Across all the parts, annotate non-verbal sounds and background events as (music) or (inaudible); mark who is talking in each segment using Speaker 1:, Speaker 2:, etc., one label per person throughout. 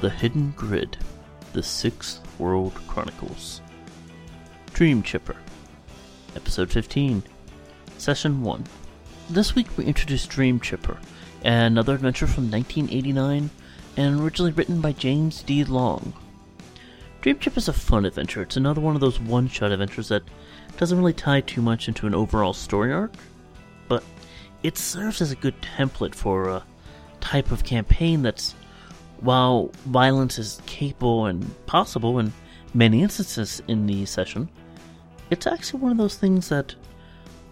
Speaker 1: The Hidden Grid, The Sixth World Chronicles, Dream Chipper, Episode 15, Session 1. This week we introduce Dream Chipper, another adventure from 1989 and originally written by James D. Long. Dream Chip is a fun adventure. It's another one of those one shot adventures that doesn't really tie too much into an overall story arc, but it serves as a good template for uh, a type of campaign that's, while violence is capable and possible in many instances in the session, it's actually one of those things that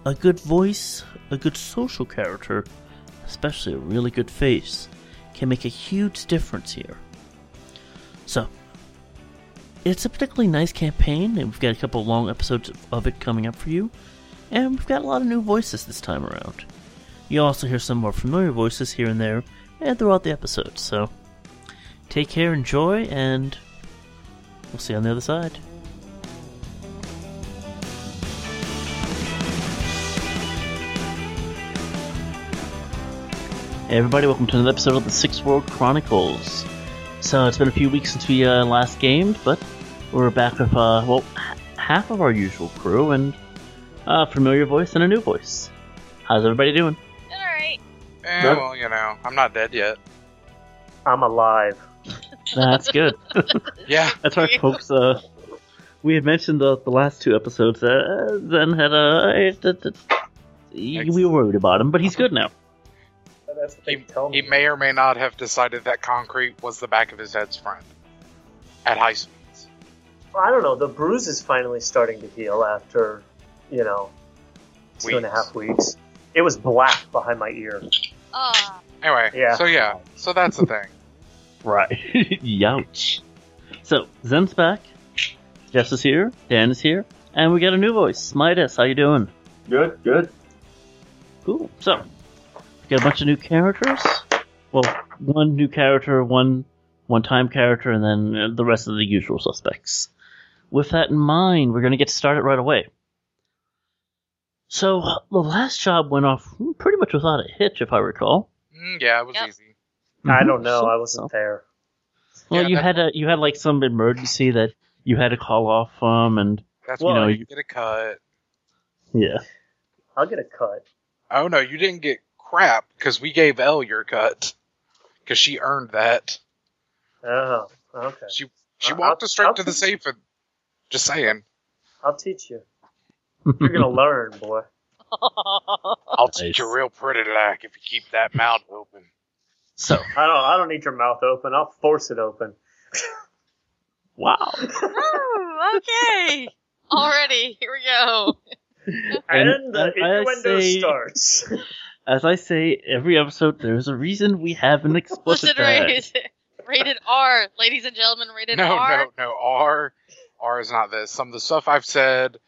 Speaker 1: a good voice, a good social character, especially a really good face, can make a huge difference here. So, it's a particularly nice campaign, and we've got a couple long episodes of it coming up for you, and we've got a lot of new voices this time around. You'll also hear some more familiar voices here and there, and throughout the episode, so take care, enjoy, and we'll see you on the other side. Hey everybody, welcome to another episode of the Six World Chronicles. So it's been a few weeks since we uh, last gamed, but we're back with uh, well h- half of our usual crew and a familiar voice and a new voice. How's everybody doing?
Speaker 2: Alright.
Speaker 3: Eh,
Speaker 1: Nope.
Speaker 3: well, you know, I'm not dead yet.
Speaker 4: I'm alive.
Speaker 1: That's good.
Speaker 3: Yeah,
Speaker 1: That's right, folks. Uh, we had mentioned the, the last two episodes. Uh, Zen had uh, a we were worried about him, but he's good now.
Speaker 4: That's what (laughs) they tell
Speaker 3: he
Speaker 4: me.
Speaker 3: may or may not have decided that concrete was the back of his head's friend at high speeds.
Speaker 4: I don't know. The bruise is finally starting to heal after, you know, two and a
Speaker 3: Weeks.
Speaker 4: half weeks. It was black behind my ear.
Speaker 1: Mm-hmm.
Speaker 2: (laughs) Ah,
Speaker 3: Anyway,
Speaker 4: Yeah.
Speaker 3: so yeah, so that's the thing.
Speaker 1: Right. Youch. So Zen's back. Jess is here. Dan is here, and we got a new voice, Midas. How you doing?
Speaker 5: Good, good.
Speaker 1: Cool. So, we got a bunch of new characters. Well, one new character, one one time character, and then uh, the rest of the usual suspects. With that in mind, we're going to get started right away. So, the last job went off pretty much without a hitch, if I recall.
Speaker 3: Mm, yeah, it was
Speaker 2: Yep.
Speaker 3: easy.
Speaker 4: I don't know. I
Speaker 1: So-
Speaker 4: wasn't there.
Speaker 1: Well,
Speaker 3: Yeah,
Speaker 1: you
Speaker 3: that-
Speaker 1: had a you had like some emergency that you had to call off from, and
Speaker 3: That's
Speaker 1: You
Speaker 3: why
Speaker 1: know,
Speaker 3: you
Speaker 1: you-
Speaker 3: get a cut.
Speaker 1: yeah,
Speaker 4: I'll get a cut.
Speaker 3: Oh no, you didn't get crap because we gave Elle your cut because she earned that.
Speaker 4: Oh, okay.
Speaker 3: She she
Speaker 4: Uh,
Speaker 3: walked
Speaker 4: I'll-
Speaker 3: us straight
Speaker 4: I'll
Speaker 3: to the
Speaker 4: teach-
Speaker 3: safe. And, just saying,
Speaker 4: I'll
Speaker 1: (laughs)
Speaker 4: teach you. You're gonna learn, boy.
Speaker 3: I'll teach you
Speaker 1: Nice.
Speaker 3: real pretty like if you keep that mouth open.
Speaker 1: (laughs) so
Speaker 4: I don't. I don't need your mouth open. I'll force it open. (laughs)
Speaker 1: wow.
Speaker 2: Ooh, okay. Already, here we go.
Speaker 4: And,
Speaker 1: And
Speaker 4: the
Speaker 1: I- I
Speaker 4: innuendo
Speaker 1: say-
Speaker 4: starts. (laughs)
Speaker 1: As I say every episode, there's a reason we have an explicit
Speaker 2: Listen,
Speaker 1: tag.
Speaker 2: rated, rated R, ladies and gentlemen, rated
Speaker 3: no,
Speaker 2: R.
Speaker 3: no, no. R R is not this. Some of the stuff I've said,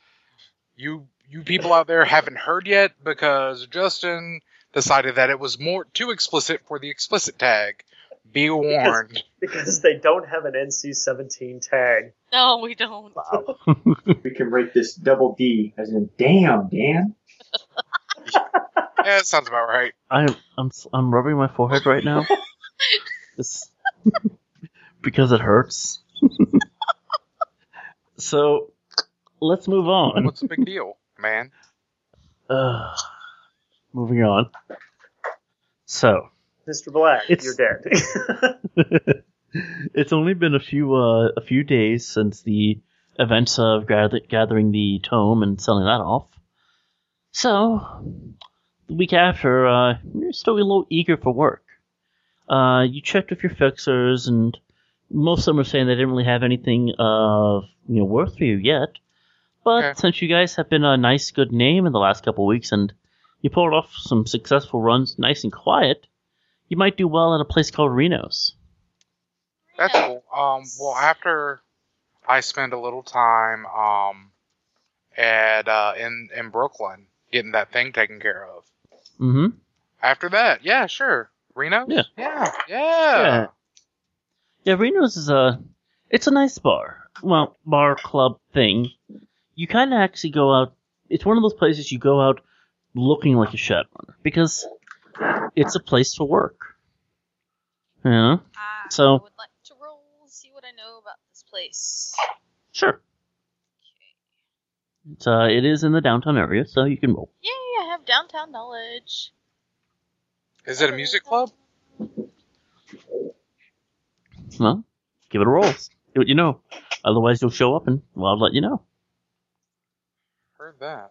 Speaker 3: you you people out there haven't heard yet because Justin decided that it was more too explicit for the explicit tag. Be warned.
Speaker 4: because they don't have an NC-17 tag.
Speaker 2: No, we don't.
Speaker 1: Wow.
Speaker 5: We can rate this double D as in damn, Dan.
Speaker 3: yeah, that sounds about right.
Speaker 1: I'm I'm I'm rubbing my forehead right now, Just- (laughs) because it hurts. so let's move on.
Speaker 3: What's the big deal, man?
Speaker 1: Uh, moving on. So
Speaker 4: Mr. Black,
Speaker 1: It's-
Speaker 4: you're dead. (laughs)
Speaker 1: (laughs) it's only been a few uh, a few days since the events of gather- gathering the tome and selling that off. So, the week after, uh, you're still a little eager for work. Uh, you checked with your fixers, and most of them are saying they didn't really have anything of you know worth for you yet. But
Speaker 3: Okay.
Speaker 1: since you guys have been a nice, good name in the last couple weeks, and you pulled off some successful runs, nice and quiet, you might do well at a place called Reno's.
Speaker 3: That's cool. Um, well, after I spend a little time um at uh, in in Brooklyn getting that thing taken care of.
Speaker 1: hmm
Speaker 3: After that, yeah, sure. Reno?
Speaker 1: Yeah.
Speaker 3: Yeah.
Speaker 1: Yeah.
Speaker 3: Yeah.
Speaker 1: Yeah, Reno's is a it's a nice bar. Well, bar club thing. You kind of actually go out. It's one of those places you go out looking like a shadowrunner because it's a place to work. Yeah.
Speaker 2: I
Speaker 1: So-
Speaker 2: would like to roll see what I know about this place.
Speaker 1: Sure. It's, uh, it is in the downtown area, so you can roll.
Speaker 2: Yay, I have downtown knowledge.
Speaker 3: Is it a music club?
Speaker 1: Well, give it a roll. Do what you know. Otherwise, you'll show up, and well, I'll let you know.
Speaker 3: Heard that.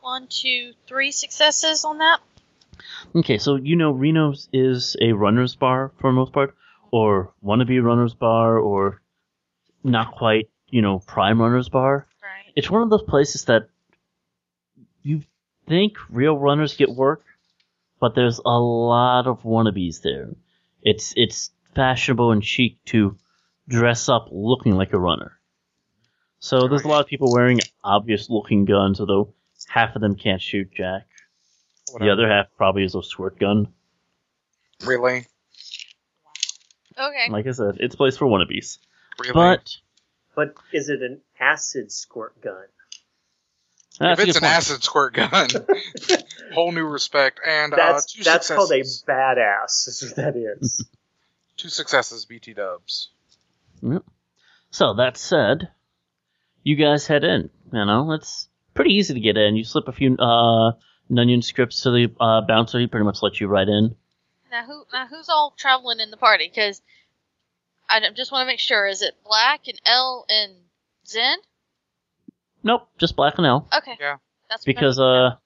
Speaker 2: One, two, three successes on that.
Speaker 1: Okay, so you know Reno's is a runner's bar for the most part, or wannabe runner's bar, or not quite, you know, prime runner's bar.
Speaker 2: Right.
Speaker 1: It's one of those places that you think real runners get work, but there's a lot of wannabes there. It's it's fashionable and chic to dress up looking like a runner. So there's a lot of people wearing obvious looking guns, although half of them can't shoot jack. The
Speaker 3: Whatever.
Speaker 1: other half probably is a squirt gun.
Speaker 3: Really?
Speaker 2: Okay.
Speaker 1: Like I said, it's a place for wannabes.
Speaker 3: Really?
Speaker 1: But
Speaker 4: But is it an acid squirt gun?
Speaker 1: that's a
Speaker 3: if
Speaker 1: good
Speaker 3: it's an
Speaker 1: point.
Speaker 3: acid squirt
Speaker 4: (laughs)
Speaker 3: gun, whole new respect and
Speaker 4: That's
Speaker 3: uh, two
Speaker 4: that's called a
Speaker 3: successes.
Speaker 4: badass. (laughs) Is what that is.
Speaker 3: Two successes, BT Dubs.
Speaker 1: So that said, you guys head in. You know, it's pretty easy to get in. You slip a few uh, Nunion scripts to the uh, bouncer. He pretty much lets you right in.
Speaker 2: Now who? Now who's all traveling in the party? Because I d- just want to make sure. Is it Black and L and Zen?
Speaker 1: Nope, just Black and L.
Speaker 2: Okay.
Speaker 3: Yeah.
Speaker 2: That's what I
Speaker 1: Because
Speaker 2: need to know.
Speaker 1: uh,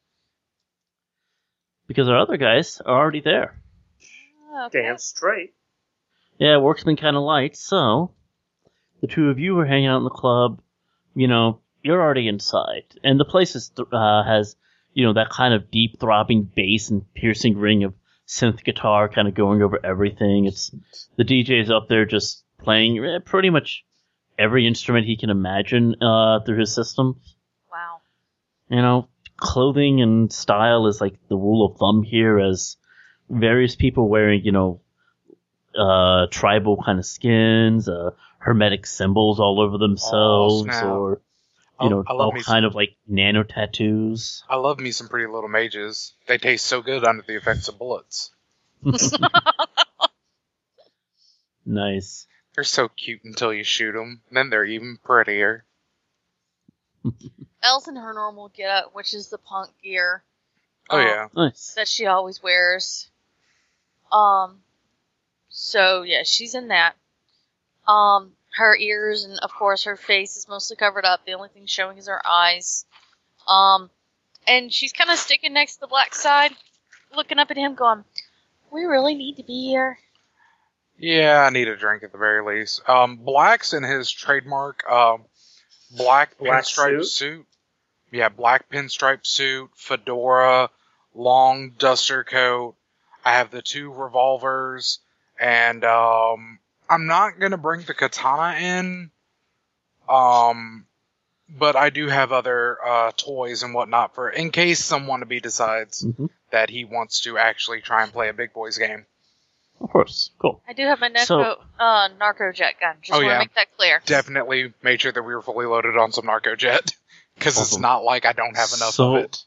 Speaker 1: because our other guys are already there.
Speaker 2: Oh, okay.
Speaker 4: Damn straight.
Speaker 1: Yeah, work's been kind of light, so the two of you are hanging out in the club. You know, you're already inside, and the place is th- uh, has you know that kind of deep throbbing bass and piercing ring of synth guitar kind of going over everything. It's the DJ's up there just playing eh, pretty much every instrument he can imagine uh, through his system.
Speaker 2: Wow.
Speaker 1: You know, clothing and style is like the rule of thumb here, as various people wearing, you know, uh, tribal kind of skins, uh, hermetic symbols all over themselves,
Speaker 3: Oh, snap.
Speaker 1: or
Speaker 3: I-
Speaker 1: you know,
Speaker 3: I love
Speaker 1: all
Speaker 3: me
Speaker 1: kind of like nano
Speaker 3: (laughs)
Speaker 1: tattoos.
Speaker 3: I love me some pretty little mages. They taste so good under the effects of bullets.
Speaker 1: Nice.
Speaker 3: They're so cute until you shoot them. Then they're even prettier.
Speaker 2: Elle's in her normal getup, which is the punk gear.
Speaker 3: Oh
Speaker 2: Um,
Speaker 3: yeah.
Speaker 1: Nice.
Speaker 2: that she always wears. Um, so yeah, she's in that. Um, her ears and of course her face is mostly covered up. The only thing showing is her eyes. Um, and she's kind of sticking next to the black side, looking up at him, going, "We really need to be here."
Speaker 3: Yeah, I need a drink at the very least. Um, Black's in his trademark um, black,
Speaker 4: Black
Speaker 3: pinstripe
Speaker 4: suit?
Speaker 3: suit. Yeah, black pinstripe suit, fedora, long duster coat. I have the two revolvers, and um, I'm not gonna bring the katana in. Um, but I do have other uh, toys and whatnot for in case someone to be decides
Speaker 1: hmm
Speaker 3: that he wants to actually try and play a big boys game.
Speaker 1: Of course. Cool.
Speaker 2: I do have my narco
Speaker 1: So-
Speaker 2: uh, narco jet gun. Just
Speaker 3: Oh,
Speaker 2: want to
Speaker 3: yeah.
Speaker 2: make that clear.
Speaker 3: definitely made sure that we were fully loaded on some narco jet (laughs) because it's
Speaker 1: Awesome.
Speaker 3: not like I don't have enough
Speaker 1: So-
Speaker 3: of it.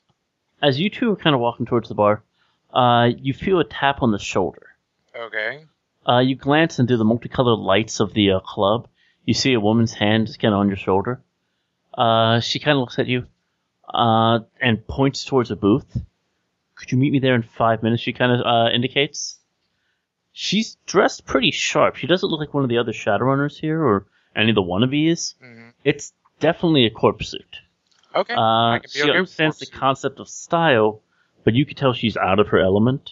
Speaker 1: As you two are kind of walking towards the bar, uh, you feel a tap on the shoulder.
Speaker 3: Okay.
Speaker 1: Uh, you glance into the multicolored lights of the uh, club. You see a woman's hand just kind of on your shoulder. Uh, she kind of looks at you uh, and points towards a booth. Could you meet me there in five minutes? She kind of uh, indicates. She's dressed pretty sharp. She doesn't look like one of the other Shadowrunners here or any of the wannabes.
Speaker 3: hmm
Speaker 1: It's definitely a corpse suit.
Speaker 3: Okay.
Speaker 1: Uh,
Speaker 3: I can be
Speaker 1: she
Speaker 3: okay with
Speaker 1: understands the
Speaker 3: corpse suit.
Speaker 1: concept of style, but you can tell she's out of her element.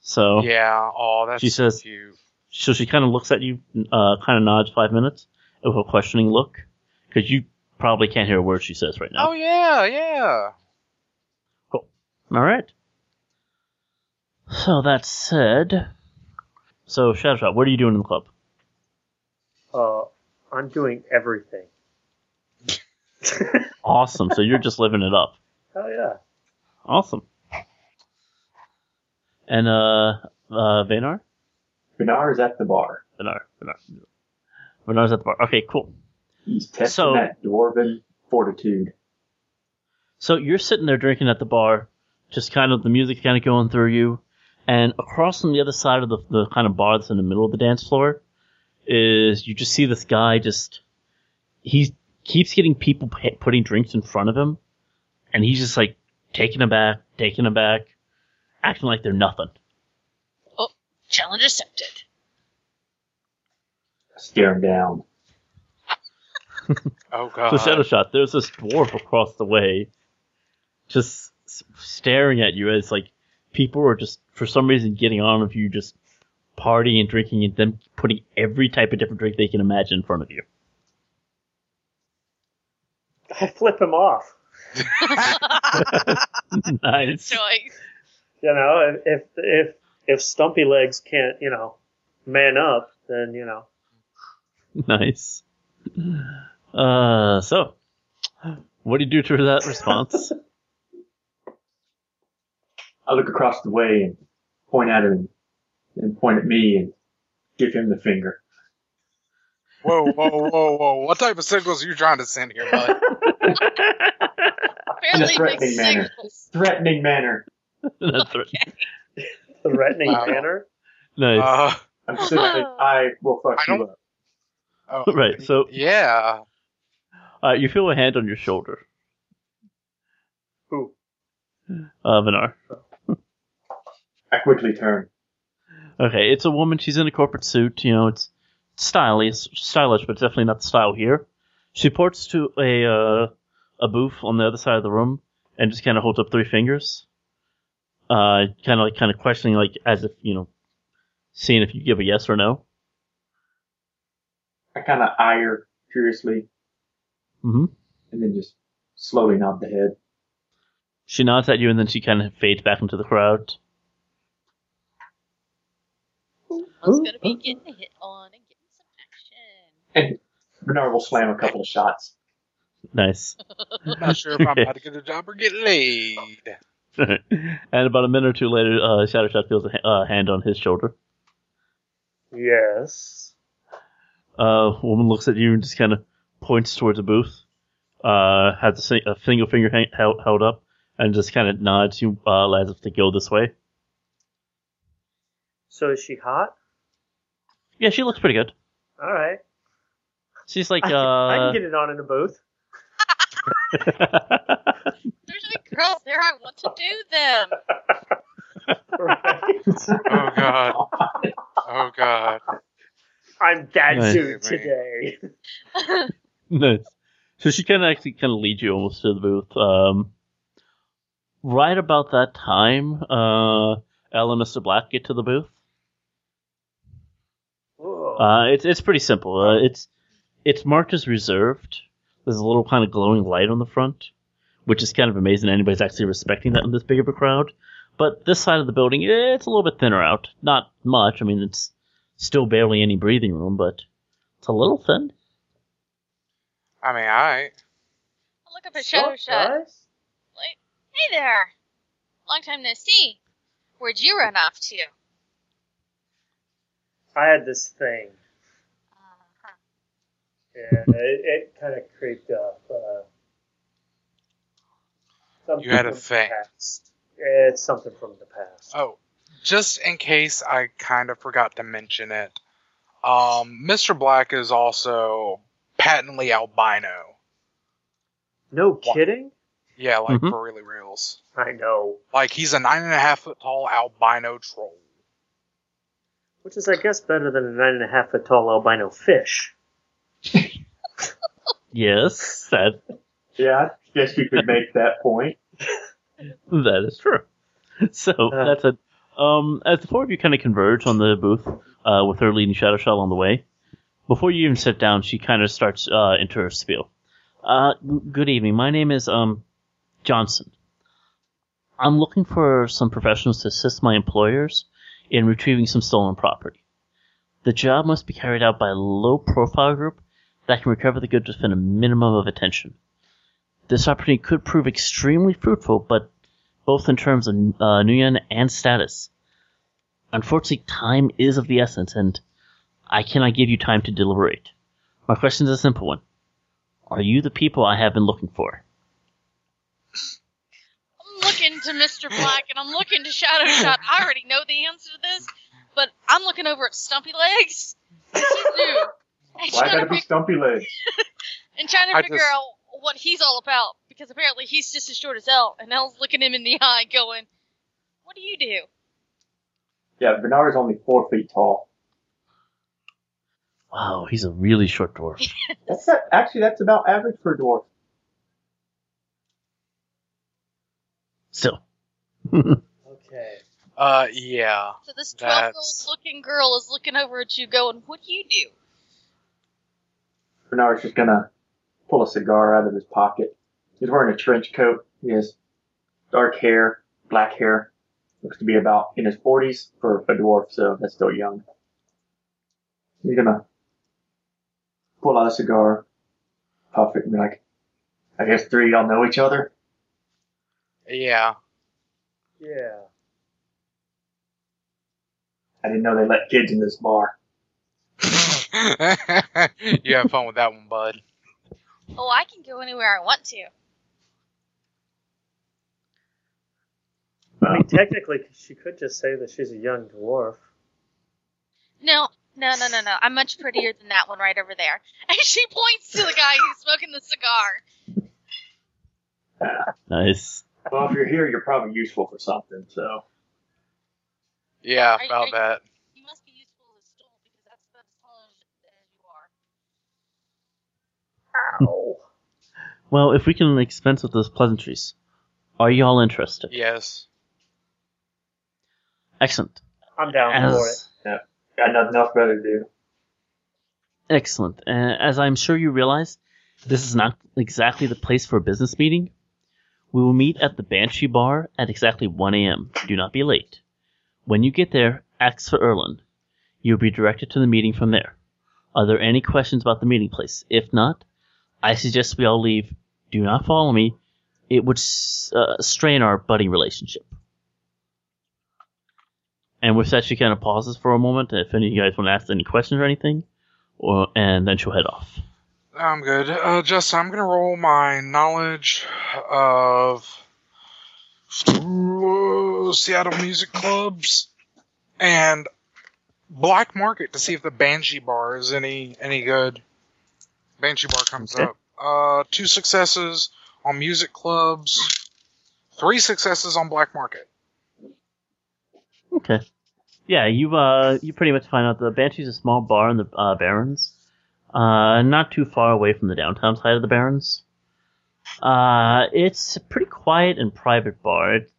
Speaker 1: So
Speaker 3: Yeah. Oh, that's
Speaker 1: She
Speaker 3: so
Speaker 1: says-
Speaker 3: cute.
Speaker 1: so she kind of looks at you, uh, kind of nods five minutes with a questioning look, because you probably can't hear a word she says right now.
Speaker 3: Oh yeah, yeah.
Speaker 1: All right. So that said, so Shadow Shot, what are you doing in the club?
Speaker 4: Uh, I'm doing everything. (laughs)
Speaker 1: Awesome. so you're just living it up.
Speaker 4: Oh yeah.
Speaker 1: Awesome. And uh, uh, Vanar,
Speaker 5: Benar is at the bar.
Speaker 1: Vanar, Vanar, Vanar's at the bar. Okay, cool.
Speaker 5: He's testing
Speaker 1: So-
Speaker 5: that dwarven fortitude.
Speaker 1: So you're sitting there drinking at the bar, just kind of the music kind of going through you, and across on the other side of the, the kind of bar that's in the middle of the dance floor is you just see this guy just he keeps getting people p- putting drinks in front of him, and he's just like taking them back, taking them back, acting like they're nothing.
Speaker 2: Challenge accepted.
Speaker 5: Stare him down.
Speaker 3: Oh
Speaker 1: So
Speaker 3: god.
Speaker 1: shadow shot. There's this dwarf across the way, just s- staring at you as like people are just for some reason getting on with you, just partying and drinking, and them putting every type of different drink they can imagine in front of you. (laughs)
Speaker 4: I flip him off.
Speaker 1: nice.
Speaker 2: Nice.
Speaker 4: You know, if if if Stumpy Legs can't, you know, man up, then you
Speaker 1: (laughs)
Speaker 4: know,
Speaker 1: Nice. Uh, so what do you do to that response? (laughs)
Speaker 5: I look across the way and point at him and point at me and give him the finger.
Speaker 3: Whoa, whoa, whoa, whoa! What type of signals are you trying to send here,
Speaker 1: (laughs)
Speaker 3: bud?
Speaker 2: Apparently, big
Speaker 5: threatening manner.
Speaker 2: signals.
Speaker 5: Threatening manner.
Speaker 1: That's right.
Speaker 4: threatening
Speaker 3: Wow.
Speaker 4: manner.
Speaker 1: Nice.
Speaker 3: Uh,
Speaker 5: I'm simply, I will fuck
Speaker 3: I
Speaker 5: you
Speaker 3: don't-
Speaker 5: up.
Speaker 3: oh,
Speaker 1: (laughs) Right, so-
Speaker 3: yeah,
Speaker 1: Uh, you feel a hand on your shoulder,
Speaker 4: Who?
Speaker 1: uh, Vinar.
Speaker 5: I quickly turn.
Speaker 1: Okay, it's a woman. She's in a corporate suit. You know, it's stylish, stylish, but it's definitely not the style here. She ports to a uh, a booth on the other side of the room and just kind of holds up three fingers, uh, kind of like kind of questioning, like as if you know, seeing if you give a yes or no.
Speaker 5: I kind of eye her curiously
Speaker 1: hmm
Speaker 5: and then just slowly nod the head.
Speaker 1: She nods at you and then she kind of fades back into the crowd.
Speaker 2: Someone's gonna be getting hit on and getting some action.
Speaker 5: Bernard will slam a couple of shots.
Speaker 1: Nice. (laughs)
Speaker 3: I'm not sure if I'm about to get a job or get laid.
Speaker 1: and about a minute or two later, uh, Shadowshot feels a ha- uh, hand on his shoulder.
Speaker 4: Yes.
Speaker 1: Uh, woman looks at you and just kind of points towards a booth. Uh, has a, sing- a single finger hang- held, held up and just kind of nods you uh, as if to go this way.
Speaker 4: So is she hot?
Speaker 1: Yeah, she looks pretty good.
Speaker 4: All right.
Speaker 1: She's like,
Speaker 4: I, can, I can
Speaker 1: uh,
Speaker 4: get it on in
Speaker 1: (laughs)
Speaker 4: a booth. (laughs)
Speaker 1: uh,
Speaker 2: There's any girls there I want to do them. (laughs)
Speaker 4: Right.
Speaker 3: (laughs) Oh god. Oh god.
Speaker 4: I'm that
Speaker 1: Nice.
Speaker 4: dude today.
Speaker 1: (laughs) nice. So she kind of actually kind of leads you almost to the booth. Um, right about that time, uh, Elle and Mr. Black get to the booth.
Speaker 4: Whoa.
Speaker 1: Uh, it's it's pretty simple. Uh, it's it's marked as reserved. There's a little kind of glowing light on the front, which is kind of amazing. Anybody's actually respecting that in this big of a crowd. But this side of the building, eh, it's a little bit thinner out. Not much. I mean, it's still barely any breathing room, but it's a little thin.
Speaker 3: I mean, I
Speaker 2: I look up at Shadow
Speaker 4: What,
Speaker 2: Shot.
Speaker 4: guys?
Speaker 2: Like, hey there. Long time no see. Where'd you run off to?
Speaker 4: I had this thing.
Speaker 2: Uh,
Speaker 4: Yeah,
Speaker 1: (laughs)
Speaker 4: it, it kind of creeped up. Uh, something
Speaker 3: had a
Speaker 4: from the
Speaker 3: thing.
Speaker 4: past. It's something from the past.
Speaker 3: oh, just in case I kind of forgot to mention it, um, Mr. Black is also patently albino.
Speaker 4: no kidding?
Speaker 3: Yeah, like
Speaker 1: Mhm.
Speaker 3: for really reals.
Speaker 4: I know.
Speaker 3: Like he's a nine and a half foot tall albino troll.
Speaker 4: Which is, I guess, better than a nine and a half foot tall albino fish.
Speaker 1: Yes, that
Speaker 5: Yeah, I guess you could make that point.
Speaker 1: that is true. (laughs) So that's it. Um, as the four of you kind of converge on the booth, uh, with her leading Shadow Shot on the way, before you even sit down, she kind of starts uh, into her spiel. Uh, g- good evening. My name is um Johnson. I'm looking for some professionals to assist my employers in retrieving some stolen property. The job must be carried out by a low-profile group that can recover the goods within a minimum of attention. This opportunity could prove extremely fruitful, but both in terms of uh, Nguyen and status. Unfortunately, time is of the essence, and I cannot give you time to deliberate. My question is a simple one. Are you the people I have been looking for?
Speaker 2: I'm looking to Mr. Black and I'm looking to
Speaker 5: (laughs)
Speaker 2: Shadow Shot. I already know the answer to this, but I'm looking over at Stumpy Legs. What's he do? And
Speaker 5: Why
Speaker 2: trying
Speaker 5: gotta
Speaker 2: to
Speaker 5: be
Speaker 2: fig-
Speaker 5: stumpy legs?
Speaker 2: and trying to
Speaker 3: I
Speaker 2: figure
Speaker 3: just-
Speaker 2: out what he's all about because apparently he's just as short as Elle, and Elle's looking him in the (laughs) eye, going, "What do you do?"
Speaker 5: Yeah, Bernard is only four feet tall.
Speaker 1: Wow, he's a really short dwarf. (laughs)
Speaker 5: That's not, actually that's about average for a dwarf.
Speaker 1: Still,
Speaker 6: Okay.
Speaker 3: Uh, yeah.
Speaker 2: So this
Speaker 3: That's-
Speaker 2: twelve-year-old-looking girl is looking over at you, going, "What do you do?"
Speaker 5: Bernard's just gonna pull a cigar out of his pocket. He's wearing a trench coat. He has dark hair, black hair. Looks to be about in his forties for a dwarf, so that's still young. He's gonna pull out a cigar, puff it, and be like, "I guess three of y'all know each other."
Speaker 3: Yeah. (laughs)
Speaker 6: Yeah.
Speaker 5: I didn't know they let kids in this bar.
Speaker 3: you have fun with that one, bud.
Speaker 2: Oh, I can go anywhere I want to.
Speaker 4: I mean, technically, she could just say that she's a young dwarf.
Speaker 2: No, no, no, no, no. I'm much prettier than that one right over there. (laughs) And she points to the guy who's smoking the cigar.
Speaker 1: (laughs) nice.
Speaker 5: Well, if you're here, you're probably useful for something. So
Speaker 3: Yeah,
Speaker 2: Are-
Speaker 3: about
Speaker 2: are-
Speaker 3: that.
Speaker 2: You must be useful as stool because that's about as tall as, as you are.
Speaker 4: Ow.
Speaker 1: Well, if we can expense with those pleasantries, are y'all interested?
Speaker 3: Yes.
Speaker 1: Excellent.
Speaker 4: I'm down for it.
Speaker 1: As,
Speaker 5: got nothing else better to do.
Speaker 1: excellent. Uh, as I'm sure you realize, this is not exactly the place for a business meeting. We will meet at the Banshee Bar at exactly 1 a.m. Do not be late. When you get there, ask for Erlin. You'll be directed to the meeting from there. Are there any questions about the meeting place? If not, I suggest we all leave. Do not follow me. It would s- uh, strain our budding relationship. And with that, she kind of pauses for a moment. If any of you guys want to ask any questions or anything, or and then she'll head off.
Speaker 3: I'm good. Uh, Justin, I'm gonna roll my knowledge of uh, Seattle music clubs and black market to see if the Banshee Bar is any any good. Banshee Bar comes
Speaker 1: Okay.
Speaker 3: up. Uh, two successes on music clubs, three successes on black market.
Speaker 1: Okay. Yeah, you uh, you pretty much find out the Banshee's a small bar in the uh, Barrens, uh, not too far away from the downtown side of the Barrens. Uh, it's a pretty quiet and private bar. It's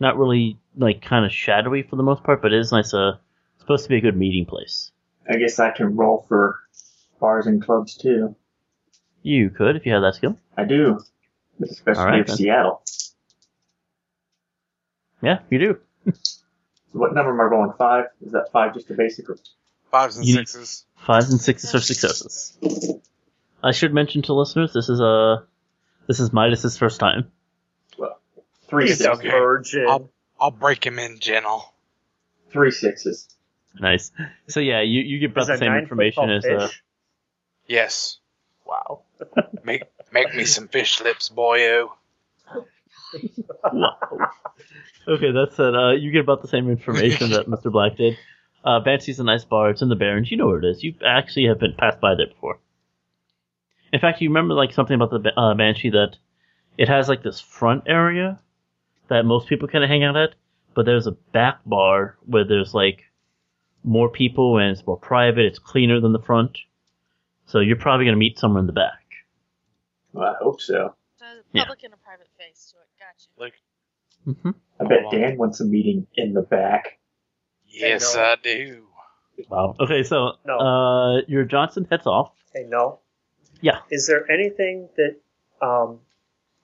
Speaker 1: not really like kind of shadowy for the most part, but it is nice. Uh, supposed to be a good meeting place.
Speaker 5: I guess I can roll for bars and clubs too.
Speaker 1: You could if you had that skill.
Speaker 5: I do, especially
Speaker 1: All right,
Speaker 5: if
Speaker 1: then.
Speaker 5: Seattle.
Speaker 1: Yeah, you do.
Speaker 5: So what number am I rolling? Five? Is that five just a basic? Or...
Speaker 3: Fives and
Speaker 1: You-
Speaker 3: sixes.
Speaker 1: Fives and sixes are successes. I should mention to listeners this is uh, this is Midas's first time.
Speaker 5: Three
Speaker 4: She's a
Speaker 5: sixes.
Speaker 3: okay.
Speaker 4: virgin.
Speaker 3: I'll- I'll break him in, gentle.
Speaker 5: Three sixes.
Speaker 1: Nice. So yeah, you, you get about
Speaker 4: Is
Speaker 1: the
Speaker 4: that
Speaker 1: same
Speaker 4: nine
Speaker 1: information
Speaker 4: foot
Speaker 1: as
Speaker 4: tall
Speaker 1: uh,
Speaker 4: fish?
Speaker 3: Yes.
Speaker 4: Wow.
Speaker 3: (laughs) Make make me some fish lips, boyo.
Speaker 1: Wow. okay, that's it. Uh, you get about the same information
Speaker 4: (laughs)
Speaker 1: that Mr. Black did. Uh, Banshee's a nice bar. It's in the Barrens. You know where it is. You actually have been passed by there before. In fact, you remember like something about the Ba- uh, Banshee that it has like this front area that most people kind of hang out at, but there's a back bar where there's like more people and it's more private. It's cleaner than the front, so you're probably gonna meet somewhere in the back.
Speaker 5: Well, I hope so.
Speaker 2: So there's a
Speaker 1: Yeah.
Speaker 2: public and a private face to it. Gotcha.
Speaker 1: Mm-hmm.
Speaker 5: I bet
Speaker 3: Hold on.
Speaker 5: Dan wants a meeting in the back.
Speaker 3: Yes,
Speaker 4: no.
Speaker 3: I do.
Speaker 1: Wow. Okay, so
Speaker 4: No.
Speaker 1: uh, your Johnson heads off.
Speaker 4: Hey, no.
Speaker 1: Yeah.
Speaker 4: Is there anything that um,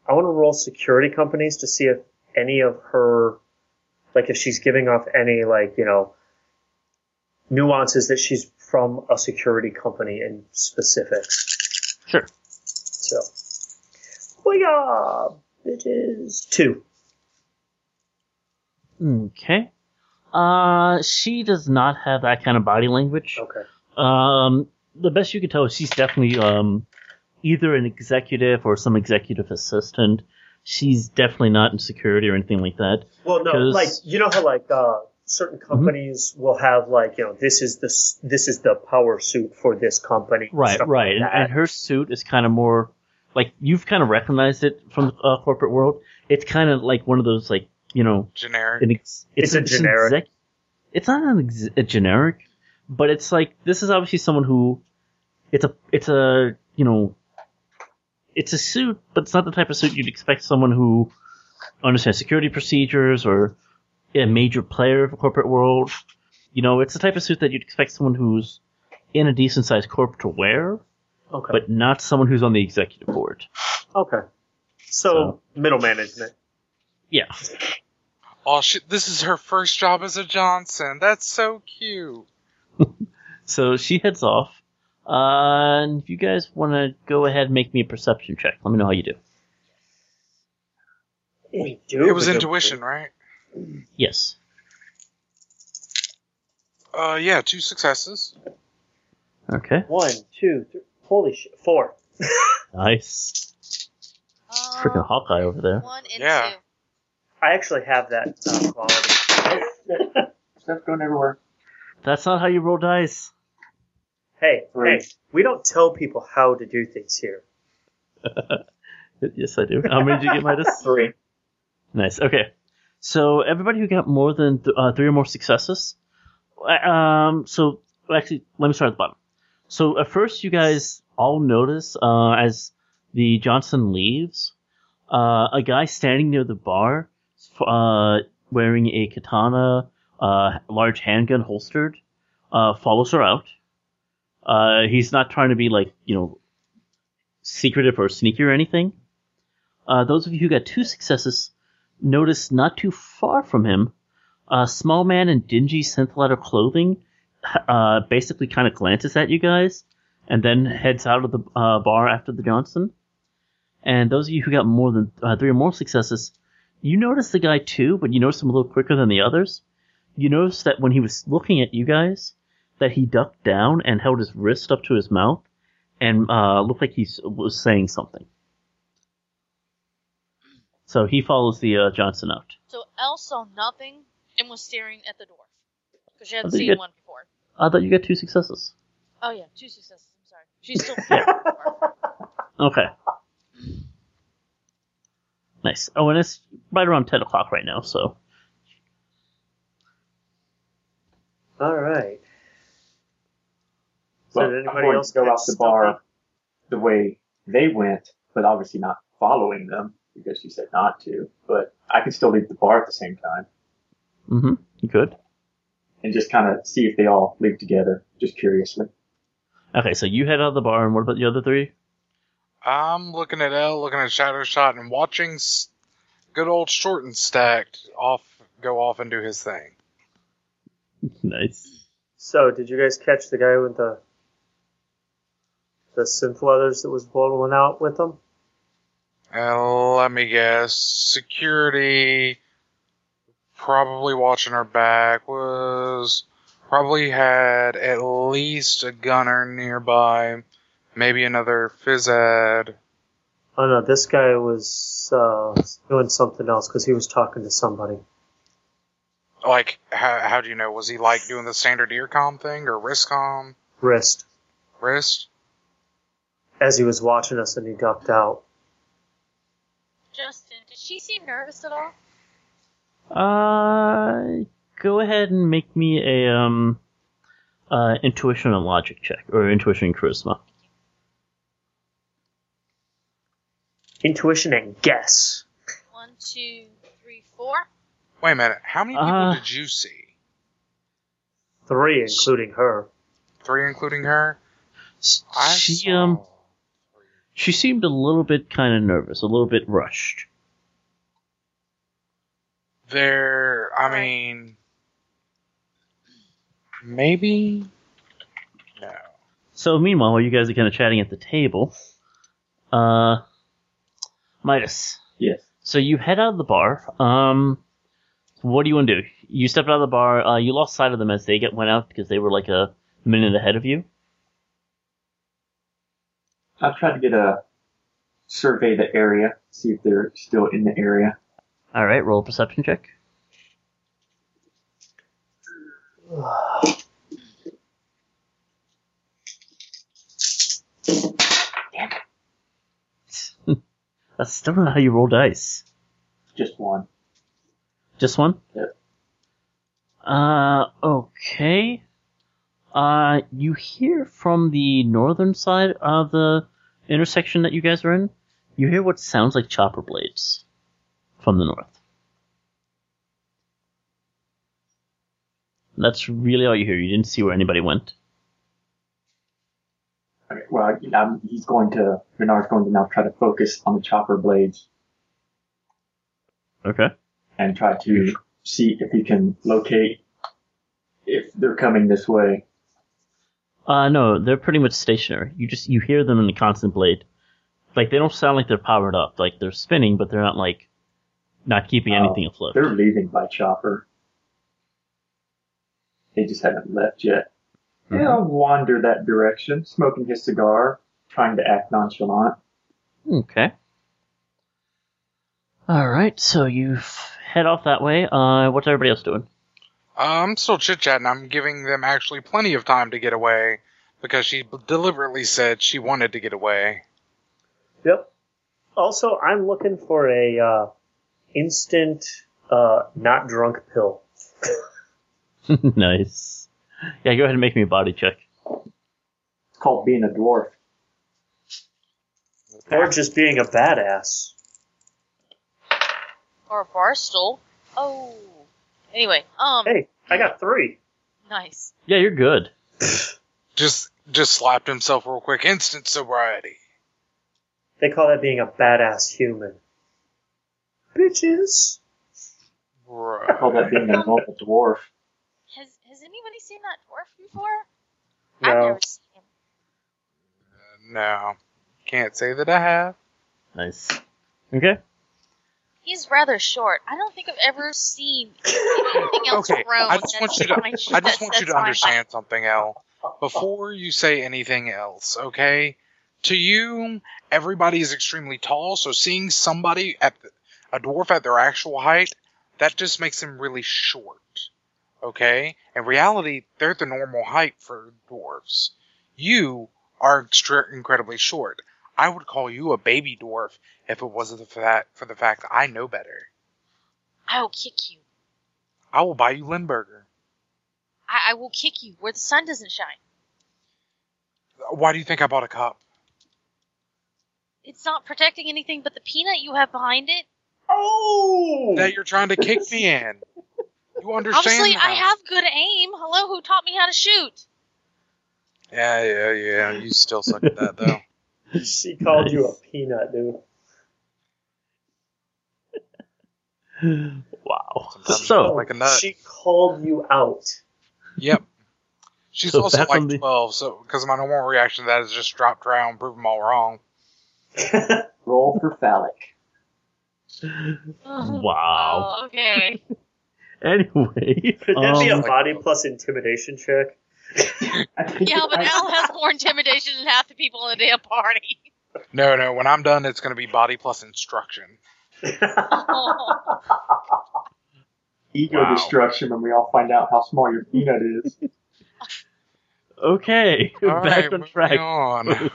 Speaker 4: I want to roll security companies to see if any of her, like, if she's giving off any, like, you know, nuances that she's from a security company in specific.
Speaker 1: Sure.
Speaker 4: So, booyah, bitches. Two.
Speaker 1: Okay. Uh, she does not have that kind of body language.
Speaker 4: Okay.
Speaker 1: Um, the best you can tell is she's definitely um either an executive or some executive assistant. She's definitely not in security or anything like that.
Speaker 4: Well, no,
Speaker 1: 'Cause-
Speaker 4: like you know how like uh, certain
Speaker 1: Mm-hmm.
Speaker 4: companies will have like you know this is the s- this is the power suit for this company.
Speaker 1: Right,
Speaker 4: stuff
Speaker 1: right. And,
Speaker 4: Like
Speaker 1: and
Speaker 4: that.
Speaker 1: her suit is kind of more like you've kind of recognized it from the uh, corporate world. It's kind of like one of those like you know,
Speaker 3: Generic.
Speaker 1: an ex-
Speaker 4: It's a
Speaker 1: an
Speaker 4: generic.
Speaker 1: exec- it's not an ex- a generic, but it's like this is obviously someone who it's a it's a you know it's a suit, but it's not the type of suit you'd expect someone who understands security procedures or a major player of the corporate world. You know, it's the type of suit that you'd expect someone who's in a decent sized corp to wear,
Speaker 4: okay.
Speaker 1: but not someone who's on the executive board.
Speaker 4: okay. So,
Speaker 1: So-
Speaker 4: middle management.
Speaker 1: Yeah.
Speaker 3: Oh shit! This is her first job as a Johnson. That's so cute.
Speaker 1: So she heads off. Uh, and if you guys want to go ahead and make me a perception check, let me know how you do.
Speaker 4: We do.
Speaker 3: It was
Speaker 4: we do.
Speaker 3: intuition, right?
Speaker 1: Yes.
Speaker 3: Uh, yeah, two successes.
Speaker 1: Okay.
Speaker 6: One, two, three. Holy shit.
Speaker 4: Four.
Speaker 1: Nice. Freaking
Speaker 2: Um,
Speaker 1: Hawkeye over there.
Speaker 2: one and
Speaker 3: Yeah.
Speaker 2: two.
Speaker 4: I actually have that uh, quality.
Speaker 5: Stuff going everywhere.
Speaker 1: That's not how you roll dice.
Speaker 4: hey,
Speaker 5: Right.
Speaker 4: hey, we don't tell people how to do things here.
Speaker 1: Yes, I do. How many did you get,
Speaker 5: (laughs)
Speaker 1: Midas?
Speaker 5: Three.
Speaker 1: Nice. Okay. So everybody who got more than th- uh, three or more successes. uh, Um. So well, actually, let me start at the bottom. So at first, you guys all notice uh, as the Johnson leaves, uh, a guy standing near the bar, uh, wearing a katana, uh, large handgun holstered, uh, follows her out. Uh, he's not trying to be like you know secretive or sneaky or anything. Uh, those of you who got two successes notice not too far from him a small man in dingy synth leather clothing uh, basically kind of glances at you guys and then heads out of the uh, bar after the johnson and those of you who got more than uh, three or more successes you notice the guy too but you notice him a little quicker than the others you notice that when he was looking at you guys that he ducked down and held his wrist up to his mouth and uh, looked like he s- was saying something so he follows the uh, johnson out
Speaker 2: So Elle saw nothing and was staring at the dwarf because she
Speaker 1: I
Speaker 2: hadn't
Speaker 1: think
Speaker 2: seen
Speaker 1: it-
Speaker 2: one before.
Speaker 1: I thought you got two successes.
Speaker 2: Oh yeah, two successes. I'm sorry. She's
Speaker 4: (laughs)
Speaker 2: still. (laughs)
Speaker 1: Okay. Nice. Oh, and it's right around 10 o'clock right now, so.
Speaker 4: All right. So
Speaker 5: Well,
Speaker 4: did anybody
Speaker 5: I'm going
Speaker 4: else
Speaker 5: to go
Speaker 4: get
Speaker 5: out the
Speaker 4: stuck
Speaker 5: bar
Speaker 4: up?
Speaker 5: the way they went, but obviously not following them because she said not to. But I can still leave the bar at the same time
Speaker 1: Mm hmm. Good.
Speaker 5: and just kind of see if they all leave together, just curiously.
Speaker 1: Okay, so you head out of the bar, and what about the other three?
Speaker 3: I'm looking at L, looking at Shadow Shot, and watching s- good old Short and Stacked off go off and do his thing.
Speaker 1: nice.
Speaker 4: So, did you guys catch the guy with the the synth leathers that was bowling out with them?
Speaker 3: And Uh, let me guess, security probably watching her back was probably had at least a gunner nearby, maybe another phys ed.
Speaker 4: Oh no, this guy was uh, doing something else because he was talking to somebody.
Speaker 3: Like, how, how do you know? Was he like doing the standard earcom thing or wristcom?
Speaker 4: Wrist
Speaker 3: Wrist?
Speaker 4: as he was watching us, and he ducked out.
Speaker 2: Justin, did she seem nervous at all?
Speaker 1: Uh, go ahead and make me a, um, uh, intuition and logic check, or intuition and charisma.
Speaker 4: Intuition and guess.
Speaker 2: One, two, three, four.
Speaker 3: Wait a minute. How many people
Speaker 1: Uh.
Speaker 3: did you see?
Speaker 4: Three, including her.
Speaker 3: Three, including her.
Speaker 1: S-
Speaker 3: I
Speaker 1: she,
Speaker 3: saw
Speaker 1: um, she seemed a little bit kind of nervous, a little bit rushed.
Speaker 3: there. I
Speaker 2: Right.
Speaker 3: mean, maybe. No.
Speaker 1: So meanwhile, while you guys are kind of chatting at the table, uh, Midas.
Speaker 5: Yes.
Speaker 1: So you head out of the bar. Um, what do you want to do? You stepped out of the bar. Uh, you lost sight of them as they get went out because they were like a minute ahead of you.
Speaker 5: I've tried to get a survey the area, see if they're still in the area.
Speaker 1: All right, roll a perception check. (laughs) That's still not how you roll dice.
Speaker 5: Just one.
Speaker 1: Just one?
Speaker 5: Yep.
Speaker 1: Uh, okay. Uh, you hear from the northern side of the intersection that you guys are in, you hear what sounds like chopper blades from the north. That's really all you hear. You didn't see where anybody went.
Speaker 5: Okay, well, I'm, he's going to Renard's going to now try to focus on the chopper blades
Speaker 1: Okay.
Speaker 5: and try
Speaker 1: Hmm.
Speaker 5: to see if he can locate if they're coming this way.
Speaker 1: Uh, no, they're pretty much stationary. You just you hear them in the constant blade. Like they don't sound like they're powered up. Like they're spinning, but they're not like not keeping
Speaker 5: Oh,
Speaker 1: anything afloat.
Speaker 5: They're leaving by chopper. They just haven't left yet.
Speaker 1: Mm-hmm.
Speaker 5: And I'll wander that direction, smoking his cigar, trying to act nonchalant.
Speaker 1: Okay. All right, so you f- head off that way. Uh, what's everybody else (laughs) doing?
Speaker 3: Uh, I'm still chit chatting. I'm giving them actually plenty of time to get away because she deliberately said she wanted to get away.
Speaker 4: Yep. Also, I'm looking for a uh, instant uh, not drunk pill.
Speaker 1: nice. Yeah, go ahead and make me a body check.
Speaker 5: It's called being a dwarf.
Speaker 4: Or just being a badass.
Speaker 2: Or a bar stool. Oh. Anyway, um,
Speaker 4: Hey, I got three.
Speaker 2: nice.
Speaker 1: Yeah, you're good.
Speaker 3: Just just slapped himself real quick. Instant sobriety.
Speaker 4: They call that being a badass human. Bitches.
Speaker 5: I call that
Speaker 3: Right.
Speaker 5: being a normal dwarf.
Speaker 2: Has Has anybody seen that dwarf before? I've
Speaker 4: No.
Speaker 2: never seen him.
Speaker 3: No, can't say that I have.
Speaker 1: Nice. Okay.
Speaker 2: He's rather short. I don't think I've ever
Speaker 4: (laughs)
Speaker 2: seen anything else
Speaker 3: Okay,
Speaker 2: around.
Speaker 3: I just want you to- I just want you to understand something, Al. Before you say anything else, okay? To you, everybody is extremely tall, so seeing somebody at the, a dwarf at their actual height, that just makes them really short. Okay? In reality, they're the normal height for dwarves. You are extra- incredibly short. I would call you a baby dwarf if it wasn't for that for the fact that I know better.
Speaker 2: I will kick you.
Speaker 3: I will buy you Limburger.
Speaker 2: I, I will kick you where the sun doesn't shine.
Speaker 3: Why do you think I bought a cup?
Speaker 2: It's not protecting anything but the peanut you have behind it.
Speaker 4: Oh!
Speaker 3: that you're trying to kick me in.
Speaker 2: (laughs)
Speaker 3: You understand?
Speaker 2: Obviously,
Speaker 3: that?
Speaker 2: I have good aim. Hello, who taught me how to shoot?
Speaker 3: Yeah, yeah, yeah. You still suck at that, though.
Speaker 4: She called you
Speaker 1: Nice.
Speaker 4: a peanut, dude.
Speaker 1: Wow.
Speaker 3: Sometimes
Speaker 1: So-
Speaker 3: you look Oh, like a nut.
Speaker 4: Oh, She called you out.
Speaker 3: Yep. (laughs) She's
Speaker 1: So
Speaker 3: also
Speaker 1: back
Speaker 3: like
Speaker 1: on the-
Speaker 3: twelve, so because my normal reaction to that is just drop down, prove them all wrong.
Speaker 5: Roll for phallic.
Speaker 1: Wow. (laughs)
Speaker 2: Oh, okay.
Speaker 1: Anyway, (laughs)
Speaker 4: Could that be a
Speaker 1: um,
Speaker 4: body plus intimidation check?
Speaker 5: I think
Speaker 2: Yeah, but
Speaker 5: I-
Speaker 1: (laughs)
Speaker 2: Al has more intimidation than half the people in the damn party.
Speaker 3: No, no. When I'm done, it's going to be body plus instruction.
Speaker 2: Oh,
Speaker 5: ego
Speaker 3: Wow.
Speaker 5: destruction when we all find out how small your peanut
Speaker 3: (laughs)
Speaker 5: is.
Speaker 1: okay,
Speaker 3: All
Speaker 1: back
Speaker 3: right,
Speaker 1: on
Speaker 3: moving
Speaker 1: track. (laughs) Oh,
Speaker 3: on.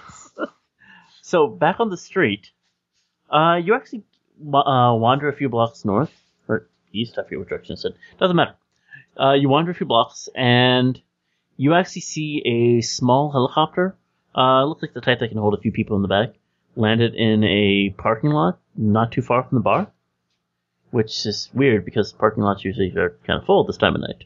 Speaker 1: so back on the street, uh, you actually wa- uh, wander a few blocks north or east. I forget which direction it said. Doesn't matter. Uh, you wander a few blocks and you actually see a small helicopter. Uh, looks like the type that can hold a few people in the back. Landed in a parking lot not too far from the bar, which is weird because parking lots usually are kind of full this time of night.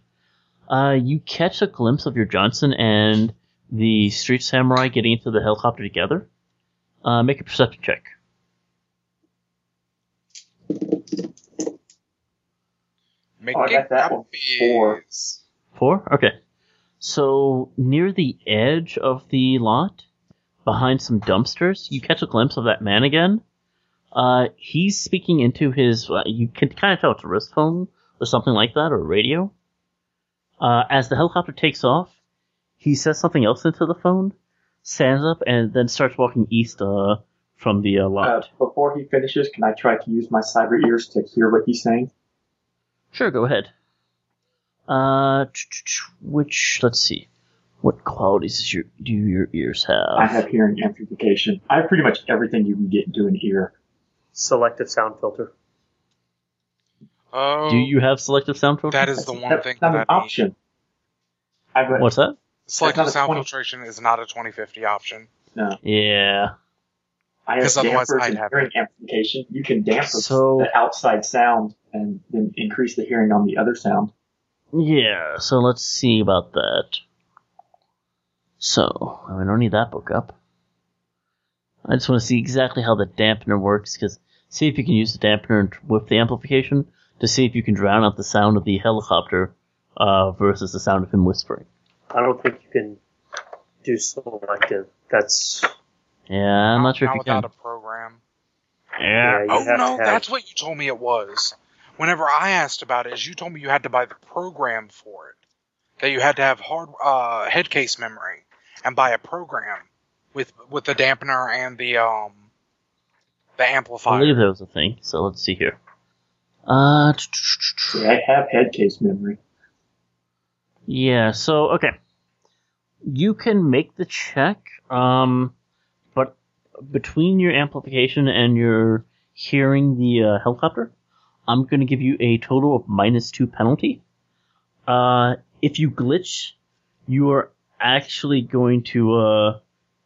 Speaker 1: Uh, you catch a glimpse of your Johnson and the street samurai getting into the helicopter together. Uh, make a perception check.
Speaker 3: Make
Speaker 5: Oh, I got that one. Four.
Speaker 3: copies.
Speaker 1: Four? Okay. So, near the edge of the lot, behind some dumpsters, you catch a glimpse of that man again. Uh, he's speaking into his, uh, you can kind of tell it's a wrist phone or something like that, or a radio. Uh, as the helicopter takes off, he says something else into the phone, stands up and then starts walking east uh, from the uh,
Speaker 5: Uh,
Speaker 1: lot.
Speaker 5: before he finishes, can I try to use my cyber ears to hear what he's saying?
Speaker 1: Sure, go ahead. Uh, ch- ch- ch- which let's see, what qualities does your, do your ears
Speaker 5: I
Speaker 1: have?
Speaker 5: have hearing amplification. I have pretty much everything you can get into an ear.
Speaker 4: Selective sound filter.
Speaker 3: Oh,
Speaker 1: Do you have selective sound filter?
Speaker 3: that is the one
Speaker 5: That's
Speaker 3: thing
Speaker 5: not
Speaker 3: that
Speaker 5: an
Speaker 3: I need.
Speaker 5: option. I've got,
Speaker 1: What's that?
Speaker 3: Selective
Speaker 5: That's not a
Speaker 3: sound
Speaker 5: 20.
Speaker 3: filtration is not a 2050 option.
Speaker 1: Yeah.
Speaker 5: I have
Speaker 3: 'Cause otherwise
Speaker 5: dampers
Speaker 3: I'd
Speaker 5: and
Speaker 3: have
Speaker 5: hearing amplification. You can damper
Speaker 1: So-
Speaker 5: the outside sound and then increase the hearing on the other sound.
Speaker 1: Yeah, so let's see about that. So, I don't need that book up. I just want to see exactly how the dampener works, because see if you can use the dampener and- with the amplification to see if you can drown out the sound of the helicopter uh, versus the sound of him whispering.
Speaker 4: I don't think you can do selective. That's
Speaker 1: Yeah, I'm not sure if
Speaker 3: Not
Speaker 1: you
Speaker 3: without
Speaker 1: can.
Speaker 3: a program.
Speaker 4: yeah. you
Speaker 3: oh
Speaker 4: have
Speaker 3: no,
Speaker 4: to have-
Speaker 3: that's what you told me it was. Whenever I asked about it, is you told me you had to buy the program for it. That you had to have hard uh, head case memory and buy a program with with the dampener and the um the
Speaker 1: I
Speaker 3: amplifier.
Speaker 1: believe that was a thing. So let's see here. Uh, tch, tch, tch, tch.
Speaker 5: See, I have head case memory.
Speaker 1: Yeah, so okay. You can make the check, um but between your amplification and your hearing the uh, helicopter, I'm going to give you a total of minus 2 penalty. Uh if you glitch, you are actually going to uh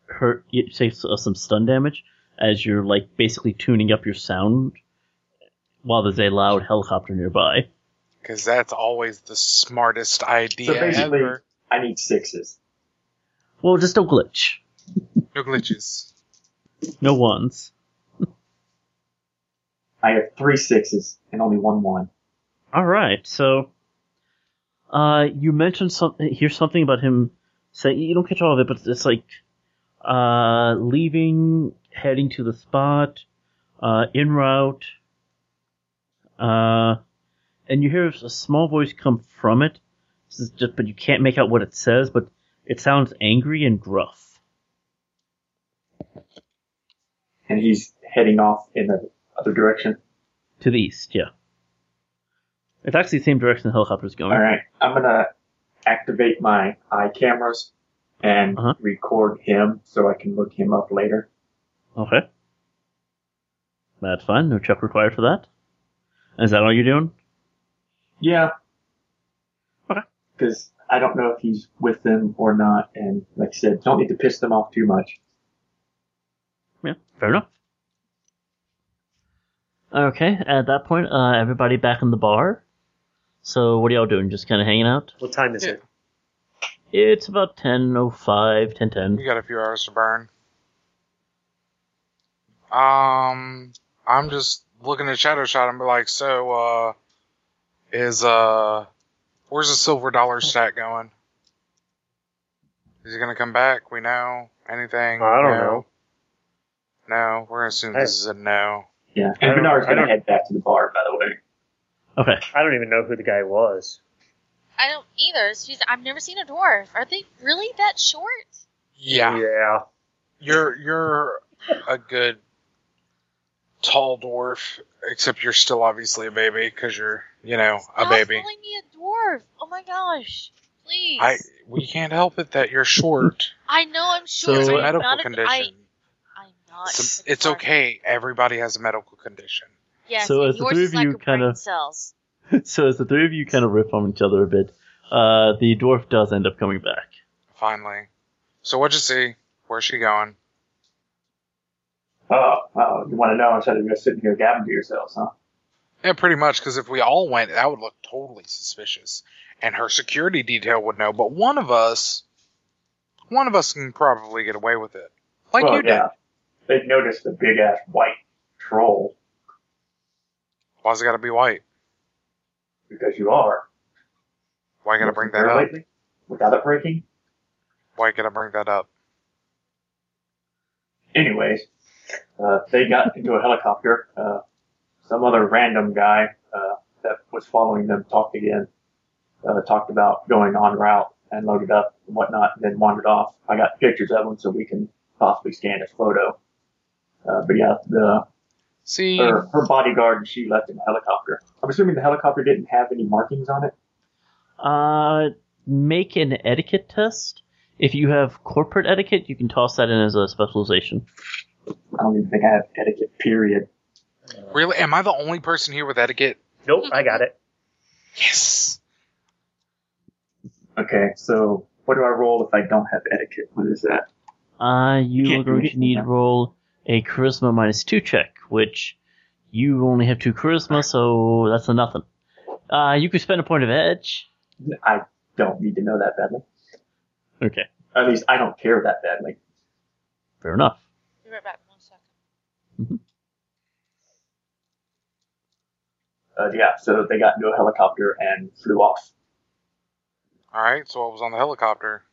Speaker 1: hurt you take s- uh, some stun damage as you're like basically tuning up your sound while there's a loud helicopter nearby.
Speaker 3: Because that's always the smartest idea
Speaker 5: So basically-
Speaker 3: ever.
Speaker 5: I need sixes.
Speaker 1: Well, just don't glitch.
Speaker 3: No glitches.
Speaker 1: No ones.
Speaker 5: I have three sixes and only one one.
Speaker 1: All right. So, uh, you mentioned something. Here's something about him saying you don't catch all of it, but it's like uh, leaving, heading to the spot, uh, en route, uh, and you hear a small voice come from it. This is just, but you can't make out what it says. But it sounds angry and gruff.
Speaker 5: And he's heading off in the other direction.
Speaker 1: To the east, yeah. It's actually the same direction the helicopter's going.
Speaker 5: All right, I'm gonna activate my eye cameras and
Speaker 1: Uh-huh.
Speaker 5: record him so I can look him up later.
Speaker 1: Okay. That's fine. No check required for that. Is that all you're doing?
Speaker 5: Yeah.
Speaker 1: Okay.
Speaker 5: Because I don't know if he's with them or not, and like I said, don't need to piss them off too much.
Speaker 1: Yeah, fair enough. Okay, at that point, uh, everybody back in the bar. So what are y'all doing? Just kind of hanging out?
Speaker 4: What time is
Speaker 3: Yeah.
Speaker 4: it?
Speaker 1: It's about 10.05, 10.10.
Speaker 3: We got a few hours to burn. Um, I'm just looking at Shadow Shot and be like, so, uh, is, uh, where's the silver dollar stack going? Is he gonna come back? We know? Anything?
Speaker 4: I don't
Speaker 3: No.
Speaker 4: know.
Speaker 3: No, we're gonna assume this is a no.
Speaker 5: Yeah.
Speaker 4: I
Speaker 5: And
Speaker 4: don't-
Speaker 5: Bernard's
Speaker 4: I
Speaker 5: gonna
Speaker 4: don't-
Speaker 5: head back to the bar, by the way.
Speaker 1: Okay, (laughs)
Speaker 4: I don't even know who the guy was.
Speaker 2: I don't either. It's just- I've never seen a dwarf. Are they really that short?
Speaker 3: Yeah.
Speaker 4: Yeah.
Speaker 3: You're, you're a good tall dwarf, except you're still obviously a baby, cause you're, you know, a
Speaker 2: Stop
Speaker 3: baby.
Speaker 2: calling me a dwarf. Oh my gosh. Please.
Speaker 3: I, we can't help it that you're short.
Speaker 2: I know I'm
Speaker 1: So,
Speaker 2: short.
Speaker 1: It's
Speaker 3: It's a
Speaker 1: a
Speaker 2: but I'm
Speaker 3: medical
Speaker 2: not a-
Speaker 3: condition.
Speaker 2: I, I'm not.
Speaker 3: it's,
Speaker 2: a
Speaker 3: it's
Speaker 2: dwarf.
Speaker 3: okay. Everybody has a medical condition.
Speaker 2: Yes,
Speaker 1: So
Speaker 2: and
Speaker 1: as the
Speaker 2: yours
Speaker 1: three
Speaker 2: is
Speaker 1: of
Speaker 2: like
Speaker 1: you
Speaker 2: your brain
Speaker 1: kinda-
Speaker 2: cells.
Speaker 1: so as the three of you kind of rip on each other a bit, uh, the dwarf does end up coming back.
Speaker 3: Finally. So what'd you see? Where's she going?
Speaker 5: Oh, oh, you want to know instead of just sitting here gabbing to yourselves, huh?
Speaker 3: Yeah, pretty much. Because if we all went, that would look totally suspicious, and her security detail would know. But one of us, one of us can probably get away with it, like
Speaker 5: well,
Speaker 3: you
Speaker 5: yeah.
Speaker 3: did.
Speaker 5: They've noticed the big ass white troll
Speaker 3: Why's it got to be white?
Speaker 5: because you are.
Speaker 3: Why gotta bring that up?
Speaker 5: Lately, without it breaking.
Speaker 3: Why gotta bring that up?
Speaker 5: Anyways, uh, they got into a helicopter. Uh, some other random guy uh, that was following them talked again, uh, talked about going on route and loaded up and whatnot, and then wandered off. I got pictures of him so we can possibly scan his photo. Uh, but yeah, the
Speaker 3: See,
Speaker 5: her, her bodyguard she left in a helicopter. I'm assuming the helicopter didn't have any markings on it.
Speaker 1: Uh, make an etiquette test. If you have corporate etiquette, you can toss that in as a specialization.
Speaker 5: I don't even think I have etiquette. Period.
Speaker 3: really, am I the only person here with etiquette?
Speaker 4: Nope, I got it.
Speaker 3: Yes.
Speaker 5: Okay, so what do I roll if I don't have etiquette? What is that?
Speaker 1: Uh, you
Speaker 5: Can't
Speaker 1: are going
Speaker 5: read
Speaker 1: to need
Speaker 5: that.
Speaker 1: roll a charisma minus two check, which you only have two charisma, so that's a nothing. Uh, you could spend a point of edge.
Speaker 5: I don't need to know that badly.
Speaker 1: Okay,
Speaker 5: At least I don't care that badly.
Speaker 1: fair enough.
Speaker 2: Be right back. One second.
Speaker 5: Uh, yeah, so they got into a helicopter and flew off.
Speaker 3: All right, so I was on the helicopter.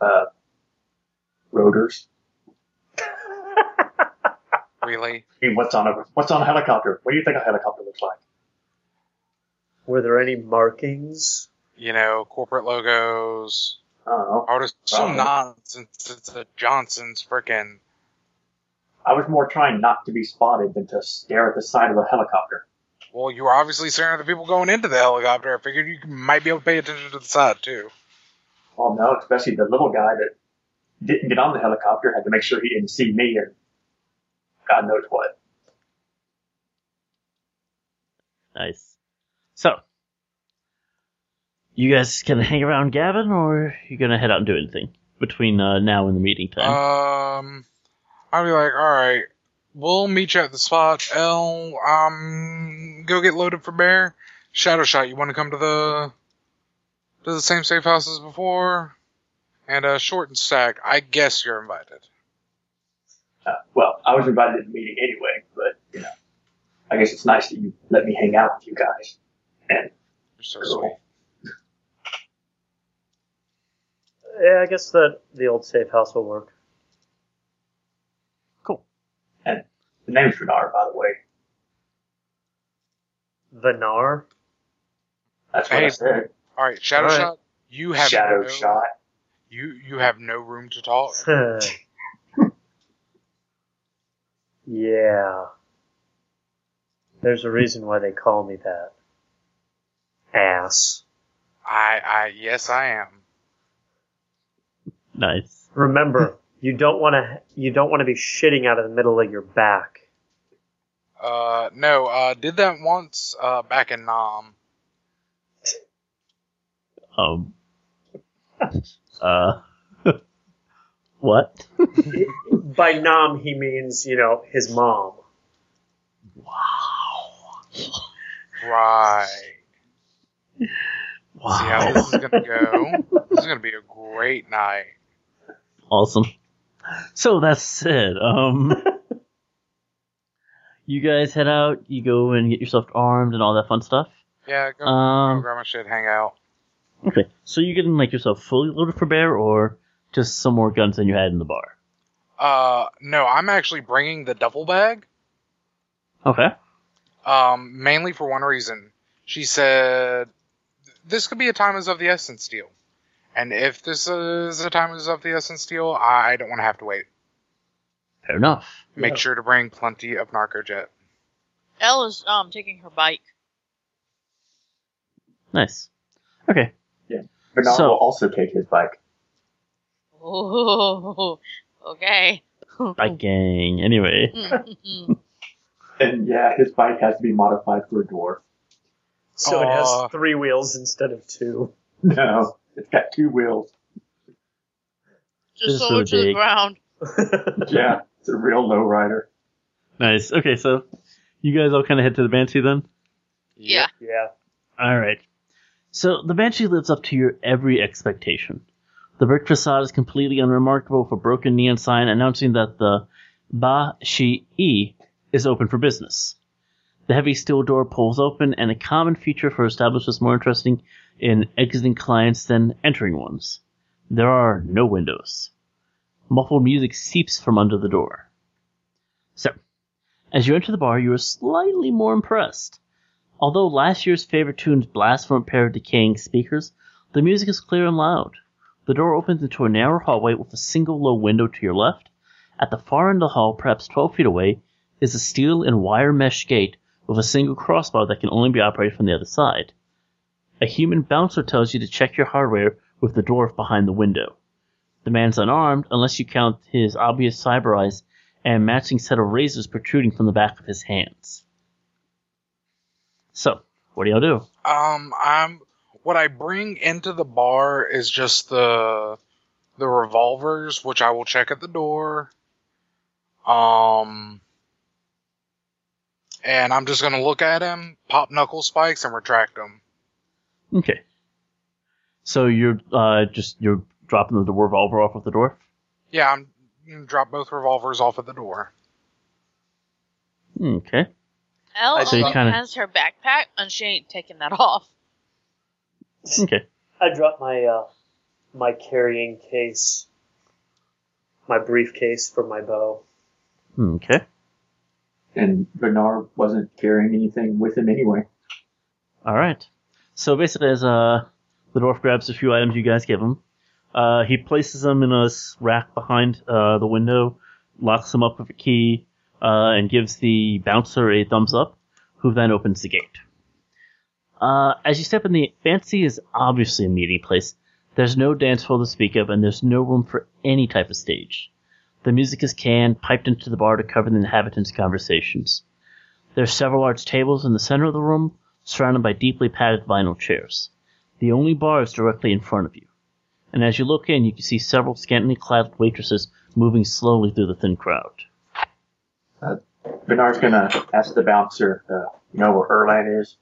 Speaker 5: Uh, rotors.
Speaker 3: Really?
Speaker 5: I mean, what's on a what's on a helicopter? What do you think a helicopter looks like?
Speaker 4: Were there any markings?
Speaker 3: You know, corporate logos.
Speaker 5: I don't know.
Speaker 3: I would assume
Speaker 5: Probably.
Speaker 3: not since it's a Johnson's frickin'.
Speaker 5: I was more trying not to be spotted than to stare at the side of a helicopter.
Speaker 3: Well, you were obviously staring at the people going into the helicopter. I figured you might be able to pay attention to the side too.
Speaker 5: Well, no, especially the little guy that didn't get on the helicopter had to make sure he didn't see me or God knows what.
Speaker 1: Nice. So, you guys gonna hang around Gavin, or you gonna head out and do anything between uh, now and the meeting time?
Speaker 3: Um, I'd be like, all right, we'll meet you at the spot. L, um, go get loaded for bear. Shadow shot. You want to come to the to the same safe house as before? And uh, short and stack. I guess you're invited.
Speaker 5: Uh, well, I was invited to the meeting anyway, but you know, I guess it's nice that you let me hang out with you guys. And
Speaker 3: You're so
Speaker 5: Cool.
Speaker 3: sweet.
Speaker 4: Yeah, I guess that the old safe house will work.
Speaker 5: the name's Renard, by the way.
Speaker 4: Venar? (laughs)
Speaker 5: That's what
Speaker 3: Hey,
Speaker 5: I said.
Speaker 3: All right, shadow
Speaker 4: All right.
Speaker 3: shot. You have
Speaker 5: Shadow
Speaker 3: no,
Speaker 5: shot.
Speaker 3: You you have no room to talk.
Speaker 4: yeah. There's a reason why they call me that. Ass.
Speaker 3: I I yes I am.
Speaker 1: nice.
Speaker 3: (laughs)
Speaker 4: Remember, you don't want to you don't want to be shitting out of the middle of your back.
Speaker 3: Uh no, uh did that once uh back in Nam.
Speaker 1: Um. (laughs) uh. (laughs) what?
Speaker 4: By nom he means, you know, his mom.
Speaker 3: Right. See how
Speaker 1: Wow.
Speaker 3: this is gonna go. this is gonna be a great night.
Speaker 1: Awesome. So that's it. (laughs) Um, you guys head out. You go and get yourself armed and all that fun stuff.
Speaker 3: Yeah, go, go
Speaker 1: Um,
Speaker 3: grab my shit, hang out.
Speaker 1: okay. So you can make yourself fully loaded for bear, or just some more guns than you had in the bar.
Speaker 3: Uh no, I'm actually bringing the duffel bag.
Speaker 1: Okay.
Speaker 3: Um, mainly for one reason. She said this could be a time is of the essence deal. And if this is a time is of the essence deal, I don't wanna have to wait.
Speaker 1: Fair enough.
Speaker 3: Make sure to bring plenty of narcojet.
Speaker 2: Elle is um taking her bike.
Speaker 1: Nice. Okay.
Speaker 5: Bernard
Speaker 1: So-
Speaker 5: will also take his bike.
Speaker 2: Oh, (laughs) okay. Mm-hmm.
Speaker 1: Bike gang. Anyway.
Speaker 5: And yeah, his bike has to be modified for a dwarf. (laughs)
Speaker 4: So it
Speaker 3: Aw.
Speaker 4: has three wheels instead of two.
Speaker 5: No, it's got two wheels.
Speaker 1: This is
Speaker 2: Just lower
Speaker 1: so
Speaker 2: to the
Speaker 1: big.
Speaker 2: ground.
Speaker 5: Yeah, it's a real low rider.
Speaker 1: Nice. Okay. So you guys all kind of head to the Banshee then.
Speaker 2: Yeah.
Speaker 4: (laughs) yeah.
Speaker 1: All right. So the Banshee lives up to your every expectation. The brick facade is completely unremarkable with a broken neon sign announcing that the Ba Shi E is open for business. The heavy steel door pulls open, and a common feature for establishments more interesting in exiting clients than entering ones. There are no windows. Muffled music seeps from under the door. So, as you enter the bar, you are slightly more impressed. Although last year's favorite tunes blast from a pair of decaying speakers, The music is clear and loud. The door opens into a narrow hallway with a single low window to your left. At the far end of the hall, perhaps 12 feet away, is a steel and wire mesh gate with a single crossbar that can only be operated from the other side. A human bouncer tells you to check your hardware with the dwarf behind the window. The man's unarmed unless you count his obvious cyber eyes and matching set of razors protruding from the back of his hands. So, what do y'all do?
Speaker 3: Um, I'm what I bring into the bar is just the the revolvers, which I will check at the door. Um, and I'm just gonna look at him, pop knuckle spikes, and retract them.
Speaker 1: Okay. So you're uh, just you're dropping the revolver off of the dwarf.
Speaker 3: Yeah, I'm gonna drop both revolvers off at the door.
Speaker 1: Okay.
Speaker 2: Elle
Speaker 5: I
Speaker 1: see.
Speaker 2: only
Speaker 1: Kinda-
Speaker 2: um, has her backpack, and she ain't taking that off.
Speaker 1: Okay.
Speaker 6: I dropped my uh, my carrying case.
Speaker 4: My briefcase for my bow.
Speaker 1: Hmm, Okay.
Speaker 5: And Bernard wasn't carrying anything with him anyway.
Speaker 1: All right. So basically, as uh, the dwarf grabs a few items you guys give him, uh, he places them in a s- rack behind uh, the window, locks them up with a key, uh, and gives the bouncer a thumbs up, who then opens the gate. Uh, as you step in, the fancy is obviously a meeting place. There's no dance floor to speak of, and there's no room for any type of stage. The music is canned, piped into the bar to cover the inhabitants' conversations. There are several large tables in the center of the room, surrounded by deeply padded vinyl chairs. The only bar is directly in front of you. And as you look in, you can see several scantily clad waitresses moving slowly through the thin crowd.
Speaker 5: Bernard's gonna ask the bouncer, uh, you know where Erlan is?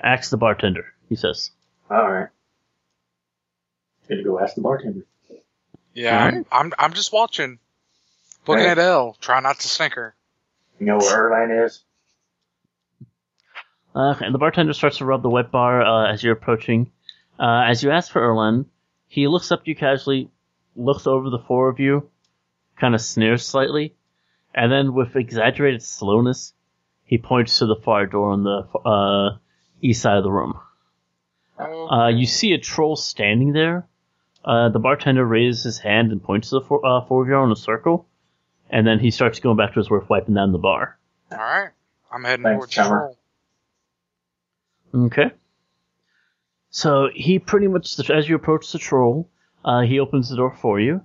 Speaker 1: Axe the bartender, he says.
Speaker 5: Alright. Gonna go ask the bartender.
Speaker 3: Yeah, I'm, I'm I'm just watching, looking
Speaker 5: Hey.
Speaker 3: at L. Try not to snicker.
Speaker 5: You know where Erlan is?
Speaker 1: Uh, and the bartender starts to rub the wet bar uh, as you're approaching. Uh, as you ask for Erlen, he looks up to you casually, looks over the four of you, kind of sneers slightly, and then with exaggerated slowness, he points to the far door on the uh, east side of the room.
Speaker 3: Oh,
Speaker 1: Uh, you see a troll standing there. Uh, the bartender raises his hand and points to the four, uh, foreground in a circle, and then he starts going back to his work, wiping down the bar.
Speaker 3: all right. I'm heading
Speaker 5: Thanks,
Speaker 3: towards
Speaker 5: Trevor.
Speaker 3: Troll.
Speaker 1: Okay. So he pretty much, as you approach the troll, uh, he opens the door for you.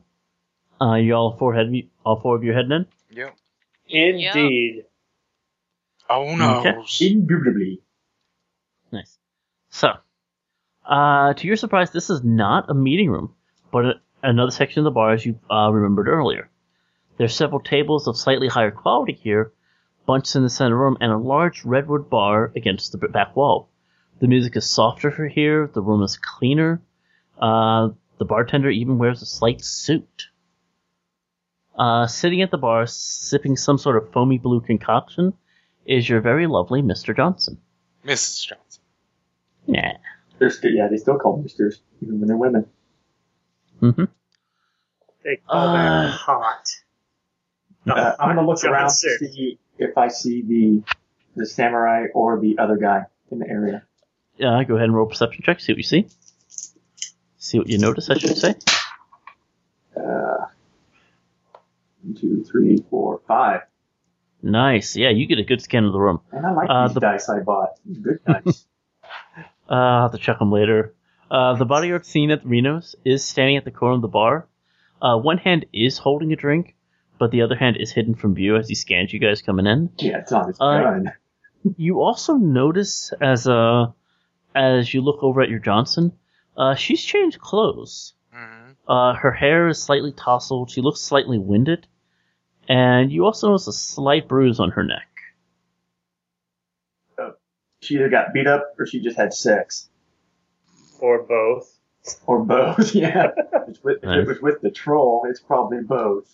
Speaker 1: Uh, you all four head, all four of you heading in.
Speaker 3: Yep.
Speaker 4: Indeed.
Speaker 3: Oh no.
Speaker 5: Indubitably.
Speaker 1: Nice. So, uh, to your surprise, this is not a meeting room, but a, another section of the bar, as you uh, remembered earlier. There's several tables of slightly higher quality here, bunched in the center room, and a large redwood bar against the b- back wall. The music is softer for here. The room is cleaner. Uh, the bartender even wears a slight suit. Uh, sitting at the bar, sipping some sort of foamy blue concoction, is your very lovely Mr. Johnson.
Speaker 3: Mrs. Johnson.
Speaker 1: Yeah.
Speaker 5: They're still, yeah, they still call them misters, even when they're women.
Speaker 1: Mm-hmm.
Speaker 4: They call that
Speaker 1: Uh.
Speaker 4: hot.
Speaker 5: Uh, I'm gonna look
Speaker 4: Jumping
Speaker 5: around
Speaker 4: suit.
Speaker 5: to see if I see the the samurai or the other guy in the area.
Speaker 1: Uh, go ahead and roll perception check. See what you see. See what you notice. I should say.
Speaker 5: Uh, one, two, three, four, five.
Speaker 1: Nice. Yeah, you get a good scan of the room.
Speaker 5: And I like
Speaker 1: Uh,
Speaker 5: these
Speaker 1: the-
Speaker 5: dice I bought. Good
Speaker 1: (laughs)
Speaker 5: dice.
Speaker 1: Uh, I'll have to check them later. Uh, the body art scene at Reno's is standing at the corner of the bar. Uh, one hand is holding a drink, but the other hand is hidden from view as he scans you guys coming in.
Speaker 5: yeah, it's on his
Speaker 1: Uh,
Speaker 5: gun.
Speaker 1: You also notice as uh, as you look over at your Johnson, uh, she's changed clothes.
Speaker 3: hmm
Speaker 1: Uh, her hair is slightly tousled. She looks slightly winded, and you also notice a slight bruise on her neck.
Speaker 5: She either got beat up or she just had sex.
Speaker 4: Or both.
Speaker 5: Or both, (laughs) yeah. It's with, If
Speaker 1: Nice.
Speaker 5: it was with the troll, it's probably both.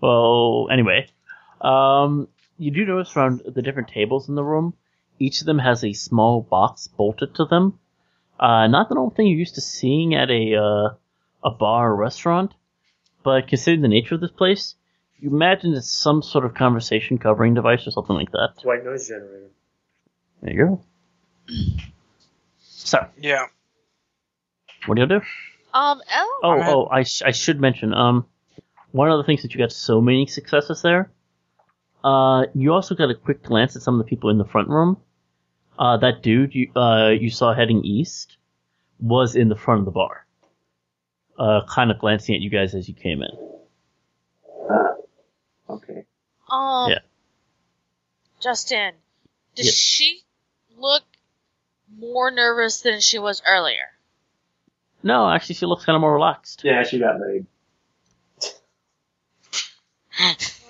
Speaker 1: Well, anyway, um, you do notice around the different tables in the room, each of them has a small box bolted to them. Uh, not the normal thing you're used to seeing at a uh, a bar or restaurant, but considering the nature of this place, you imagine it's some sort of conversation covering device or something like that.
Speaker 4: White noise generator.
Speaker 1: There you go. (clears throat) So,
Speaker 3: Yeah.
Speaker 1: what do you do?
Speaker 2: Um, oh,
Speaker 1: Oh,
Speaker 3: Alright.
Speaker 1: oh, I, sh- I should mention. Um, one of the things that you got so many successes there. Uh, you also got a quick glance at some of the people in the front room. Uh, that dude you uh you saw heading east was in the front of the bar. Uh, kind of glancing at you guys as you came in.
Speaker 5: Okay.
Speaker 2: um,
Speaker 1: yeah.
Speaker 2: Justin, does
Speaker 1: Yes.
Speaker 2: she look more nervous than she was earlier?
Speaker 1: No, actually, she looks kind of more relaxed.
Speaker 5: Yeah, she
Speaker 3: (laughs)
Speaker 5: got laid.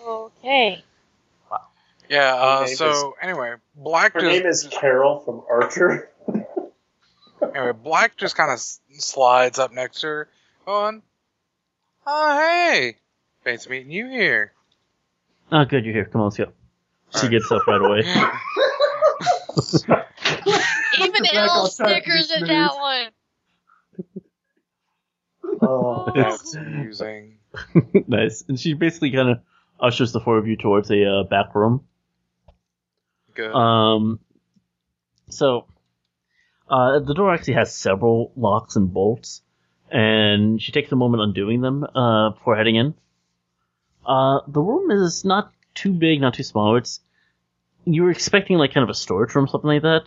Speaker 2: Okay.
Speaker 3: Yeah. Uh,
Speaker 4: Her name
Speaker 3: so anyway, Black
Speaker 4: Her
Speaker 3: just
Speaker 4: name is Carol from
Speaker 3: (laughs)
Speaker 4: Archer.
Speaker 3: Anyway, Black just kind of slides up next to her. On. Oh, hey. Fancy meeting you
Speaker 1: (laughs)
Speaker 3: here.
Speaker 1: Oh, good, you're here. Come on, let's go. She
Speaker 3: Alright.
Speaker 1: gets up right away. (laughs)
Speaker 2: Even
Speaker 5: Back
Speaker 2: Elle
Speaker 5: on track,
Speaker 2: snickers
Speaker 5: Miss
Speaker 2: at that
Speaker 1: (laughs)
Speaker 2: one. (laughs)
Speaker 4: Oh,
Speaker 3: That's amusing.
Speaker 1: nice. And she basically kind of ushers the four of you towards a uh, back room.
Speaker 3: Good.
Speaker 1: Um, so uh, the door actually has several locks and bolts, and she takes a moment undoing them uh, before heading in. Uh, the room is not too big, not too small. It's you were expecting like kind of a storage room, something like that.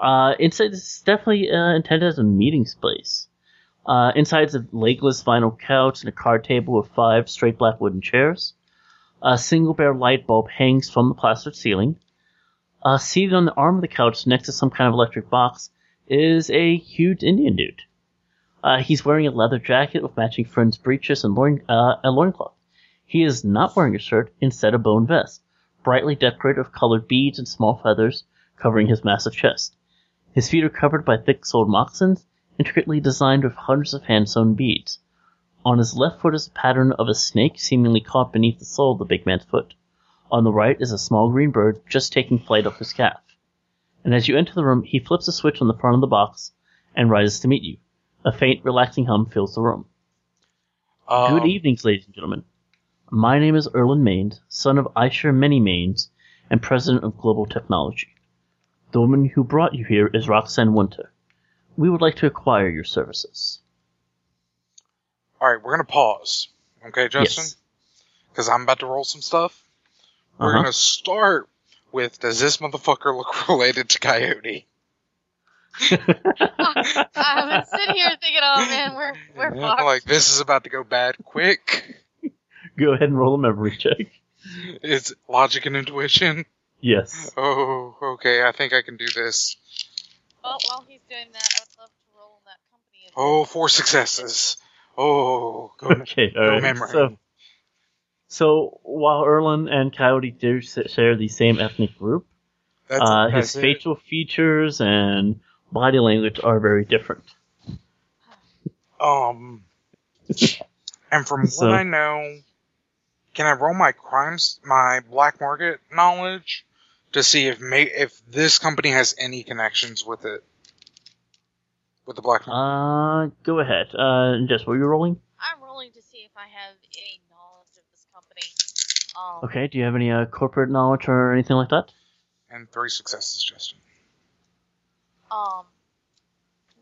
Speaker 1: Uh, inside, it's definitely uh, intended as a meeting space. Uh, inside's a legless vinyl couch and a card table with five straight black wooden chairs. A single bare light bulb hangs from the plastered ceiling. Uh, seated on the arm of the couch next to some kind of electric box is a huge Indian dude. Uh, he's wearing a leather jacket with matching fringe breeches and loin, uh, a loincloth. He is not wearing a shirt, instead a bone vest, brightly decorated with colored beads and small feathers covering his massive chest. His feet are covered by thick-soled moccasins, intricately designed with hundreds of hand-sewn beads. On his left foot is a pattern of a snake seemingly caught beneath the sole of the big man's foot. On the right is a small green bird just taking flight off his calf. And as you enter the room, he flips a switch on the front of the box and rises to meet you. A faint, relaxing hum fills the room.
Speaker 3: Um,
Speaker 1: Good evenings, ladies and gentlemen. My name is Erlen Maines, son of Aisha Many Maines, and president of Global Technology. The woman who brought you here is Roxanne Winter. We would like to acquire your services.
Speaker 3: All right, we're gonna pause. Okay, Justin,
Speaker 1: Yes.
Speaker 3: because I'm about to roll some stuff. We're
Speaker 1: Uh-huh.
Speaker 3: gonna start with Does this motherfucker look (laughs) related to Coyote?
Speaker 2: I
Speaker 1: Uh-huh.
Speaker 2: was sitting here thinking, oh man, we're we're
Speaker 3: Yeah,
Speaker 2: fucked.
Speaker 3: (laughs) like this is about to go bad quick.
Speaker 1: (laughs) Go ahead and roll a memory check.
Speaker 3: it's logic and intuition.
Speaker 1: Yes.
Speaker 3: Oh, okay. I think I can do this.
Speaker 2: Well, while he's doing that, I would love to roll in that company. of-
Speaker 3: Oh, four successes. Oh, go,
Speaker 1: Okay,
Speaker 3: go
Speaker 1: alright.
Speaker 3: memory.
Speaker 1: So, So while Erlen and Coyote do s- share the same ethnic group,
Speaker 3: That's,
Speaker 1: (laughs) uh, his
Speaker 3: that's it.
Speaker 1: facial features and body language are very different.
Speaker 3: Um, and from
Speaker 1: So-
Speaker 3: what I know, can I roll my crimes, my black market knowledge, to see if ma- if this company has any connections with it, with the black market?
Speaker 1: Uh, go ahead. Uh, Jess, what are you rolling?
Speaker 2: I'm rolling to see if I have any knowledge of this company. Um,
Speaker 1: Okay, do you have any uh, corporate knowledge or anything like that?
Speaker 3: and three successes, Justin.
Speaker 2: Um,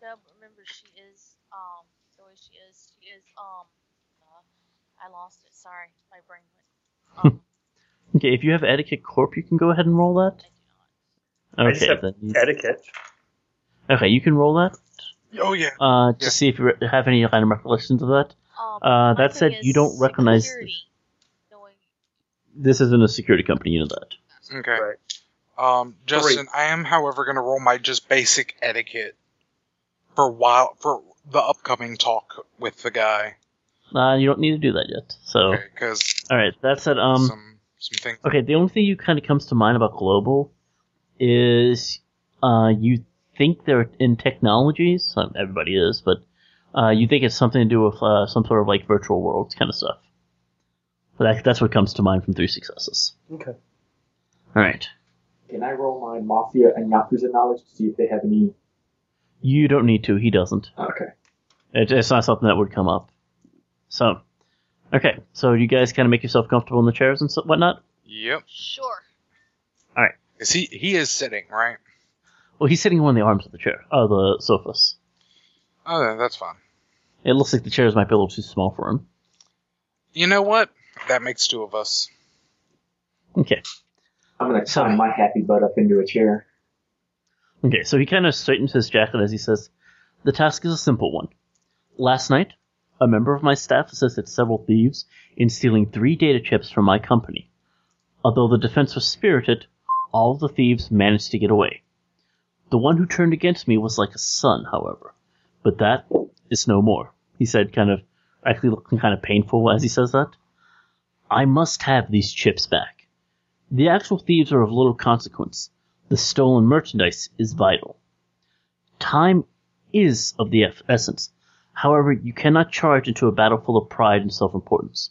Speaker 2: no, but remember she is um the way she is. She is um. Uh, I lost it. Sorry, my brain went.
Speaker 1: (laughs)
Speaker 2: Um,
Speaker 1: Okay, if you have etiquette corp, you can go ahead and roll that.
Speaker 2: I do not.
Speaker 4: I just
Speaker 1: Okay,
Speaker 4: have
Speaker 1: then. you-
Speaker 4: etiquette.
Speaker 1: Okay, you can roll that.
Speaker 3: Oh yeah.
Speaker 1: Uh, to
Speaker 3: Yeah.
Speaker 1: see if you re- have any kind of recollections of that. Uh,
Speaker 2: Um, my
Speaker 1: that
Speaker 2: thing
Speaker 1: said, you
Speaker 2: is
Speaker 1: don't recognize-
Speaker 2: security. Knowing
Speaker 1: This isn't a security company, you know that.
Speaker 3: Okay.
Speaker 4: Right.
Speaker 3: Um, Justin, I am, however, going to roll my just basic etiquette for while for the upcoming talk with the guy.
Speaker 1: Uh, you don't need to do that yet. So,
Speaker 3: Okay, because
Speaker 1: all right. That said, um,
Speaker 3: some some things.
Speaker 1: Okay, the only thing you kind of comes to mind about global is uh, you think they're in technologies. um, Everybody is, but uh, you think it's something to do with uh, some sort of like virtual worlds kind of stuff. But that, that's what comes to mind from three successes.
Speaker 4: Okay.
Speaker 1: All right,
Speaker 5: Can I roll my mafia and yakuza knowledge to see if they have any?
Speaker 1: you don't need to. He doesn't.
Speaker 5: Okay.
Speaker 1: It, it's not something that would come up. So, okay, so you guys kind of make yourself comfortable in the chairs and so, whatnot.
Speaker 3: Yep.
Speaker 2: sure.
Speaker 3: Is he he is sitting right?
Speaker 1: Well, Oh, he's sitting on one of the arms of the chair, uh, the sofas.
Speaker 3: Oh, yeah, that's fine.
Speaker 1: It looks like the chairs might be a little too small for him.
Speaker 3: You know what? That makes two of us.
Speaker 1: Okay.
Speaker 5: I'm gonna
Speaker 1: Sorry.
Speaker 5: climb my happy butt up into a chair.
Speaker 1: Okay, so he kind of straightens his jacket as he says, The task is a simple one. Last night, a member of my staff assisted several thieves in stealing three data chips from my company. Although the defense was spirited, all of the thieves managed to get away. The one who turned against me was like a son, however. But that is no more, he said, kind of actually looking kind of painful as he says that. I must have these chips back. The actual thieves are of little consequence, the stolen merchandise is vital. Time is of the eff- essence. However, you cannot charge into a battle full of pride and self importance.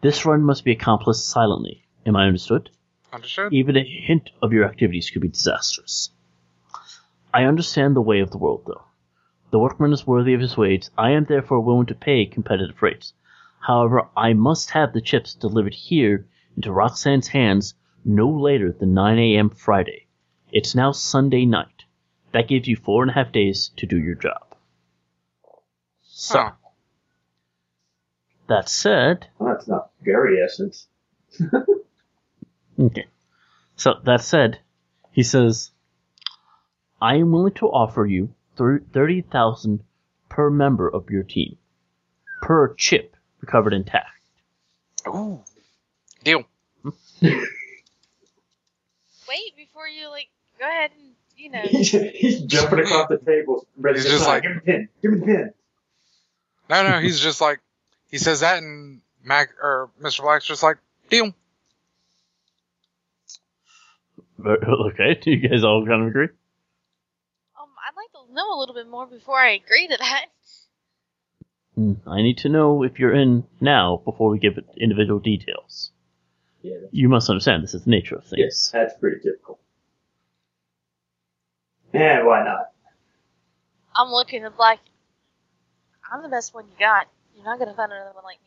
Speaker 1: This run must be accomplished silently. Am I understood?
Speaker 3: Understood?
Speaker 1: Even a hint of your activities could be disastrous. I understand the way of the world, though. The workman is worthy of his wage. I am therefore willing to pay competitive rates. However, I must have the chips delivered here into Roxanne's hands no later than 9 a.m. Friday. It's now Sunday night. That gives you four and a half days to do your job. So,
Speaker 3: Huh.
Speaker 1: that said,
Speaker 5: Well, that's not very essence.
Speaker 1: Okay. So that said, he says, I am willing to offer you thir- 30,000 per member of your team, per chip recovered intact.
Speaker 3: Ooh. Deal.
Speaker 2: Wait before you like go ahead and
Speaker 1: (laughs)
Speaker 2: you know.
Speaker 5: he's, (laughs) he's jumping across the table, ready
Speaker 3: He's
Speaker 5: to
Speaker 3: just
Speaker 5: sign.
Speaker 3: like-
Speaker 5: give me the pin, give me the pin.
Speaker 3: No, no, he's just like, he says that, and Mac or Mr. Black's just like, deal.
Speaker 1: (laughs) Okay, do you guys all kind of agree?
Speaker 2: Um, I'd like to know a little bit more before I agree to that.
Speaker 1: Hmm, I need to know if you're in now before we give it individual details.
Speaker 5: Yeah,
Speaker 1: You must understand this is the nature of things.
Speaker 5: yes, that's pretty typical. Yeah, why not?
Speaker 2: I'm looking at like, I'm the best one you got. You're not gonna find another one like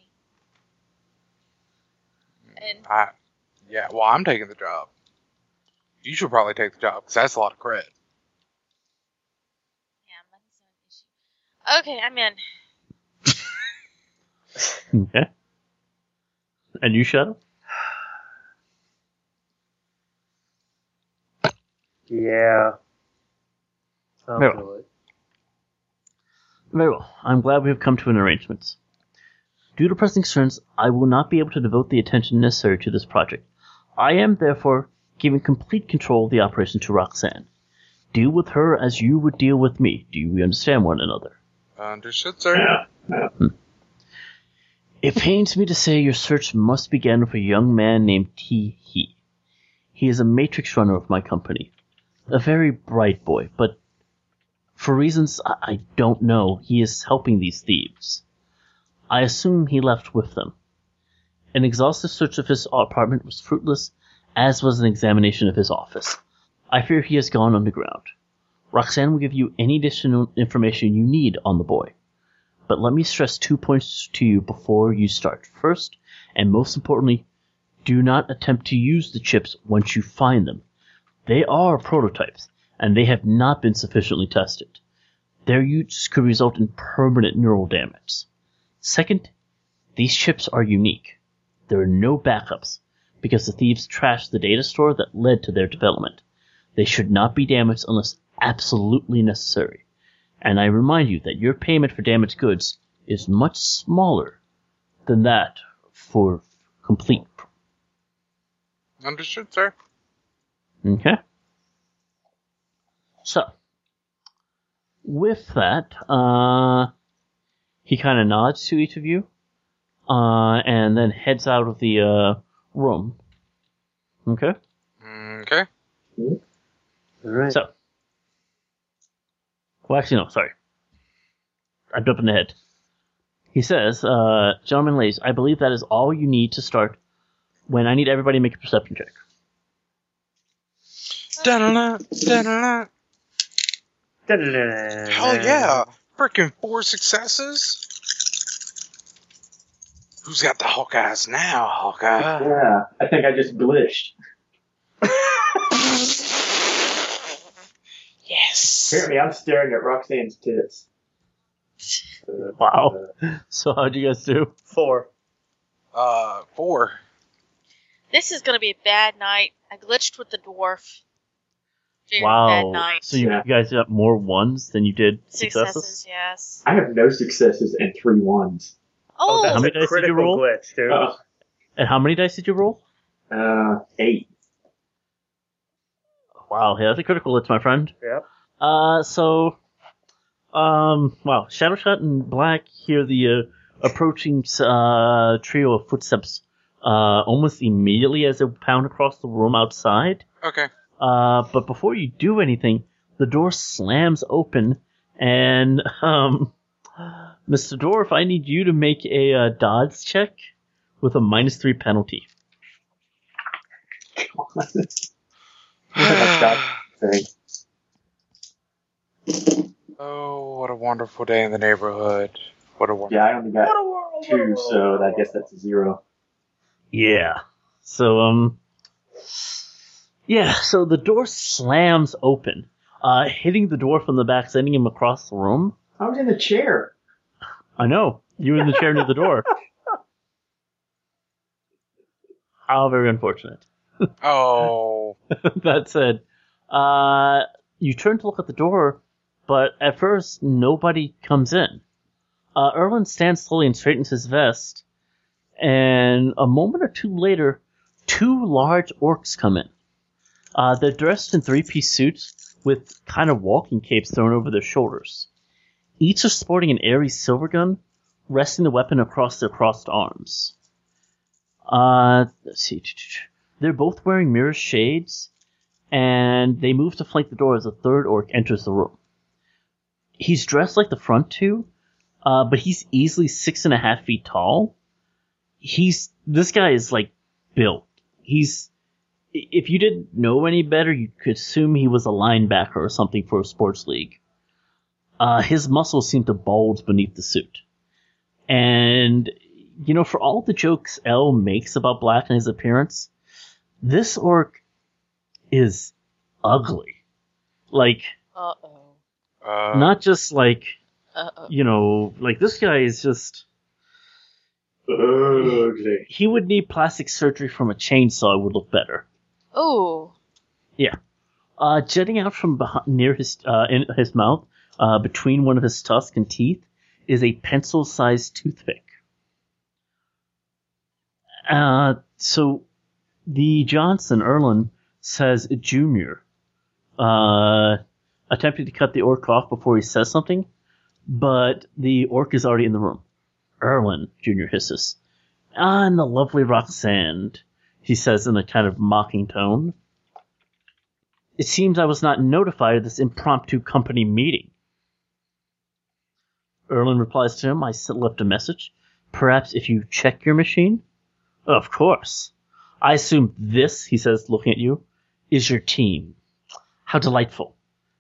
Speaker 2: me. And
Speaker 3: I, yeah, well, I'm taking the job. You should probably take the job because that's a lot of credit.
Speaker 2: yeah, money's not an issue. Okay, I'm in.
Speaker 1: Okay. And you, Shadow?
Speaker 4: Yeah. I'll
Speaker 1: No.
Speaker 4: do it.
Speaker 1: Very well. I'm glad we have come to an arrangement. Due to pressing concerns, I will not be able to devote the attention necessary to this project. I am, therefore, giving complete control of the operation to Roxanne. Deal with her as you would deal with me. Do we understand one another?
Speaker 3: Understood, sir.
Speaker 5: Yeah.
Speaker 1: It pains me to say your search must begin with a young man named T. He. He is a matrix runner of my company. A very bright boy, but for reasons I, I don't know, he is helping these thieves. I assume he left with them. An exhaustive search of his apartment was fruitless, as was an examination of his office. I fear he has gone underground. Roxanne will give you any additional information you need on the boy but let me stress two points to you before you start. First, and most importantly, do not attempt to use the chips once you find them. They are prototypes, and they have not been sufficiently tested. Their use could result in permanent neural damage. Second, these chips are unique. There are no backups, because the thieves trashed the data store that led to their development. They should not be damaged unless absolutely necessary and I remind you that your payment for damaged goods is much smaller than that for complete.
Speaker 3: Understood, sir.
Speaker 1: Okay? So, with that, uh, he kind of nods to each of you, uh, and then heads out of the uh, room. Okay?
Speaker 3: Okay.
Speaker 4: All right.
Speaker 1: So, well, actually, no, sorry. I'm jumping ahead. He says, uh, gentlemen, and ladies, I believe that is all you need to start when I need everybody to make a perception check. (laughs)
Speaker 3: Da-da-da, da-da-da.
Speaker 4: Da-da-da-da-da.
Speaker 3: Hell yeah! Freaking four successes. Who's got the Hawkeyes now, Hawkeye?
Speaker 5: Yeah, I think I just glitched.
Speaker 2: Yes.
Speaker 5: Apparently, I'm staring at Roxanne's tits.
Speaker 1: Wow. So how'd you guys do?
Speaker 6: Four.
Speaker 3: Uh, four.
Speaker 2: This is gonna be a bad night. I glitched with the dwarf. Very Bad
Speaker 1: Wow.
Speaker 2: night.
Speaker 1: So you
Speaker 5: Yeah.
Speaker 1: guys got more ones than you did
Speaker 2: Successes,
Speaker 1: successes?
Speaker 2: yes.
Speaker 5: I have no successes and three ones.
Speaker 2: Oh,
Speaker 1: How
Speaker 4: that's
Speaker 1: many dice did
Speaker 4: a
Speaker 1: you
Speaker 4: critical
Speaker 1: roll?
Speaker 4: glitch, dude.
Speaker 5: Uh,
Speaker 1: And how many dice did you roll?
Speaker 5: uh, eight. (laughs)
Speaker 1: Wow, yeah, that's a critical glitch, my friend.
Speaker 4: Yep.
Speaker 1: Uh, so, um, wow, Shadowshot and Black hear the uh, approaching uh, trio of footsteps uh, almost immediately as they pound across the room outside.
Speaker 3: Okay.
Speaker 1: Uh, but before you do anything, the door slams open, and um, Mr. Dorf, I need you to make a uh, dodge check with a minus three penalty.
Speaker 5: Thing.
Speaker 3: oh, what a wonderful day in the neighborhood. What a wonderful.
Speaker 5: Yeah, I only got two, so I guess that's a zero.
Speaker 1: Yeah. So um Yeah, so the door slams open, uh hitting the door from the back, sending him across the room.
Speaker 5: I was in a chair.
Speaker 1: I know. You were in the chair near the door. How very unfortunate.
Speaker 3: Oh.
Speaker 1: (laughs) that said, uh you turn to look at the door, but at first nobody comes in. Uh Erwin stands slowly and straightens his vest, and a moment or two later, two large orcs come in. Uh, they're dressed in three piece suits with kind of walking capes thrown over their shoulders. Each are sporting an airy silver gun, resting the weapon across their crossed arms. Uh, let's see. They're both wearing mirror shades, and they move to flank the door as a third orc enters the room. He's dressed like the front two, uh, but he's easily six and a half feet tall. He's this guy is like built. He's i- if you didn't know any better, you could assume he was a linebacker or something for a sports league. Uh, his muscles seem to bulge beneath the suit, and you know, for all the jokes L makes about Black and his appearance, this orc is ugly. Like
Speaker 2: Uh oh.
Speaker 3: Uh,
Speaker 1: not just like
Speaker 2: Uh oh.
Speaker 1: you know, like this guy is just
Speaker 5: Ugly.
Speaker 1: he would need plastic surgery from a chainsaw it would look better.
Speaker 2: Oh.
Speaker 1: Uh, jetting out from behind, near his uh, in his mouth, uh, between one of his tusks and teeth, is a pencil-sized toothpick. Uh, so, the Johnson Erlin says Junior, uh, attempting to cut the orc off before he says something, but the orc is already in the room. Erlin Junior hisses, "On the lovely Roxanne," he says in a kind of mocking tone. It seems I was not notified of this impromptu company meeting. Erlin replies to him, I s- left a message. Perhaps if you check your machine? Of course. I assume this, he says, looking at you, is your team. How delightful.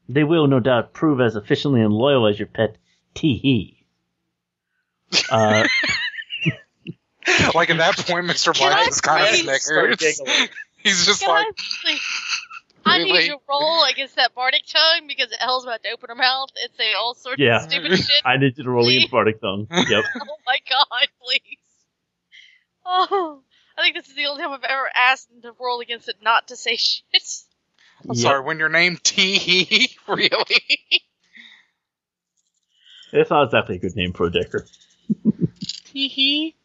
Speaker 1: They will, no doubt, prove as efficiently and loyal as your pet, Tee Hee. Uh,
Speaker 3: like at that point, Mr.
Speaker 2: Can
Speaker 3: Black
Speaker 2: I
Speaker 3: is kind of
Speaker 2: please
Speaker 3: snickered.
Speaker 6: giggling.
Speaker 3: (laughs) He's just
Speaker 2: Can
Speaker 3: like,
Speaker 2: (laughs) I, please- I need
Speaker 3: Really?
Speaker 2: you to roll against that bardic tongue because Elle's about to open her mouth and say all sorts
Speaker 1: Yeah.
Speaker 2: of stupid shit.
Speaker 1: I need you to roll in
Speaker 2: Please.
Speaker 1: Bardic Thong. Yep.
Speaker 2: (laughs) oh my god, please. Oh, I think this is the only time I've ever asked to roll against it not to say (laughs) shit.
Speaker 3: I'm sorry, when your name T, E, (laughs) really?
Speaker 1: It's not exactly a good name for a decker.
Speaker 2: Hee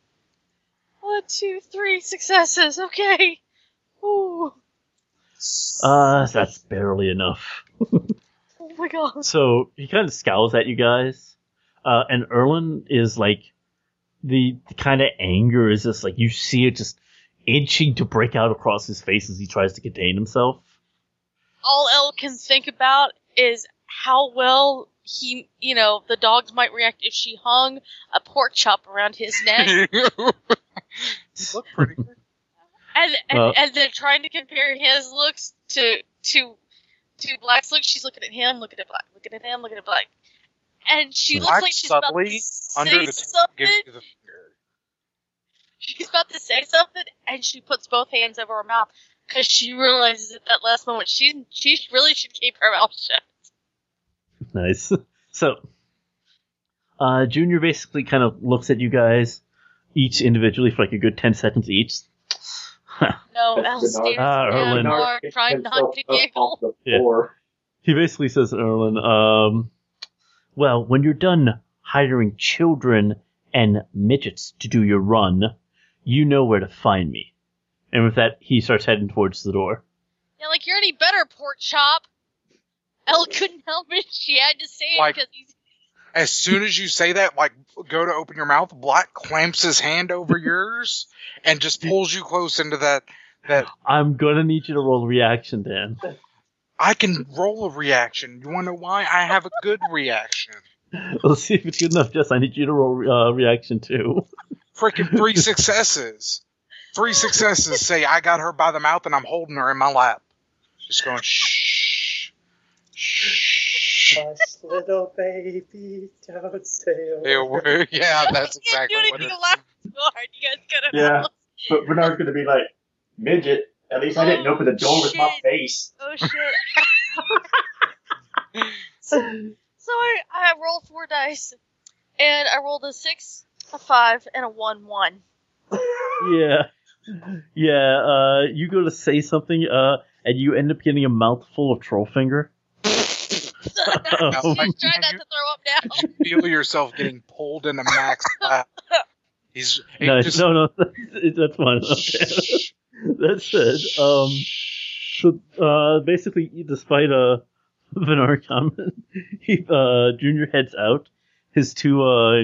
Speaker 2: One, two, three successes. Okay. Ooh.
Speaker 1: Uh, that's barely enough.
Speaker 2: Oh my god.
Speaker 1: So he kind of scowls at you guys, uh, and Erlin is like, the, the kind of anger is just like you see it just inching to break out across his face as he tries to contain himself. (laughs)
Speaker 2: All Elle can think about is how well he, you know, the dogs might react if she hung a pork chop around his neck.
Speaker 3: (laughs) you look
Speaker 2: (laughs)
Speaker 3: pretty good.
Speaker 2: And and,
Speaker 1: Well-
Speaker 2: and then trying to compare his looks to to to Black's looks, she's looking at him, looking at Black, looking at him, looking at Black, and she looks
Speaker 3: Black
Speaker 2: like she's about to
Speaker 3: subtly,
Speaker 2: say
Speaker 3: under the table,
Speaker 2: something.
Speaker 3: gives you the finger.
Speaker 2: She's about to say something, and she puts both hands over her mouth because she realizes at that last moment she she really should keep her mouth shut.
Speaker 1: Nice. (laughs) So, uh, Junior basically kind of looks at you guys each individually for like a good 10 seconds each. (laughs)
Speaker 2: No,
Speaker 5: That's
Speaker 2: Al
Speaker 5: Bernard.
Speaker 2: stares
Speaker 1: Ah,
Speaker 2: down
Speaker 1: Erlen.
Speaker 2: hard,
Speaker 5: Bernard
Speaker 2: trying
Speaker 5: picks
Speaker 2: not to
Speaker 5: himself up
Speaker 2: giggle.
Speaker 5: off the
Speaker 1: Yeah.
Speaker 5: floor.
Speaker 1: He basically says, Erlen, um, well, when you're done hiring children and midgets to do your run, you know where to find me. And with that, he starts heading towards the door.
Speaker 2: Yeah, like you're any better, pork chop. Elle couldn't help it; she had to say it
Speaker 3: Like-
Speaker 2: because he's
Speaker 3: As soon as you say that, like go to open your mouth, Black clamps his hand over yours and just pulls you close into that. That
Speaker 1: I'm gonna need you to roll a reaction, Dan. (laughs)
Speaker 3: I can roll a reaction. You want to know why? I have a good reaction.
Speaker 1: Let's see if it's good enough. Jess, I need you to roll uh, reaction too. (laughs)
Speaker 3: Freaking
Speaker 2: (laughs)
Speaker 3: three successes. Three successes say I got her by the mouth and I'm holding her in my lap. Just going
Speaker 2: (laughs)
Speaker 3: shh.
Speaker 5: (laughs)
Speaker 3: Shh.
Speaker 6: Hush, little baby, don't say a
Speaker 3: Yeah,
Speaker 6: word.
Speaker 3: well, (laughs) yeah, that's
Speaker 2: (laughs) you can't do
Speaker 3: exactly what
Speaker 2: anything
Speaker 3: it
Speaker 2: to laugh too hard. You guys gotta.
Speaker 5: Yeah. But Bernard's gonna be like, midget. At least I didn't open the door with my
Speaker 2: Shit.
Speaker 5: face.
Speaker 2: (laughs) Oh shit.
Speaker 3: (laughs)
Speaker 2: so I, I rolled four dice, and I rolled a six, a five, and a one one.
Speaker 3: (laughs)
Speaker 1: yeah, yeah. Uh, you go to say something, uh, and you end up getting a mouthful of Trollfinger. (laughs)
Speaker 3: Oh.
Speaker 2: She's trying not to throw up
Speaker 3: (laughs)
Speaker 2: now.
Speaker 3: Did you feel yourself getting pulled into
Speaker 2: (laughs)
Speaker 3: Mac's lap? He's he
Speaker 1: no,
Speaker 3: just,
Speaker 1: no, (laughs) no, that's fine. Okay. (laughs) that's it. Um, so uh, basically, despite uh, (laughs) Vinar comment, (laughs) he, uh, Junior heads out. His two uh,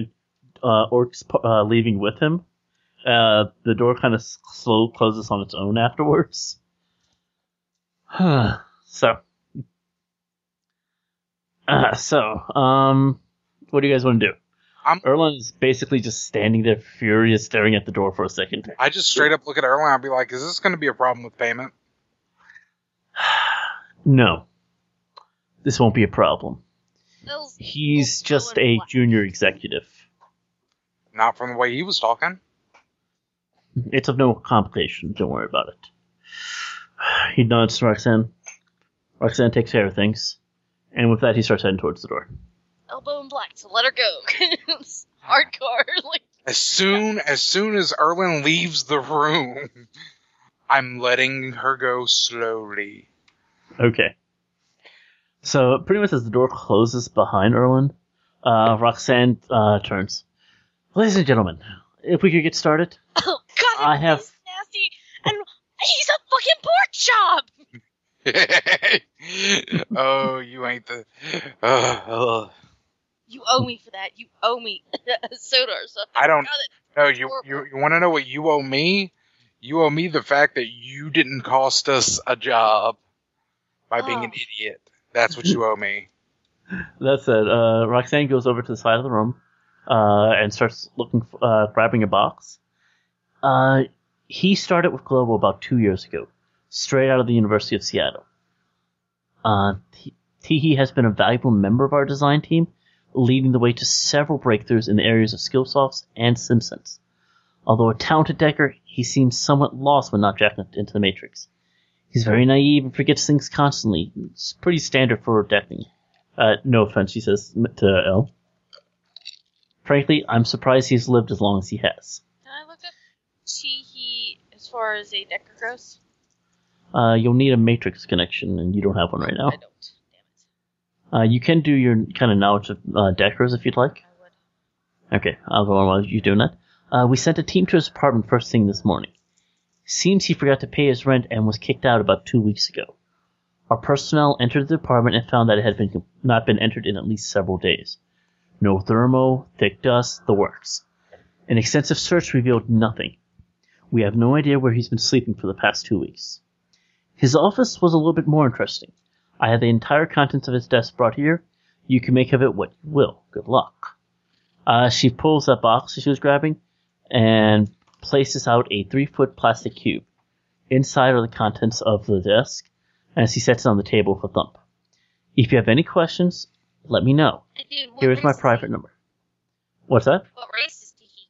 Speaker 1: uh, orcs uh, leaving with him. Uh, the door kind of slow closes on its own afterwards. (sighs) so, uh, so um, what do you guys want to do?
Speaker 3: I'm-
Speaker 1: Erlon is basically just standing there, furious, staring at the door for a second.
Speaker 3: I just straight up look at Erlen. I'll be like, "Is this going to be a problem with payment?"
Speaker 1: No. This won't be a problem.
Speaker 2: Elle's-
Speaker 1: He's just a
Speaker 2: Dylan Black.
Speaker 1: junior executive.
Speaker 3: Not from the way he was talking.
Speaker 1: It's of no complication. Don't worry about it. He nods to Roxanne. Roxanne takes care of things. And with that, he starts heading towards the door.
Speaker 2: elbow in black, so let her go. (laughs) Hardcore, (laughs) like
Speaker 3: As soon as soon as Erlen leaves the room, I'm letting her go slowly. (laughs)
Speaker 1: Okay. So, pretty much as the door closes behind Erlen, uh, Roxanne uh, turns. Ladies and gentlemen, if we could get started.
Speaker 2: oh god,
Speaker 1: I have-
Speaker 2: he's nasty, and he's a fucking pork chop.
Speaker 3: oh, you ain't the. Uh, ugh.
Speaker 2: You owe me for that. You owe me (laughs) a soda or something.
Speaker 3: I don't-
Speaker 2: God,
Speaker 3: No, you you, you want to know what you owe me? You owe me the fact that you didn't cost us a job by being an
Speaker 2: Oh.
Speaker 3: idiot. That's what you owe me.
Speaker 1: That's it. Uh, Roxanne goes over to the side of the room uh, and starts looking, for, uh, grabbing a box. Uh, he started with Global about two years ago, straight out of the University of Seattle. Uh, T- Teehee has been a valuable member of our design team, leading the way to several breakthroughs in the areas of Skillsofts and SimSense. Although a talented decker, he seems somewhat lost when not jacked into the Matrix. He's very naive and forgets things constantly. It's pretty standard for decking. Uh, no offense, she says to L. Frankly, I'm surprised he's lived as long as he has.
Speaker 2: Can I look up Teehee as far as a Decker goes?
Speaker 1: Uh, you'll need a matrix connection, and you don't have one right now.
Speaker 2: I don't. Damn
Speaker 1: Uh, you can do your kind of knowledge of uh, Deckers if you'd like.
Speaker 2: it. I would.
Speaker 1: Okay, I'll go on while you're doing that. Uh, we sent a team to his apartment first thing this morning. Seems he forgot to pay his rent and was kicked out about two weeks ago. Our personnel entered the apartment and found that it had been not been entered in at least several days. No thermo, thick dust, the works. An extensive search revealed nothing. We have no idea where he's been sleeping for the past two weeks. His office was a little bit more interesting. I have the entire contents of his desk brought here. You can make of it what you will. Good luck. Uh, she pulls that box that she was grabbing and places out a three foot plastic cube. Inside are the contents of the desk, and she sets it on the table with a thump. If you have any questions, let me know.
Speaker 2: I do. What
Speaker 1: Here is my
Speaker 2: race is
Speaker 1: private
Speaker 2: he?
Speaker 1: number. What's that?
Speaker 2: What race is Teehee?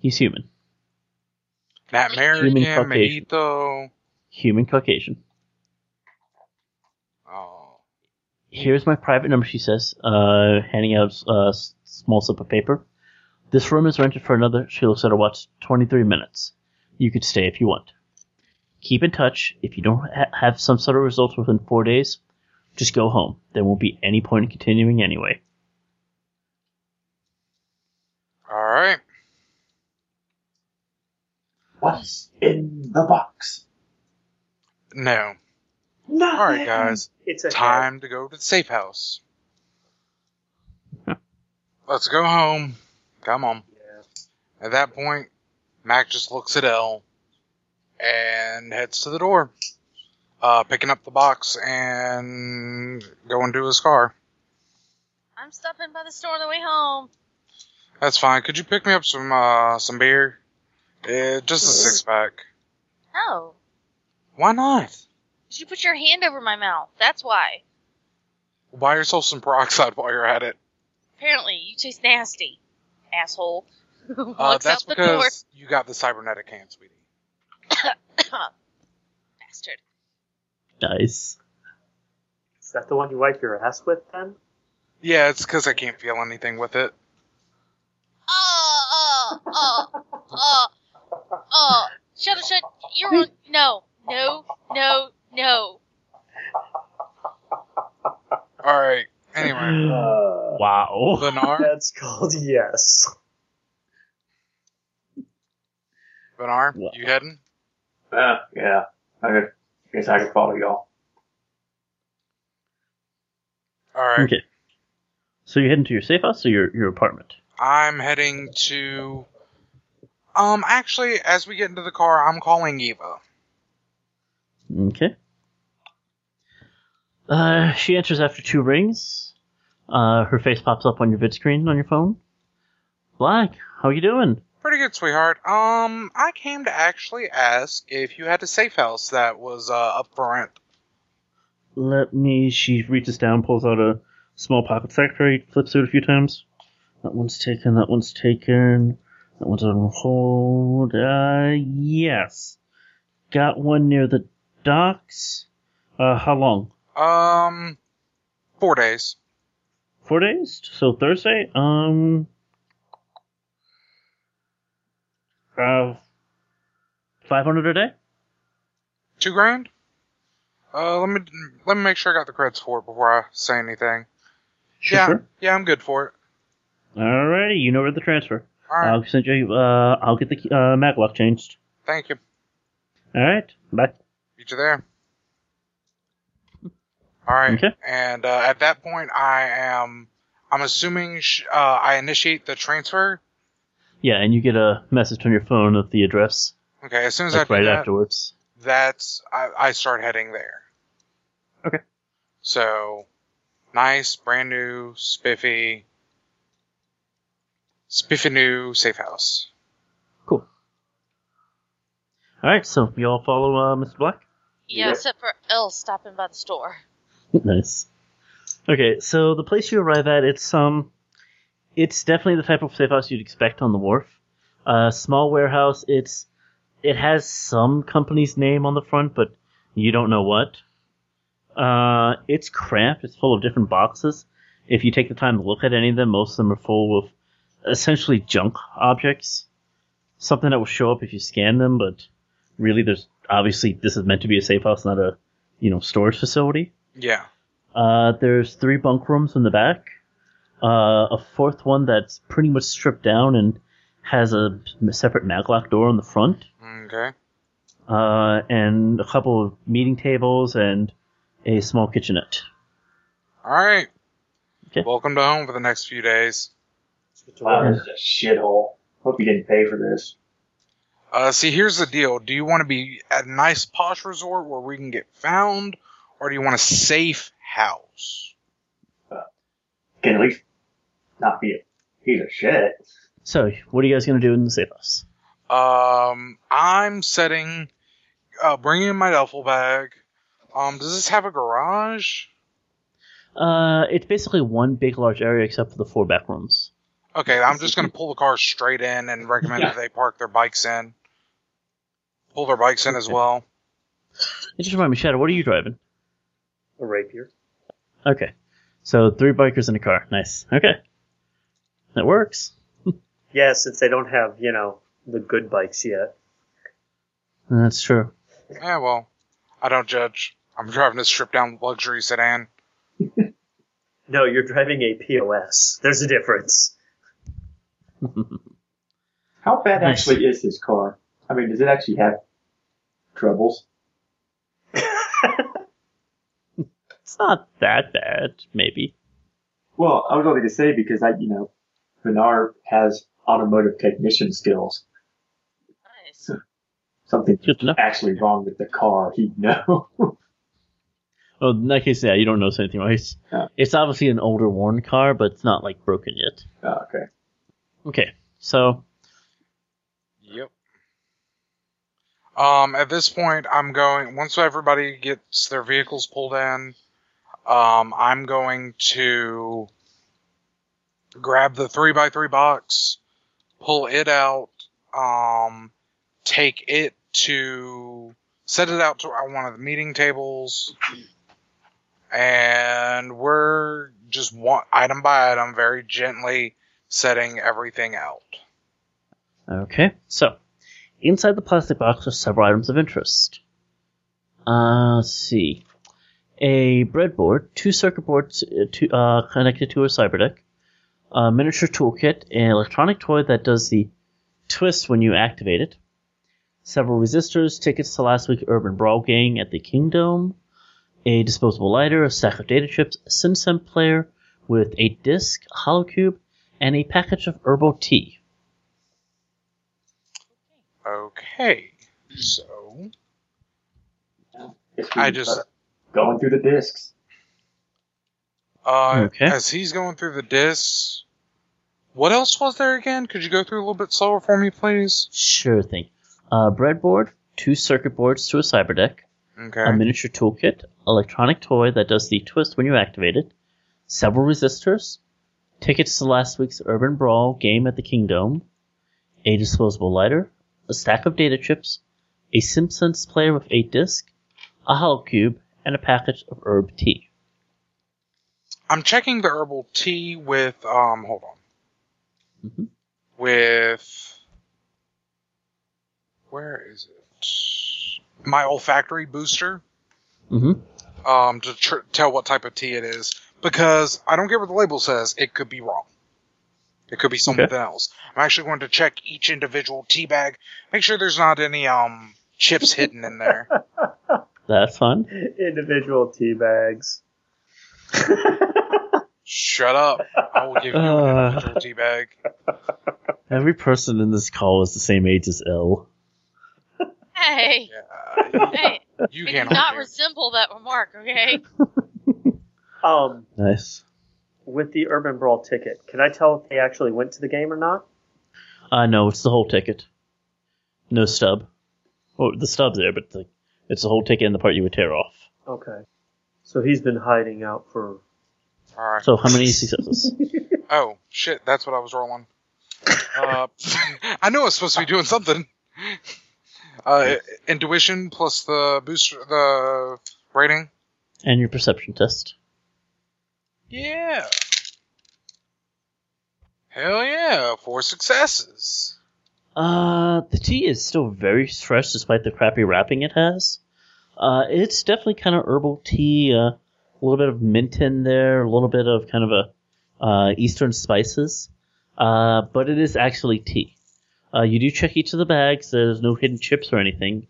Speaker 1: He's human.
Speaker 3: That American
Speaker 1: Human Caucasian.
Speaker 3: mojito.
Speaker 1: Human Caucasian.
Speaker 3: Oh,
Speaker 1: Here's my private number, she says, uh, handing out a s- small slip of paper. This room is rented for another, she looks at her watch, 23 minutes. You could stay if you want. Keep in touch. If you don't ha- have some sort of results within four days, just go home. There won't be any point in continuing anyway.
Speaker 3: All right.
Speaker 5: What's in the box?
Speaker 3: No.
Speaker 5: Nothing.
Speaker 3: All right, guys.
Speaker 4: It's a
Speaker 3: Time to go to the safe house. Let's go home. Come on. At that point, Mac just looks at Elle and heads to the door, uh, picking up the box and going to his car.
Speaker 2: I'm stopping by the store on the way home.
Speaker 3: That's fine. Could you pick me up some uh, some beer? Yeah, just a six pack.
Speaker 2: No.
Speaker 3: Why not?
Speaker 2: Oh. You put your hand over my mouth. That's why.
Speaker 3: Buy yourself some peroxide while you're at it.
Speaker 2: Apparently, you taste nasty. (laughs) Asshole.
Speaker 3: Uh,
Speaker 2: Walks
Speaker 3: that's
Speaker 2: out the door.
Speaker 3: because you got the cybernetic hand, sweetie.
Speaker 2: (coughs) (laughs) Bastard.
Speaker 1: Nice.
Speaker 6: Is that the one you wipe your ass with then?
Speaker 3: Yeah, it's because I can't feel anything with it.
Speaker 2: Oh, oh, oh, oh, oh. Shut up, shut. You're on. No, no, no, no.
Speaker 3: All right. Anyway,
Speaker 1: (laughs)
Speaker 4: Uh,
Speaker 1: Wow.
Speaker 3: Benar,
Speaker 4: that's called yes.
Speaker 3: Benar,
Speaker 1: Wow.
Speaker 3: you heading?
Speaker 5: Uh, yeah. I could- guess I could follow y'all.
Speaker 3: All right.
Speaker 1: Okay. So you're heading to your safe house or your, your apartment?
Speaker 3: I'm heading to. Um, actually, as we get into the car, I'm calling Eva.
Speaker 1: Okay. Uh, she answers after two rings. Uh, her face pops up on your vid screen on your phone. Black, how you doing?
Speaker 3: Pretty good, sweetheart. Um, I came to actually ask if you had a safe house that was uh, up for rent.
Speaker 1: Let me. She reaches down, pulls out a small pocket secretary, flips it a few times. That one's taken. That one's taken. That one's on hold. Uh, yes. Got one near the docks. Uh, how long?
Speaker 3: Um, four days.
Speaker 1: Four days. So Thursday. Um. Uh, five hundred a day.
Speaker 3: Two grand. Uh, let me let me make sure I got the credits for it before I say anything. Yeah,
Speaker 1: Sure.
Speaker 3: yeah, I'm good for it.
Speaker 1: Alrighty, you know where to transfer.
Speaker 3: All right,
Speaker 1: I'll send you. Uh, I'll get the key- uh, maglock changed.
Speaker 3: thank you.
Speaker 1: All right. Bye.
Speaker 3: Meet you there. All right,
Speaker 1: Okay.
Speaker 3: and uh, at that point, I am. I'm assuming sh- uh, I initiate the transfer.
Speaker 1: Yeah, and you get a message on your phone of the address
Speaker 3: Okay, as soon as
Speaker 1: like
Speaker 3: I do
Speaker 1: right
Speaker 3: that,
Speaker 1: afterwards.
Speaker 3: that's I, I start heading there.
Speaker 1: Okay.
Speaker 3: So, nice, brand new, spiffy, spiffy new safe house.
Speaker 1: Cool. All right, so you all follow uh, Mr. Black.
Speaker 2: Yeah,
Speaker 5: Yep.
Speaker 2: except for Elle stopping by the store.
Speaker 1: nice. Okay, so the place you arrive at, it's um, it's definitely the type of safe house you'd expect on the wharf. Uh, small warehouse. It's it has some company's name on the front, but you don't know what. Uh, it's cramped. It's full of different boxes. If you take the time to look at any of them, most of them are full of essentially junk objects. Something that will show up if you scan them, but really, there's obviously this is meant to be a safe house, not a you know storage facility.
Speaker 3: Yeah.
Speaker 1: Uh, there's three bunk rooms in the back. Uh, a fourth one that's pretty much stripped down and has a separate maglock door on the front.
Speaker 3: Okay.
Speaker 1: Uh, and a couple of meeting tables and a small kitchenette.
Speaker 3: All right.
Speaker 1: Okay.
Speaker 3: Welcome to home for the next few days.
Speaker 5: Wow, this is a shithole. Hope you didn't pay for this.
Speaker 3: Uh, see, here's the deal. Do you want to be at a nice posh resort where we can get found, or do you want a safe house?
Speaker 5: Can at least not be a piece of shit.
Speaker 1: So, what are you guys gonna do in the safe house?
Speaker 3: Um, I'm setting, uh, bringing in my duffel bag. Um, does this have a garage?
Speaker 1: Uh, it's basically one big, large area except for the four back rooms.
Speaker 3: Okay, I'm just going to pull the car straight in and recommend that they park their bikes in. Pull their bikes in as well.
Speaker 1: It just remind me, Shadow, what are you driving?
Speaker 4: A rapier.
Speaker 1: Okay. So three bikers in a car. Nice. Okay. That works.
Speaker 4: Yeah, since they don't have, you know, the good bikes yet.
Speaker 1: That's true. (laughs)
Speaker 3: Yeah, well, I don't judge. I'm driving a stripped down luxury sedan.
Speaker 4: No, you're driving a POS. There's a difference.
Speaker 5: How bad
Speaker 1: Nice.
Speaker 5: actually is his car? I mean, does it actually have troubles?
Speaker 1: it's not that bad, maybe.
Speaker 5: Well, I was only going to say because I, you know, Bernard has automotive technician skills.
Speaker 2: Nice.
Speaker 5: Something
Speaker 1: Good enough.
Speaker 5: actually wrong with the car, (laughs) Oh, he'd know.
Speaker 1: Well, in that case, yeah, you don't notice anything. Right? It's,
Speaker 5: Yeah.
Speaker 1: it's obviously an older, worn car, but it's not like broken yet.
Speaker 5: oh, okay.
Speaker 1: Okay, so
Speaker 3: Yep. Um, at this point, I'm going. Once everybody gets their vehicles pulled in, um, I'm going to grab the three by three box, pull it out, um, take it to set it out to one of the meeting tables, and we're just one item by item, very gently setting everything out.
Speaker 1: Okay, so inside the plastic box are several items of interest. Uh, let's see. A breadboard, two circuit boards uh, to, uh, connected to a cyberdeck, a miniature toolkit, an electronic toy that does the twist when you activate it, several resistors, tickets to last week's Urban Brawl Gang at the Kingdom, a disposable lighter, a stack of data chips, a SimSim player with a disc, a hollow cube, and a package of herbal tea.
Speaker 3: Okay. So
Speaker 5: Guess we
Speaker 3: I
Speaker 5: can
Speaker 3: just-
Speaker 5: start going through the discs.
Speaker 3: uh
Speaker 1: Okay.
Speaker 3: as he's going through the discs what else was there again? Could you go through a little bit slower for me, please?
Speaker 1: Sure thing. Uh, breadboard, two circuit boards to a cyber deck,
Speaker 3: Okay.
Speaker 1: a miniature toolkit, electronic toy that does the twist when you activate it, several resistors, tickets to last week's Urban Brawl game at the Kingdom, a disposable lighter, a stack of data chips, a Simpsons player with eight disc, a hollow cube, and a package of herb tea.
Speaker 3: I'm checking the herbal tea with um hold on.
Speaker 1: Mhm.
Speaker 3: With where is it? My olfactory booster.
Speaker 1: Mm-hmm.
Speaker 3: Um to tr- tell what type of tea it is. Because I don't care what the label says, it could be wrong. It could be something else. I'm actually going to check each individual tea bag, make sure there's not any um chips hidden in there.
Speaker 1: That's fun.
Speaker 4: Individual tea bags.
Speaker 3: (laughs) Shut up. I will give you an
Speaker 1: Uh.
Speaker 3: individual tea bag.
Speaker 1: Every person in this call is the same age as L.
Speaker 2: Hey,
Speaker 3: Yeah,
Speaker 2: hey,
Speaker 3: (laughs) you
Speaker 2: it
Speaker 3: can't
Speaker 2: did not
Speaker 3: argue.
Speaker 2: resemble that remark, okay?
Speaker 4: Um,
Speaker 1: Nice.
Speaker 4: with the Urban Brawl ticket, can I tell if they actually went to the game or not?
Speaker 1: Uh, no, it's the whole ticket. No stub. Well, the stub's there, but the, it's the whole ticket and the part you would tear off.
Speaker 4: Okay. So he's been hiding out for.
Speaker 3: All right.
Speaker 1: So how many successes?
Speaker 3: Oh shit, that's what I was rolling. Uh, (laughs) I knew I was supposed to be doing something. Uh, intuition plus the booster, the rating.
Speaker 1: and your perception test.
Speaker 3: Yeah. Hell yeah, four successes.
Speaker 1: Uh, the tea is still very fresh despite the crappy wrapping it has. Uh, it's definitely kind of herbal tea, uh, a little bit of mint in there, a little bit of kind of a uh, eastern spices, uh, but it is actually tea. Uh, you do check each of the bags. There's no hidden chips or anything.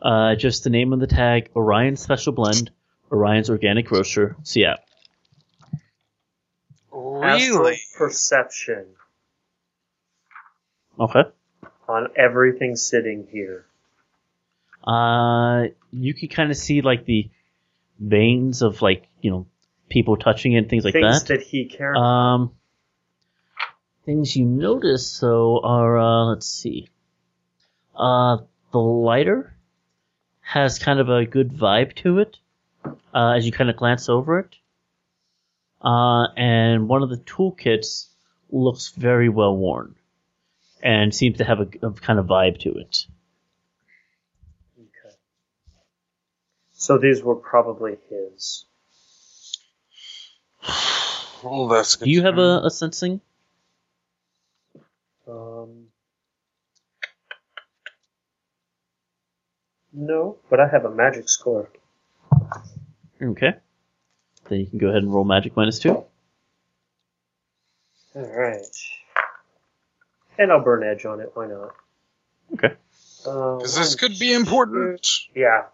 Speaker 1: Uh, just the name on the tag: Orion Special Blend, Orion's Organic Grocer, Seattle.
Speaker 3: Really?
Speaker 4: Astral Perception
Speaker 1: Okay.
Speaker 4: on everything sitting here.
Speaker 1: Uh, you can kind of see like the veins of like you know people touching it and things like
Speaker 4: Things
Speaker 1: that.
Speaker 4: that, he cared
Speaker 1: Um, things you notice though are uh, let's see, uh, the lighter has kind of a good vibe to it uh, as you kind of glance over it, uh, and one of the toolkits looks very well worn and seems to have a, a kind of vibe to it.
Speaker 4: Okay. So these were probably his.
Speaker 3: Well, that's
Speaker 1: Do you have a, a sensing?
Speaker 4: Um, no, but I have a magic score.
Speaker 1: Okay. Then you can go ahead and roll magic minus two.
Speaker 4: All right. And I'll burn edge on it. Why not?
Speaker 1: Okay.
Speaker 4: Uh,
Speaker 3: Because this
Speaker 4: one-
Speaker 3: could be important.
Speaker 4: Yeah.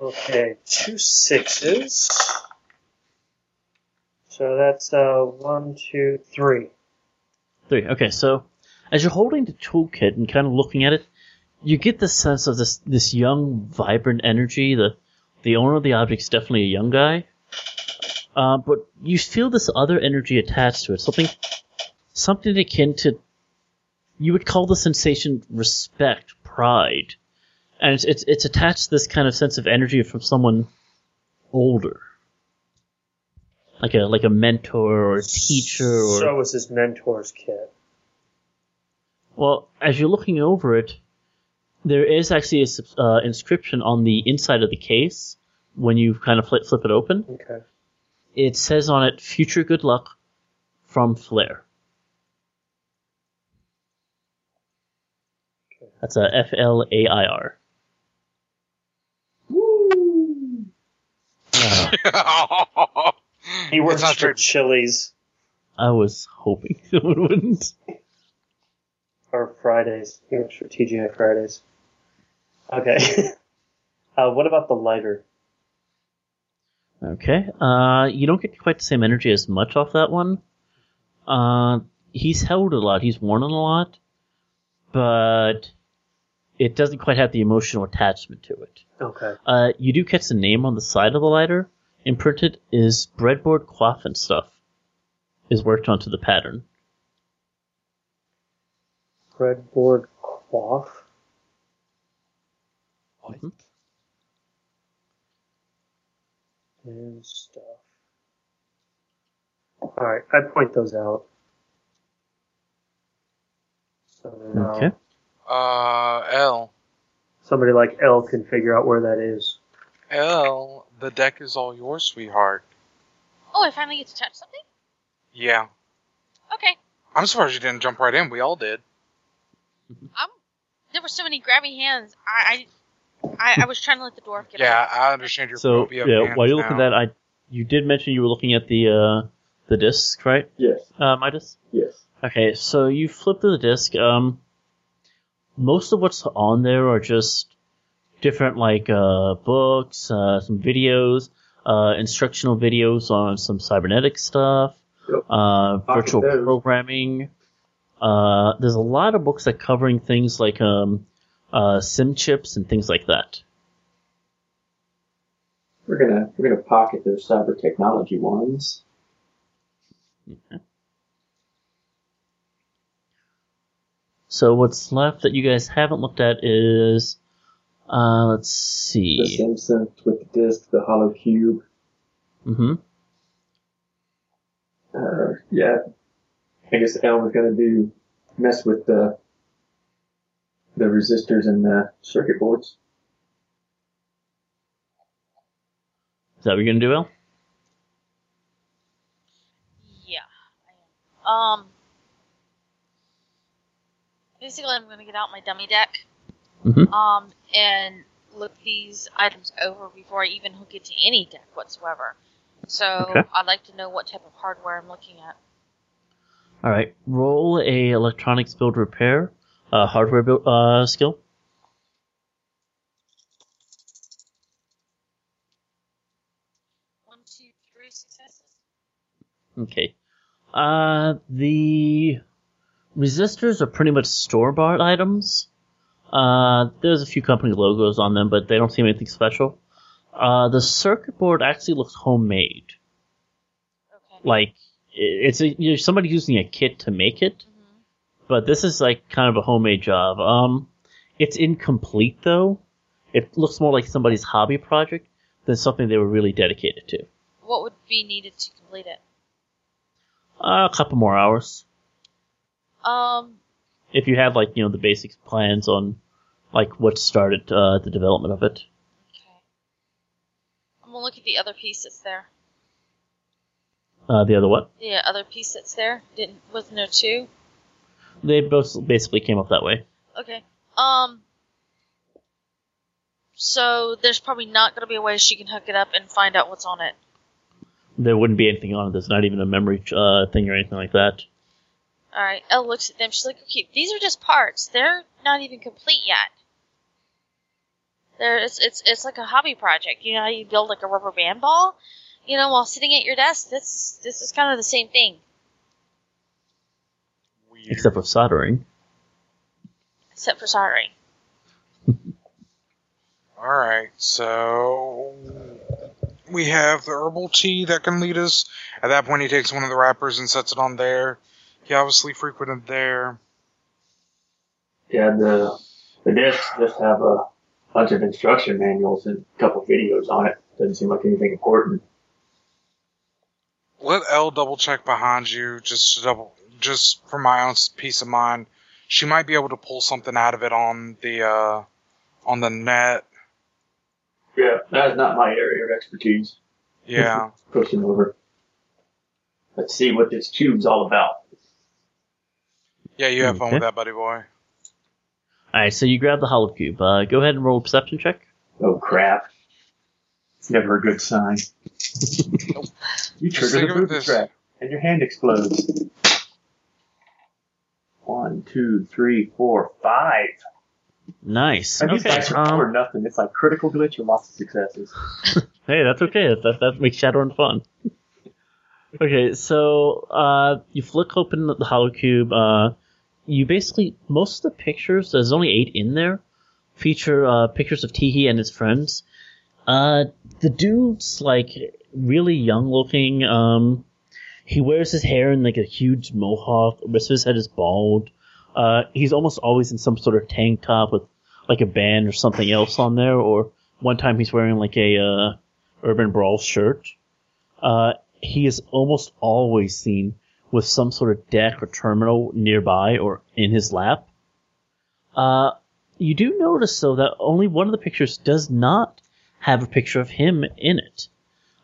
Speaker 4: Okay, two sixes. So that's uh, one, two, three.
Speaker 1: Three. Okay, so as you're holding the toolkit and kind of looking at it, you get the sense of this this young, vibrant energy. The the owner of the object's definitely a young guy, uh, but you feel this other energy attached to it. Something something akin to you would call the sensation respect, pride, and it's it's, it's attached to this kind of sense of energy from someone older. Like a like a mentor or a teacher or
Speaker 4: So is his mentor's kit.
Speaker 1: well, as you're looking over it, there is actually a subs- uh, inscription on the inside of the case when you kind of flip, flip it open.
Speaker 4: Okay.
Speaker 1: It says on it, Future Good Luck from Flair. That's a F L A I R.
Speaker 4: (laughs) He
Speaker 3: It's
Speaker 4: works
Speaker 3: not
Speaker 4: for
Speaker 3: true.
Speaker 4: Chili's
Speaker 1: I was hoping (laughs) someone wouldn't.
Speaker 4: or Fridays. He works for TGI Fridays. Okay. (laughs) uh, what about the lighter?
Speaker 1: Okay. Uh, you don't get quite the same energy as much off that one. Uh, he's held a lot. He's worn it a lot, but it doesn't quite have the emotional attachment to it.
Speaker 4: Okay.
Speaker 1: Uh, you do catch the name on the side of the lighter. Imprinted is breadboard quaff and stuff is worked onto the pattern.
Speaker 4: Breadboard cloth.
Speaker 1: What?
Speaker 3: Mm-hmm.
Speaker 4: and stuff. Alright, I point those out. So now
Speaker 1: Okay.
Speaker 3: uh, L.
Speaker 4: somebody like L can figure out where that is.
Speaker 3: L, the deck is all yours, sweetheart.
Speaker 2: Oh, I finally get to touch something?
Speaker 3: Yeah.
Speaker 2: Okay.
Speaker 3: I'm surprised you didn't jump right in. We all did.
Speaker 2: There were so many grabby hands. I I, I, I was trying to let the dwarf get
Speaker 3: Yeah,
Speaker 2: out.
Speaker 3: I understand your
Speaker 1: So
Speaker 3: phobia. of
Speaker 1: yeah,
Speaker 3: hands
Speaker 1: while you look at
Speaker 3: now.
Speaker 1: that, I you did mention you were looking at the uh, the disc, right,
Speaker 5: Yes,
Speaker 1: uh, Midas?
Speaker 5: yes.
Speaker 1: Okay, so you flip through the disc. Um, most of what's on there are just different, like uh, books, uh, some videos, uh, instructional videos on some cybernetic stuff,
Speaker 5: Yep.
Speaker 1: uh,
Speaker 5: Pocket
Speaker 1: virtual
Speaker 5: those.
Speaker 1: programming. Uh, there's a lot of books that covering things like um, uh, sim chips and things like that.
Speaker 5: We're gonna we're gonna pocket those cyber technology ones.
Speaker 1: So what's left that you guys haven't looked at is, uh, let's see.
Speaker 5: The Simpsons with the disc, the hollow cube.
Speaker 1: hmm
Speaker 5: Uh, yeah, I guess Elm is gonna do mess with the the resistors and the circuit boards.
Speaker 1: Is that what you're gonna do, Al?
Speaker 2: Yeah, I am. Um, basically, I'm going to get out my dummy deck,
Speaker 1: Mhm.
Speaker 2: um, and look these items over before I even hook it to any deck whatsoever. So
Speaker 1: Okay.
Speaker 2: I'd like to know what type of hardware I'm looking at.
Speaker 1: All right, roll a electronics build repair, uh, hardware build uh, skill.
Speaker 2: One, two, three successes.
Speaker 1: Okay. Uh, the resistors are pretty much store bought items. Uh, there's a few company logos on them, but they don't seem anything special. Uh, the circuit board actually looks homemade.
Speaker 2: Okay.
Speaker 1: Like i- it's a, you know, somebody using a kit to make it.
Speaker 2: Mhm.
Speaker 1: but this is like kind of a homemade job. Um, it's incomplete though. It looks more like somebody's hobby project than something they were really dedicated to.
Speaker 2: What would be needed to complete it?
Speaker 1: Uh, a couple more hours
Speaker 2: Um,
Speaker 1: if you have like you know the basic plans on like what started uh, the development of it.
Speaker 2: okay. I'm going to look at the other piece that's there.
Speaker 1: Uh, the other what?
Speaker 2: The other piece that's there didn't with no two.
Speaker 1: They both basically came up that way.
Speaker 2: Okay. Um. So there's probably not going to be a way she can hook it up and find out what's on it.
Speaker 1: There wouldn't be anything on it. There's not even a memory uh, thing or anything like that.
Speaker 2: All right. Elle looks at them. She's like, "Okay, these are just parts. They're not even complete yet. There, it's it's it's like a hobby project. You know how you build like a rubber band ball, you know, while sitting at your desk. This is this is kind of the same thing,
Speaker 3: Weird.
Speaker 1: Except for soldering.
Speaker 2: except for soldering.
Speaker 3: All right, so we have the herbal tea that can lead us. At that point, he takes one of the wrappers and sets it on there. He obviously frequented there.
Speaker 5: Yeah, the the discs just have a bunch of instruction manuals and a couple videos on it. Doesn't seem like anything important.
Speaker 3: Let L double check behind you, just to double, just for my own peace of mind. She might be able to pull something out of it on the uh, on the net.
Speaker 5: Yeah, that is not my area of expertise.
Speaker 3: Yeah.
Speaker 5: Pushing over. Let's see what this tube's all about.
Speaker 3: Yeah, you have fun with
Speaker 1: Okay.
Speaker 3: that, buddy boy.
Speaker 1: All right, so you grab the hollow cube. Uh, go ahead and roll a perception check.
Speaker 5: Oh crap! It's never a good sign. you
Speaker 3: Just think
Speaker 5: trigger the
Speaker 3: of it
Speaker 5: booby
Speaker 3: this-
Speaker 5: trap, and your hand explodes. One, two, three, four, five.
Speaker 1: Nice.
Speaker 5: I just
Speaker 1: Okay.
Speaker 5: like
Speaker 1: um,
Speaker 5: or nothing. It's like critical glitch or lots of successes.
Speaker 1: Hey, that's okay. That, that, that makes Shadowrun fun. (laughs) okay, so uh, you flick open the Hollow Cube. Uh, you basically most of the pictures. There's only eight in there. Feature uh, pictures of Teehee and his friends. Uh, the dude's like really young looking. Um, he wears his hair in like a huge mohawk. The rest of his head is bald. Uh, he's almost always in some sort of tank top with like a band or something else on there. Or one time he's wearing like a uh, Urban Brawl shirt. Uh, he is almost always seen with some sort of deck or terminal nearby or in his lap. Uh, you do notice, though, that only one of the pictures does not have a picture of him in it.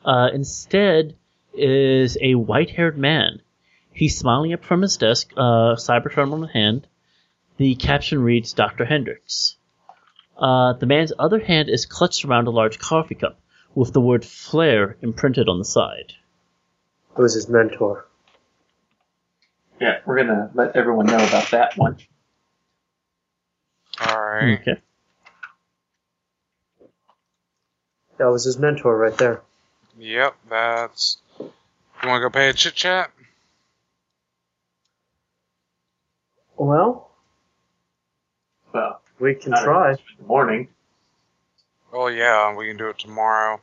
Speaker 1: Uh, instead, is a white haired man. He's smiling up from his desk, uh, cyber terminal in hand. The caption reads Dr. Hendricks. Uh, the man's other hand is clutched around a large coffee cup with the word flare imprinted on the side.
Speaker 4: Who was his mentor?
Speaker 5: Yeah, we're gonna let everyone know about that one.
Speaker 3: All right.
Speaker 1: Okay.
Speaker 4: That was his mentor right there.
Speaker 3: Yep, that's. You want to go pay a chit chat?
Speaker 4: Well,
Speaker 5: Well,
Speaker 4: we can
Speaker 5: not
Speaker 4: try.
Speaker 5: in the morning.
Speaker 3: Oh yeah, we can do it tomorrow.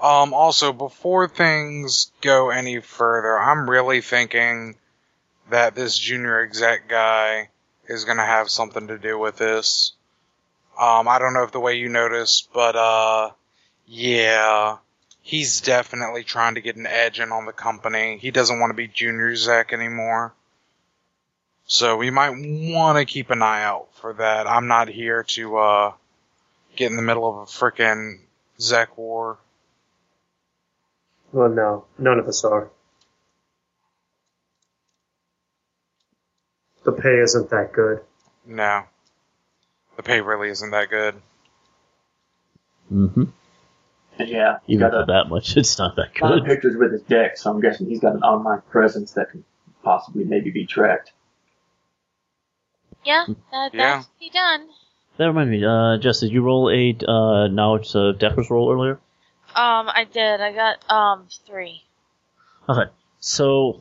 Speaker 3: Um, also, before things go any further, I'm really thinking that this junior exec guy is gonna have something to do with this. Um, I don't know if the way you noticed, but uh, yeah, he's definitely trying to get an edge in on the company. He doesn't want to be junior exec anymore. So we might want to keep an eye out for that. I'm not here to uh get in the middle of a frickin' Zach war.
Speaker 4: Well, no, none of us are. The pay isn't that good.
Speaker 3: No. The pay really isn't that good.
Speaker 1: Mm-hmm.
Speaker 5: And yeah, he's
Speaker 1: Even
Speaker 5: got
Speaker 1: for
Speaker 5: a
Speaker 1: that much, (laughs) it's not that
Speaker 5: lot of
Speaker 1: good.
Speaker 5: pictures with his deck, so I'm guessing he's got an online presence that can possibly maybe be tracked.
Speaker 2: Yeah, that,
Speaker 3: Yeah.
Speaker 2: that's he done.
Speaker 1: That reminds me, uh, Jess, did you roll a uh, knowledge of Decker's roll earlier?
Speaker 2: Um, I did. I got um three.
Speaker 1: Okay. So,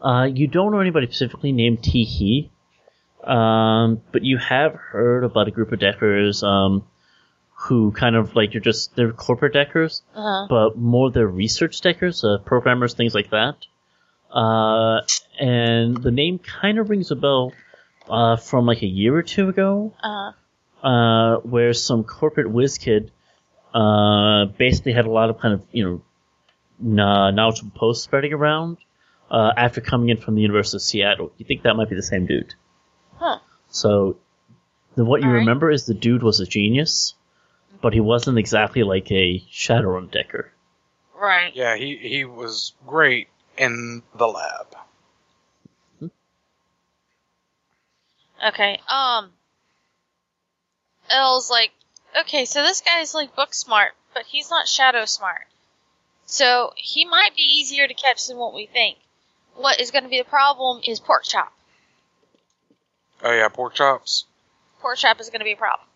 Speaker 1: uh, you don't know anybody specifically named Teehee, um, but you have heard about a group of Deckers um, who kind of like you're just they're corporate Deckers,
Speaker 2: Uh-huh.
Speaker 1: but more they're research deckers, uh, programmers, things like that. Uh, and the name kind of rings a bell uh, from like a year or two ago,
Speaker 2: Uh-huh.
Speaker 1: uh, where some corporate whiz kid uh, basically had a lot of kind of you know kn- knowledgeable posts spreading around uh, after coming in from the University of Seattle. You think that might be the same dude?
Speaker 2: Huh.
Speaker 1: So, the, what you
Speaker 2: Alright.
Speaker 1: remember is the dude was a genius, but he wasn't exactly like a Shadowrun decker.
Speaker 2: Right.
Speaker 3: Yeah, he, he was great in the lab.
Speaker 2: Okay. Um. Elle's like, okay, so this guy's like book smart, but he's not shadow smart. So he might be easier to catch than what we think. What is going to be a problem is pork chop.
Speaker 3: Oh yeah, pork chops.
Speaker 2: Pork chop is going to be a problem.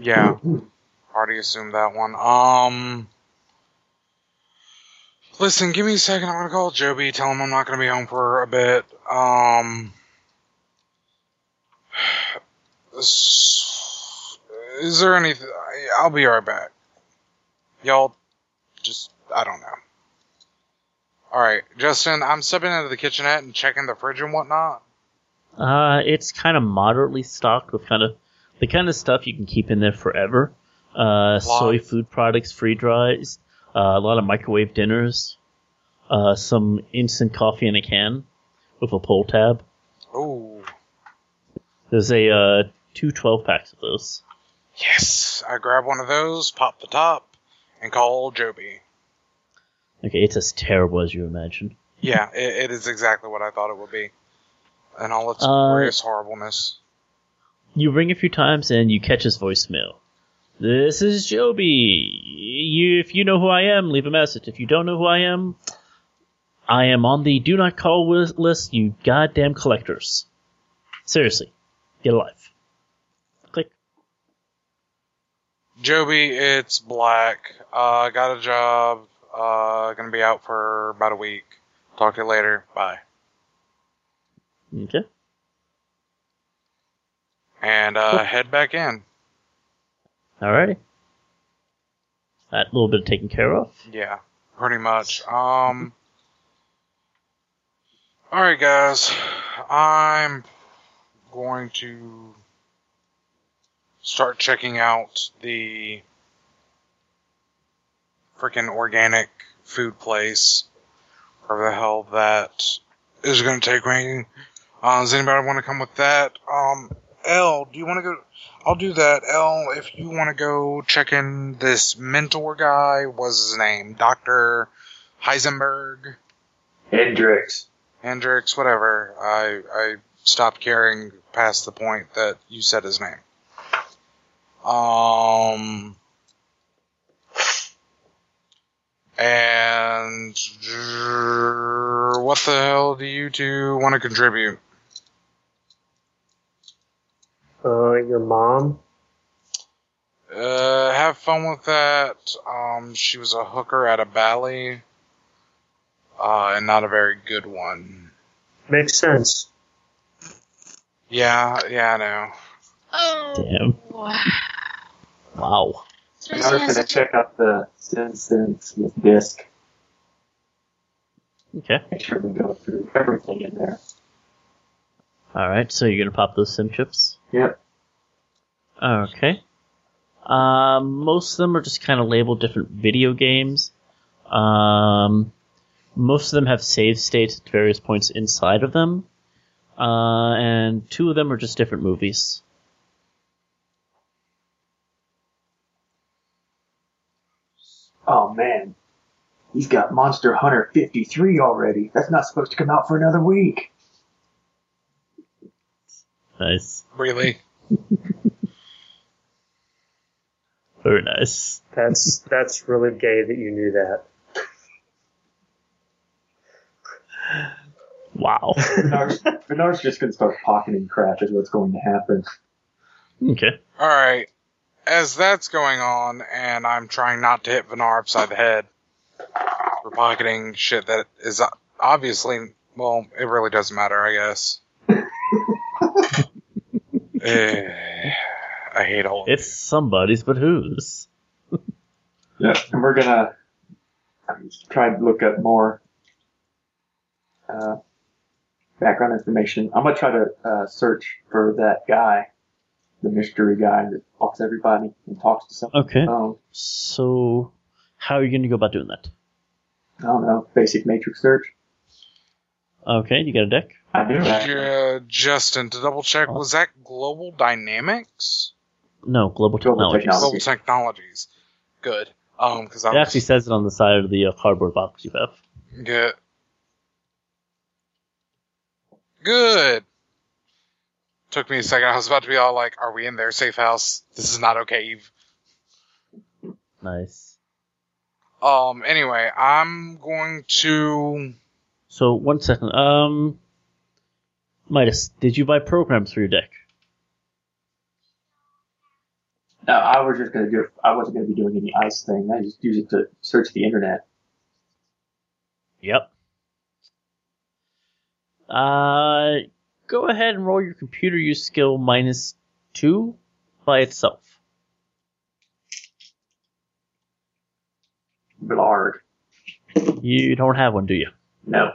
Speaker 3: Yeah. Already assumed that one. Um. Listen, give me a second. I'm gonna call Joby. Tell him I'm not gonna be home for a bit. Um. s- Is there anything? I'll be right back. Y'all, just I don't know. All right, Justin, I'm stepping into the kitchenette and checking the fridge and whatnot.
Speaker 1: Uh, it's kind of moderately stocked with kind of the kind of stuff you can keep in there forever. Uh, soy food products, free dries, uh, a lot of microwave dinners, uh, some instant coffee in a can with a pull tab.
Speaker 3: Oh,
Speaker 1: There's a uh, two 12 packs of those.
Speaker 3: yes! I grab one of those, pop the top, and call Joby.
Speaker 1: Okay, it's as terrible as you imagine.
Speaker 3: Yeah, it, it is exactly what I thought it would be. And all its
Speaker 1: Uh,
Speaker 3: glorious horribleness.
Speaker 1: You ring a few times and you catch his voicemail. This is Joby. You, if you know who I am, leave a message. If you don't know who I am, I am on the do not call wi- list, you goddamn collectors. Seriously, get a life. Click.
Speaker 3: Joby, it's Black. Uh, got a job. Uh, gonna be out for about a week. Talk to you later. Bye.
Speaker 1: Okay.
Speaker 3: And uh, head back in.
Speaker 1: Alrighty. That little bit taken care of.
Speaker 3: Yeah, pretty much. Um. All right, guys. I'm going to start checking out the freaking organic food place, wherever the hell that is going to take me. Uh, does anybody want to come with that? Um, L, do you want to go? I'll do that. L, if you want to go check in this mentor guy, what's his name? Dr. Heisenberg,
Speaker 5: Hendrix.
Speaker 3: Hendrix, whatever. I, I stopped caring past the point that you said his name. Um, and uh, what the hell do you two want to contribute?
Speaker 4: Uh, your mom?
Speaker 3: Uh, have fun with that. Um, she was a hooker at a bally, uh, and not a very good one.
Speaker 4: Makes sense.
Speaker 3: Yeah, yeah, I know.
Speaker 2: Oh.
Speaker 1: Damn.
Speaker 2: Wow.
Speaker 1: Wow.
Speaker 5: I
Speaker 2: Especially
Speaker 5: was
Speaker 2: as
Speaker 5: going to
Speaker 2: a-
Speaker 5: check out the Simpsons disc.
Speaker 1: Okay.
Speaker 5: Make sure we go through everything in there.
Speaker 1: Alright, so you're gonna pop those sim chips?
Speaker 5: Yep.
Speaker 1: Okay. Um, most of them are just kind of labeled different video games. Um, most of them have save states at various points inside of them. Uh, and two of them are just different movies.
Speaker 5: Oh man, he's got Monster Hunter 53 already. That's not supposed to come out for another week.
Speaker 1: Nice.
Speaker 3: Really?
Speaker 1: Very nice. (laughs)
Speaker 4: That's that's really gay that you knew that.
Speaker 1: Wow.
Speaker 5: Bernard's, Bernard's just going to start pocketing crap is what's going to happen.
Speaker 1: (laughs) okay.
Speaker 3: All right. As that's going on, and I'm trying not to hit Vinar upside the head for pocketing shit that is o- obviously, well, it really doesn't matter, I guess. Eh, I hate all of
Speaker 1: It's somebody's, but whose?
Speaker 5: Yep. And we're going to try and look up more uh, background information. I'm going to try to uh, search for that guy, the mystery guy that talks to everybody and talks to someone.
Speaker 1: Okay.
Speaker 5: Um,
Speaker 1: So, how are you going to go about doing that?
Speaker 5: I don't know, basic matrix search.
Speaker 1: Okay, you got a deck?
Speaker 5: I do
Speaker 3: you.
Speaker 5: that.
Speaker 3: Yeah, Justin, to uh, double check, was that Global Dynamics?
Speaker 1: No, Global
Speaker 5: Global
Speaker 1: Technologies.
Speaker 5: Technology.
Speaker 3: Global Technologies. Good. Um, because
Speaker 1: It
Speaker 3: I'm
Speaker 1: actually says it on the side of the uh, cardboard box you have.
Speaker 3: good. Good. Took me a second. I was about to be all like, "Are we in their safe house? This is not okay, Eve."
Speaker 1: Nice.
Speaker 3: Um. Anyway, I'm going to.
Speaker 1: So one second. Um, Midas, did you buy programs for your deck?
Speaker 5: No, I was just gonna do it. I wasn't gonna be doing any ice thing. I just use it to search the internet.
Speaker 1: Yep. Uh, go ahead and roll your computer use skill minus two by itself.
Speaker 5: Blard.
Speaker 1: You don't have one, do you?
Speaker 5: No.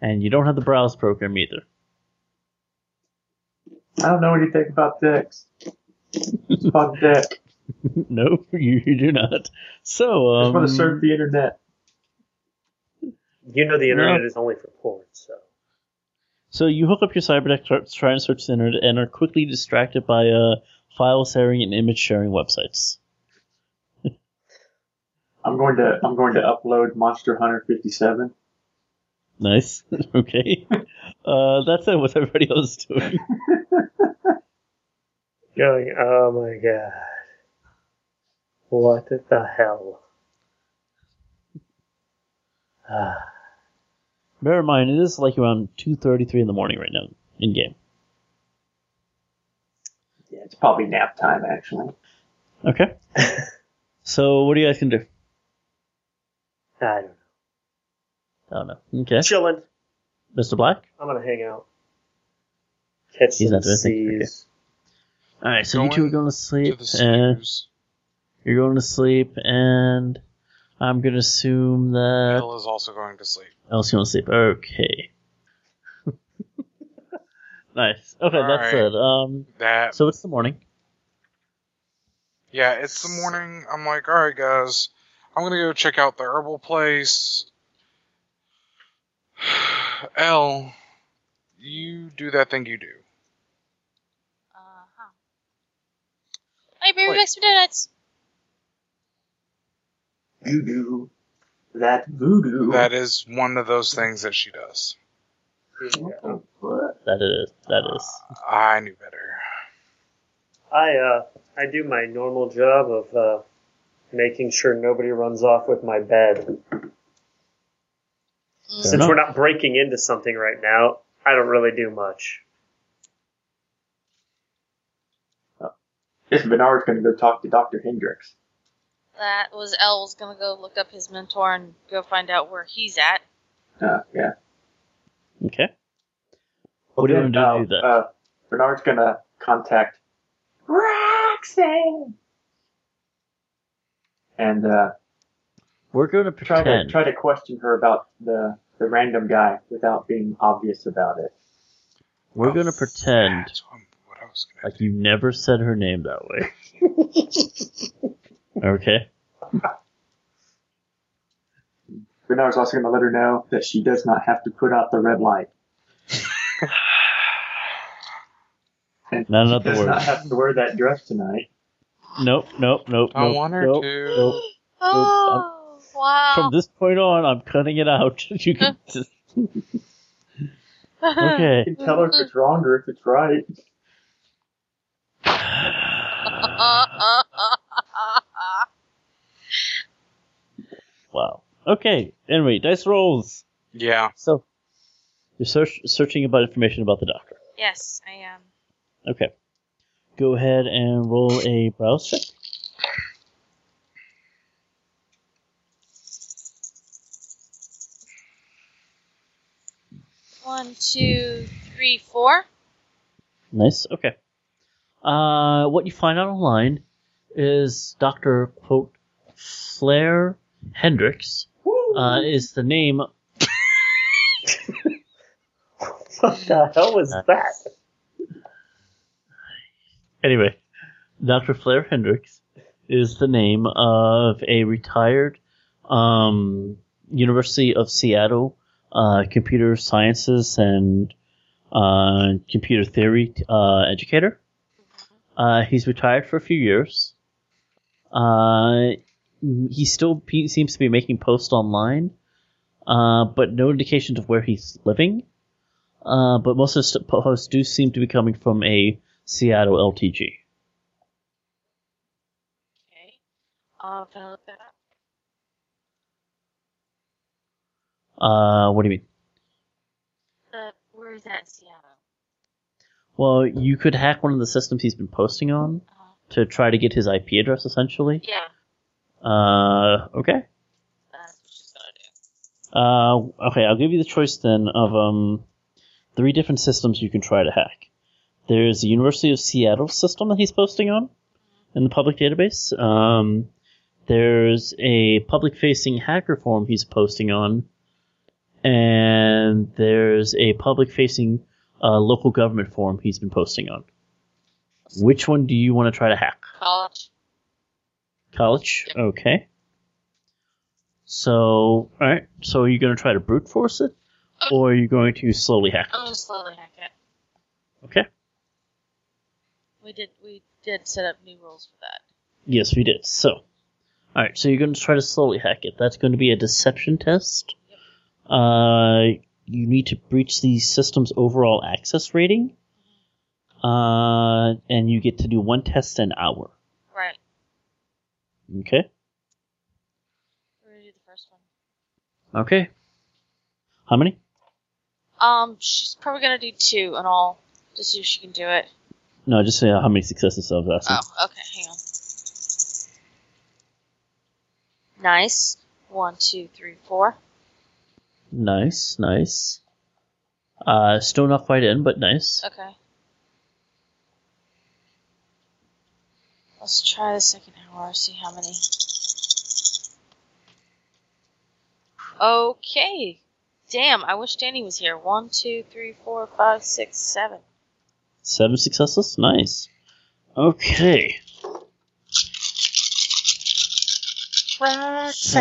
Speaker 1: And you don't have the browse program either. (laughs)
Speaker 5: I don't know anything about decks. It's about deck.
Speaker 1: nope, (laughs) you, you do not. So,
Speaker 5: I just
Speaker 1: um,
Speaker 5: want to surf the internet.
Speaker 4: You know the internet
Speaker 1: No.
Speaker 4: is only for porn, so
Speaker 1: so you hook up your cyber deck to try and search the internet and are quickly distracted by uh, file sharing and image sharing websites.
Speaker 5: I'm going to I'm going to upload Monster Hunter 57.
Speaker 1: Nice. (laughs) okay. Uh, that's uh, what everybody else is doing.
Speaker 4: going, oh my god. What the hell? Ah.
Speaker 1: Bear in mind, it is like around 2.33 in the morning right now in game.
Speaker 5: Yeah, it's probably nap time actually.
Speaker 1: (laughs) Okay. so what do you guys can do?
Speaker 4: I don't know.
Speaker 1: I don't know. Okay.
Speaker 4: Chilling.
Speaker 1: Mr. Black?
Speaker 4: I'm gonna hang out. Catch
Speaker 1: He's
Speaker 4: some
Speaker 1: not doing anything, okay.
Speaker 4: seas.
Speaker 1: All right, so you two are
Speaker 3: Going
Speaker 1: going to
Speaker 3: To
Speaker 1: sleep,
Speaker 3: the
Speaker 1: and
Speaker 3: snooze.
Speaker 1: you're going to sleep, and I'm going to assume that...
Speaker 3: Bill is also going to sleep.
Speaker 1: Else you want to sleep. (laughs) Okay. nice. Okay,
Speaker 3: All
Speaker 1: that's
Speaker 3: right.
Speaker 1: it. Um,
Speaker 3: That
Speaker 1: so it's the morning.
Speaker 3: Yeah, it's the morning. I'm like, all right, guys, I'm gonna go check out the herbal place. (sighs) L, you do that thing you do.
Speaker 2: Uh-huh. Hey, baby,
Speaker 3: Wait.
Speaker 2: make some donuts.
Speaker 5: You do that voodoo.
Speaker 3: That is one of those things that she does.
Speaker 5: What the fuck?
Speaker 1: That is. That is.
Speaker 3: I knew better.
Speaker 4: I uh I do my normal job of uh making sure nobody runs off with my bed.
Speaker 2: Mm.
Speaker 1: Fair
Speaker 4: Since
Speaker 1: enough.
Speaker 4: we're not breaking into something right now, I don't really do much. (laughs)
Speaker 5: This Bernard's going to go talk to Doctor Hendrix.
Speaker 2: That was Elle's gonna go look up his mentor and go find out where he's at.
Speaker 5: Uh, yeah.
Speaker 1: Okay. What do you wanna
Speaker 5: Then,
Speaker 1: do to
Speaker 5: uh,
Speaker 1: do that?
Speaker 5: Uh, Bernard's going to contact Roxanne and uh,
Speaker 1: We're going to
Speaker 5: try
Speaker 1: pretend.
Speaker 5: to try to question her about the the random guy without being obvious about it.
Speaker 1: We're
Speaker 3: Oh,
Speaker 1: going to pretend
Speaker 3: That's what what I was gonna
Speaker 1: like you never said her name that way. okay.
Speaker 5: Bernard's also going to let her know that she does not have to put out the red light. And
Speaker 1: Not
Speaker 5: she
Speaker 1: another
Speaker 5: does
Speaker 1: word.
Speaker 5: not have to wear that dress tonight.
Speaker 1: Nope. Nope. Nope.
Speaker 3: I
Speaker 1: nope,
Speaker 3: want her
Speaker 1: nope,
Speaker 3: to.
Speaker 1: nope.
Speaker 2: Oh, wow.
Speaker 1: uh, From this point on, I'm cutting it out. (laughs) you can just okay.
Speaker 5: You can tell her if it's wrong or if it's right.
Speaker 1: Wow. Okay. Anyway, dice rolls.
Speaker 3: Yeah.
Speaker 1: So you're search- searching about information about the doctor.
Speaker 2: (laughs) yes, I am.
Speaker 1: Okay. Go ahead and roll a browse check.
Speaker 2: One, two, three, four.
Speaker 1: Nice. Okay. Uh, what you find out online is Doctor quote Flair Hendricks uh, is the name.
Speaker 4: What the hell was that?
Speaker 1: Anyway, Doctor Flair Hendricks is the name of a retired um, University of Seattle uh, computer sciences and uh, computer theory uh, educator. Uh, he's retired for a few years. Uh, he still pe- seems to be making posts online, uh, but no indications of where he's living. uh, but most of the st- posts do seem to be coming from a Seattle LTG.
Speaker 2: Okay. Uh, can I look that up?
Speaker 1: Uh, what do you mean?
Speaker 2: Uh, where is that in Seattle?
Speaker 1: Well, you could hack one of the systems he's been posting on
Speaker 2: Uh,
Speaker 1: to try to get his IP address, essentially.
Speaker 2: yeah,
Speaker 1: Uh, okay.
Speaker 2: that's what she's gonna do.
Speaker 1: Uh, okay, I'll give you the choice then of um, three different systems you can try to hack. There's the University of Seattle system that he's posting on in the public database. Um, there's a public facing hacker forum he's posting on. And there's a public facing uh, local government forum he's been posting on. Which one do you want to try to hack?
Speaker 2: College.
Speaker 1: College? Okay. So, alright. So, are you going to try to brute force it? Or are you going to slowly hack
Speaker 2: I'm
Speaker 1: it?
Speaker 2: gonna slowly hack it.
Speaker 1: Okay.
Speaker 2: We did. We did set up new rules for that.
Speaker 1: Yes, we did. So, alright. So, you're going to try to slowly hack it. That's going to be a deception test. Uh, you need to breach the system's overall access rating. Uh, and you get to do one test an hour.
Speaker 2: Right.
Speaker 1: Okay?
Speaker 2: We're gonna do the first one.
Speaker 1: Okay. How many?
Speaker 2: Um, she's probably gonna do two in all to see if she can do it.
Speaker 1: No, just say how many successes uh, I was asking.
Speaker 2: Oh, okay, hang on. Nice. One, two, three, four.
Speaker 1: Nice, nice. Uh, still not quite in, but nice.
Speaker 2: Okay. Let's try the second hour, see how many. Okay. Damn, I wish Danny was here. One, two, three, four, five, six, seven.
Speaker 1: Seven successes, nice. Okay.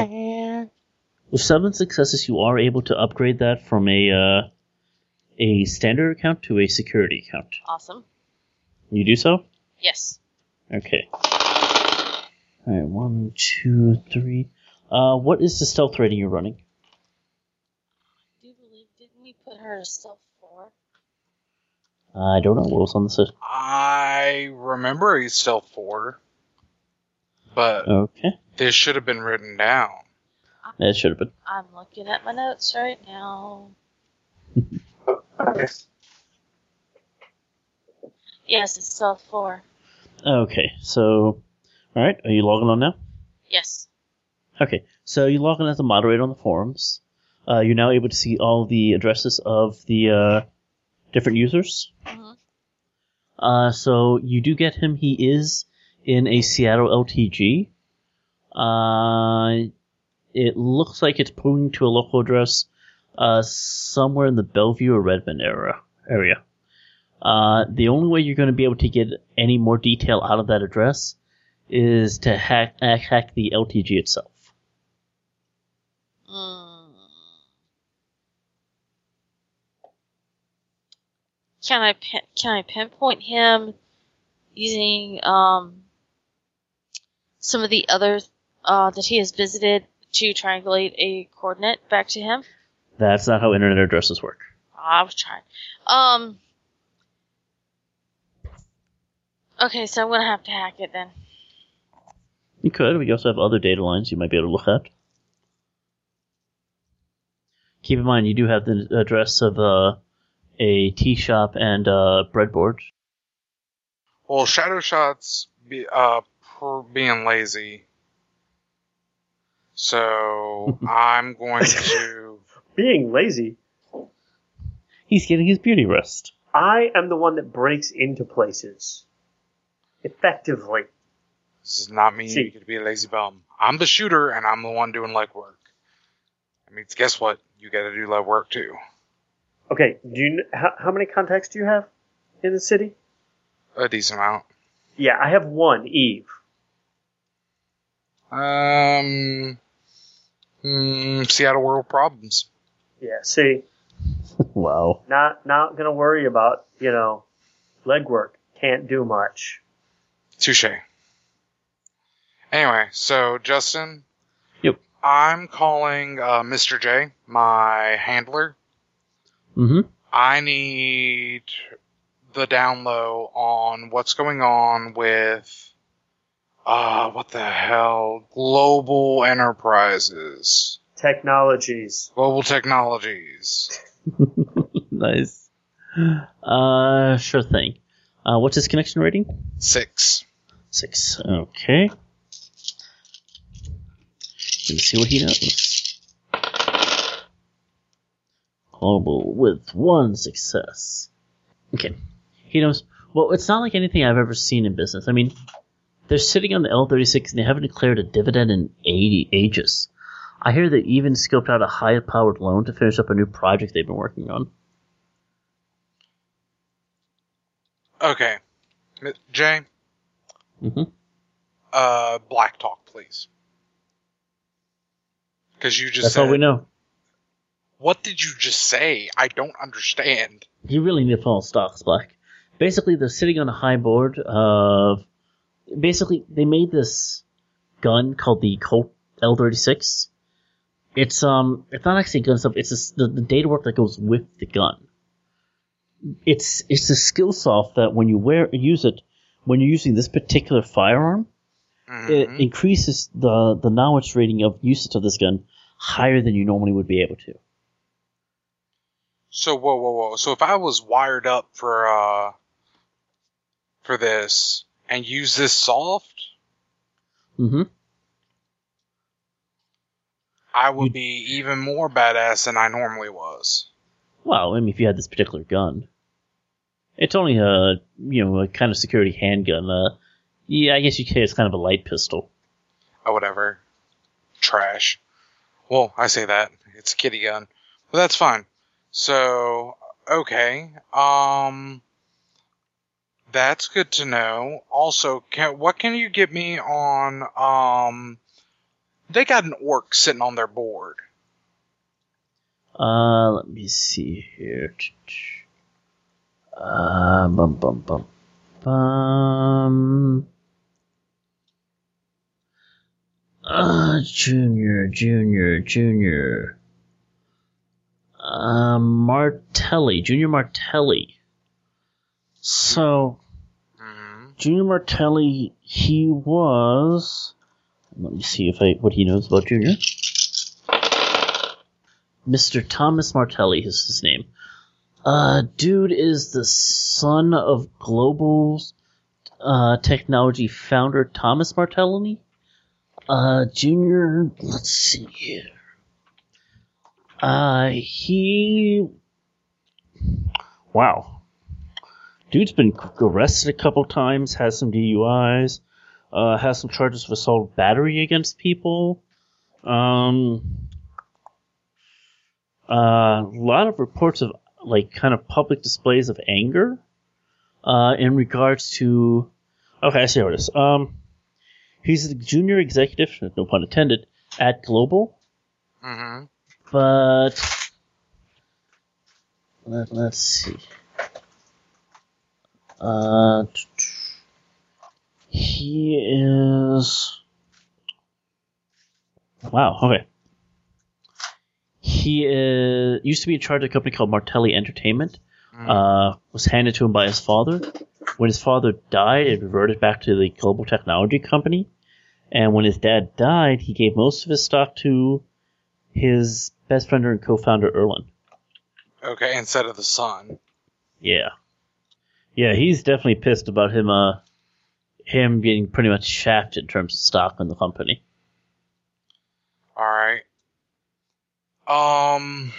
Speaker 1: With seven successes, you are able to upgrade that from a uh, a standard account to a security account.
Speaker 2: Awesome.
Speaker 1: You do so.
Speaker 2: Yes.
Speaker 1: Okay. All right, one, two, three. Uh, what is the stealth rating you're running?
Speaker 2: Do you believe, didn't we put her to stealth four?
Speaker 1: I don't know what was on the system.
Speaker 3: I remember he's still four, but
Speaker 1: Okay,
Speaker 3: this should have been written down.
Speaker 1: that should have been.
Speaker 2: I'm looking at my notes right now.
Speaker 5: Okay.
Speaker 2: Yes, it's stealth four.
Speaker 1: Okay, so, all right, are you logging on now?
Speaker 2: Yes.
Speaker 1: Okay, so you log in as a moderator on the forums. Uh, you're now able to see all the addresses of the uh, different users.
Speaker 2: Mhm.
Speaker 1: Uh, so you do get him. He is in a Seattle LTG. Uh, it looks like it's pointing to a local address uh, somewhere in the Bellevue or Redmond era, area. Uh, the only way you're going to be able to get any more detail out of that address is to hack hack, hack the LTG itself.
Speaker 2: Mm. Can I pin- can I pinpoint him using um some of the other uh, that he has visited to triangulate a coordinate back to him? Ah,
Speaker 1: That's not how internet addresses work.
Speaker 2: I was trying. Um. Okay, so I'm gonna have to hack it then.
Speaker 1: You could. We also have other data lines you might be able to look at. Keep in mind, you do have the address of uh, a tea shop and uh, breadboard.
Speaker 3: Well, Shadow Shot's be, uh, per being lazy, so I'm going to.
Speaker 4: Being lazy,
Speaker 1: He's getting his beauty rest.
Speaker 4: I am the one that breaks into places. Effectively.
Speaker 3: This does not mean
Speaker 4: See.
Speaker 3: you get to be a lazy bum. I'm the shooter, and I'm the one doing legwork. I mean, guess what? You got to do legwork too.
Speaker 4: Okay, do you kn- how, how many contacts do you have in the city?
Speaker 3: A decent amount.
Speaker 4: Yeah, I have one, Eve.
Speaker 3: Um, mm, Seattle World problems.
Speaker 4: Yeah, see,
Speaker 1: wow.
Speaker 4: not not gonna worry about you know legwork. Can't do much.
Speaker 3: Touche. Anyway, so Justin.
Speaker 1: Yep.
Speaker 3: I'm calling uh, Mr. J, my handler.
Speaker 1: Mm-hmm. (laughs)
Speaker 3: I need the down low on what's going on with uh what the hell? Global Enterprises.
Speaker 4: Technologies.
Speaker 3: Global Technologies.
Speaker 1: nice. Uh, sure thing. Uh, what's his connection rating?
Speaker 3: Six.
Speaker 1: Six. Okay. Let's see what he knows. Global with one success. Okay. He knows. Well, it's not like anything I've ever seen in business. I mean, they're sitting on the L36 and they haven't declared a dividend in 80 ages. I hear they even scoped out a high powered loan to finish up a new project they've been working on.
Speaker 3: Okay. M- Jay,
Speaker 1: Mm-hmm.
Speaker 3: uh black talk, please. Cause you just
Speaker 1: That's
Speaker 3: said,
Speaker 1: all we know.
Speaker 3: What did you just say? I don't understand.
Speaker 1: You really need to follow stocks, Black. Basically, they're sitting on a high board of. Basically, they made this gun called the Colt L36. It's um, it's not actually a gun stuff. It's this, the, the data work that goes with the gun. It's it's a skill soft that when you wear use it, when you're using this particular firearm, it
Speaker 3: Mhm.
Speaker 1: increases the the knowledge rating of usage of this gun higher than you normally would be able to.
Speaker 3: So whoa, whoa, whoa. So if I was wired up for uh for this and use this soft,
Speaker 1: Mm-hmm.
Speaker 3: I would be even more badass than I normally was.
Speaker 1: Well, I mean, if you had this particular gun, it's only a you know a kind of security handgun. Uh, yeah, I guess you could say it's kind of a light pistol.
Speaker 3: Or Oh, whatever. Trash. Well, I say that. It's a kitty gun. But that's fine. So okay. Um that's good to know. Also, can what can you get me on um they got an orc sitting on their board.
Speaker 1: Uh, let me see here. Uh, bum bum bum bum. Uh, junior, junior, junior. Uh, Martelli, Junior Martelli. So,
Speaker 3: hmm
Speaker 1: Junior Martelli, he was. Let me see if I what he knows about Junior. Mr. Thomas Martelli is his name. Uh, dude is the son of global uh, technology founder Thomas Martelli. Uh, Junior, let's see here. Uh, he. Wow dude's been c- arrested a couple times, has some DUIs, uh, has some charges of assault battery against people. Um, uh, a lot of reports of like kind of public displays of anger uh, in regards to. Okay, I see how it is. Um, he's the junior executive, no pun intended, at Global
Speaker 3: hmm
Speaker 1: but let, let's see. Uh, t- t- he is. Wow. Okay. He is, used to be in charge of a company called Martelli Entertainment. Uh, was handed to him by his father. When his father died, it reverted back to the Global Technology Company. And when his dad died, he gave most of his stock to his best friend and co-founder Erlen.
Speaker 3: Okay, instead of the sun.
Speaker 1: Yeah, yeah, he's definitely pissed about him. Uh, him getting pretty much shafted in terms of stock in the company.
Speaker 3: All right. Um,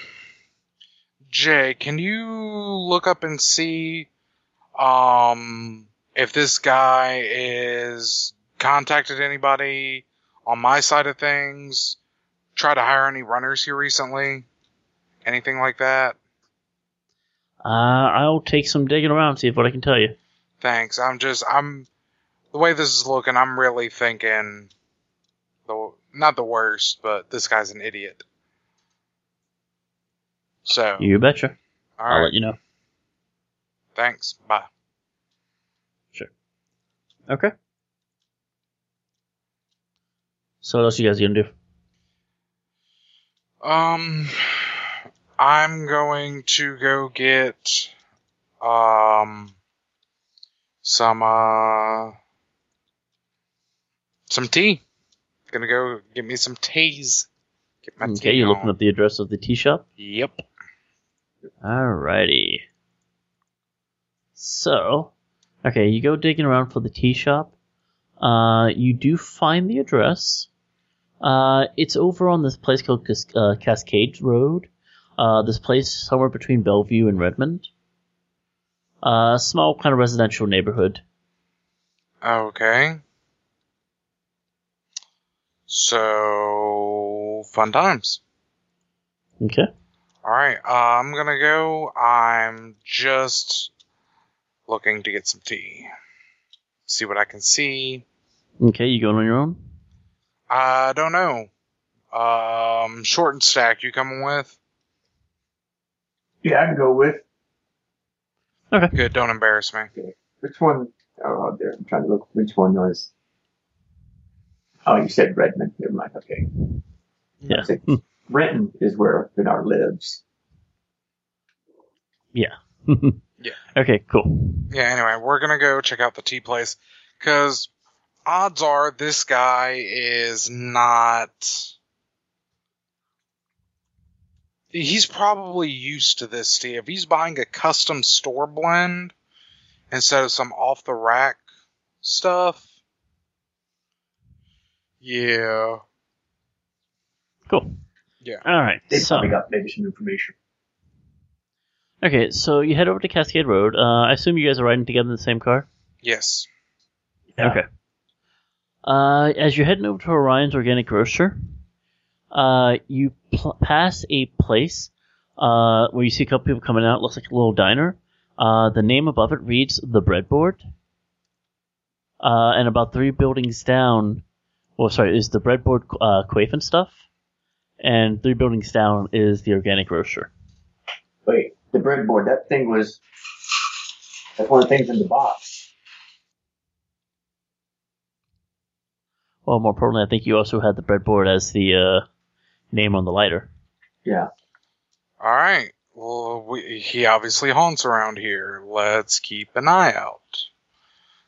Speaker 3: Jay, can you look up and see, um, if this guy is contacted anybody on my side of things? Try to hire any runners here recently? Anything like that?
Speaker 1: Uh, I'll take some digging around and see if what I can tell you.
Speaker 3: Thanks. I'm just I'm the way this is looking. I'm really thinking the not the worst, but this guy's an idiot. So
Speaker 1: You betcha.
Speaker 3: all
Speaker 1: I'll
Speaker 3: right.
Speaker 1: let you know.
Speaker 3: Thanks. Bye.
Speaker 1: Okay. So what else you guys gonna do?
Speaker 3: Um, I'm going to go get um some uh some tea. Gonna go get me some teas. Get my
Speaker 1: Mm, Okay,
Speaker 3: tea.
Speaker 1: you're
Speaker 3: on.
Speaker 1: looking up the address of the tea shop.
Speaker 3: Yep.
Speaker 1: Alrighty. So, okay, you go digging around for the tea shop. Uh, you do find the address. Uh, it's over on this place called Cas- uh, Cascade Road. Uh, this place somewhere between Bellevue and Redmond. Uh, small kind of residential neighborhood.
Speaker 3: Okay. So fun times.
Speaker 1: Okay.
Speaker 3: All right, uh, I'm gonna go. I'm just looking to get some tea. See what I can see.
Speaker 1: Okay, you going on your own?
Speaker 3: I don't know. Um, short and stack. You coming with?
Speaker 5: Yeah, I can go with.
Speaker 3: Good. Don't embarrass me.
Speaker 5: Which one? Oh, out there. I'm trying to look. Which one was? Oh, you said Redmond. Never mind. Okay.
Speaker 1: Yeah. Hmm.
Speaker 5: I think Renton is where Bernard lives.
Speaker 1: (laughs)
Speaker 3: Yeah.
Speaker 1: Okay, cool.
Speaker 3: Yeah. Anyway, we're gonna go check out the tea place because odds are this guy is not. He's probably used to this tea. If he's buying a custom store blend instead of some off the rack stuff, yeah.
Speaker 1: Cool.
Speaker 3: Yeah.
Speaker 1: Alright,
Speaker 5: They
Speaker 1: so.
Speaker 5: probably got maybe some information.
Speaker 1: Okay, so you head over to Cascade Road. Uh, I assume you guys are riding together in the same car?
Speaker 3: Yes.
Speaker 5: Yeah.
Speaker 1: Okay. Uh, as you're heading over to Orion's Organic Grocer, uh, you pl- pass a place uh, where you see a couple people coming out. Looks like a little diner. Uh, the name above it reads The Breadboard. Uh, and about three buildings down, well, sorry, is the Breadboard uh, Quafe and stuff. And three buildings down is the Organic Grocer.
Speaker 5: Wait, the breadboard. That thing was. That's one of the things in the box.
Speaker 1: Well, more importantly, I think you also had the Breadboard as the uh, name on the lighter.
Speaker 5: Yeah.
Speaker 3: All right. Well, we, he obviously haunts around here. Let's keep an eye out.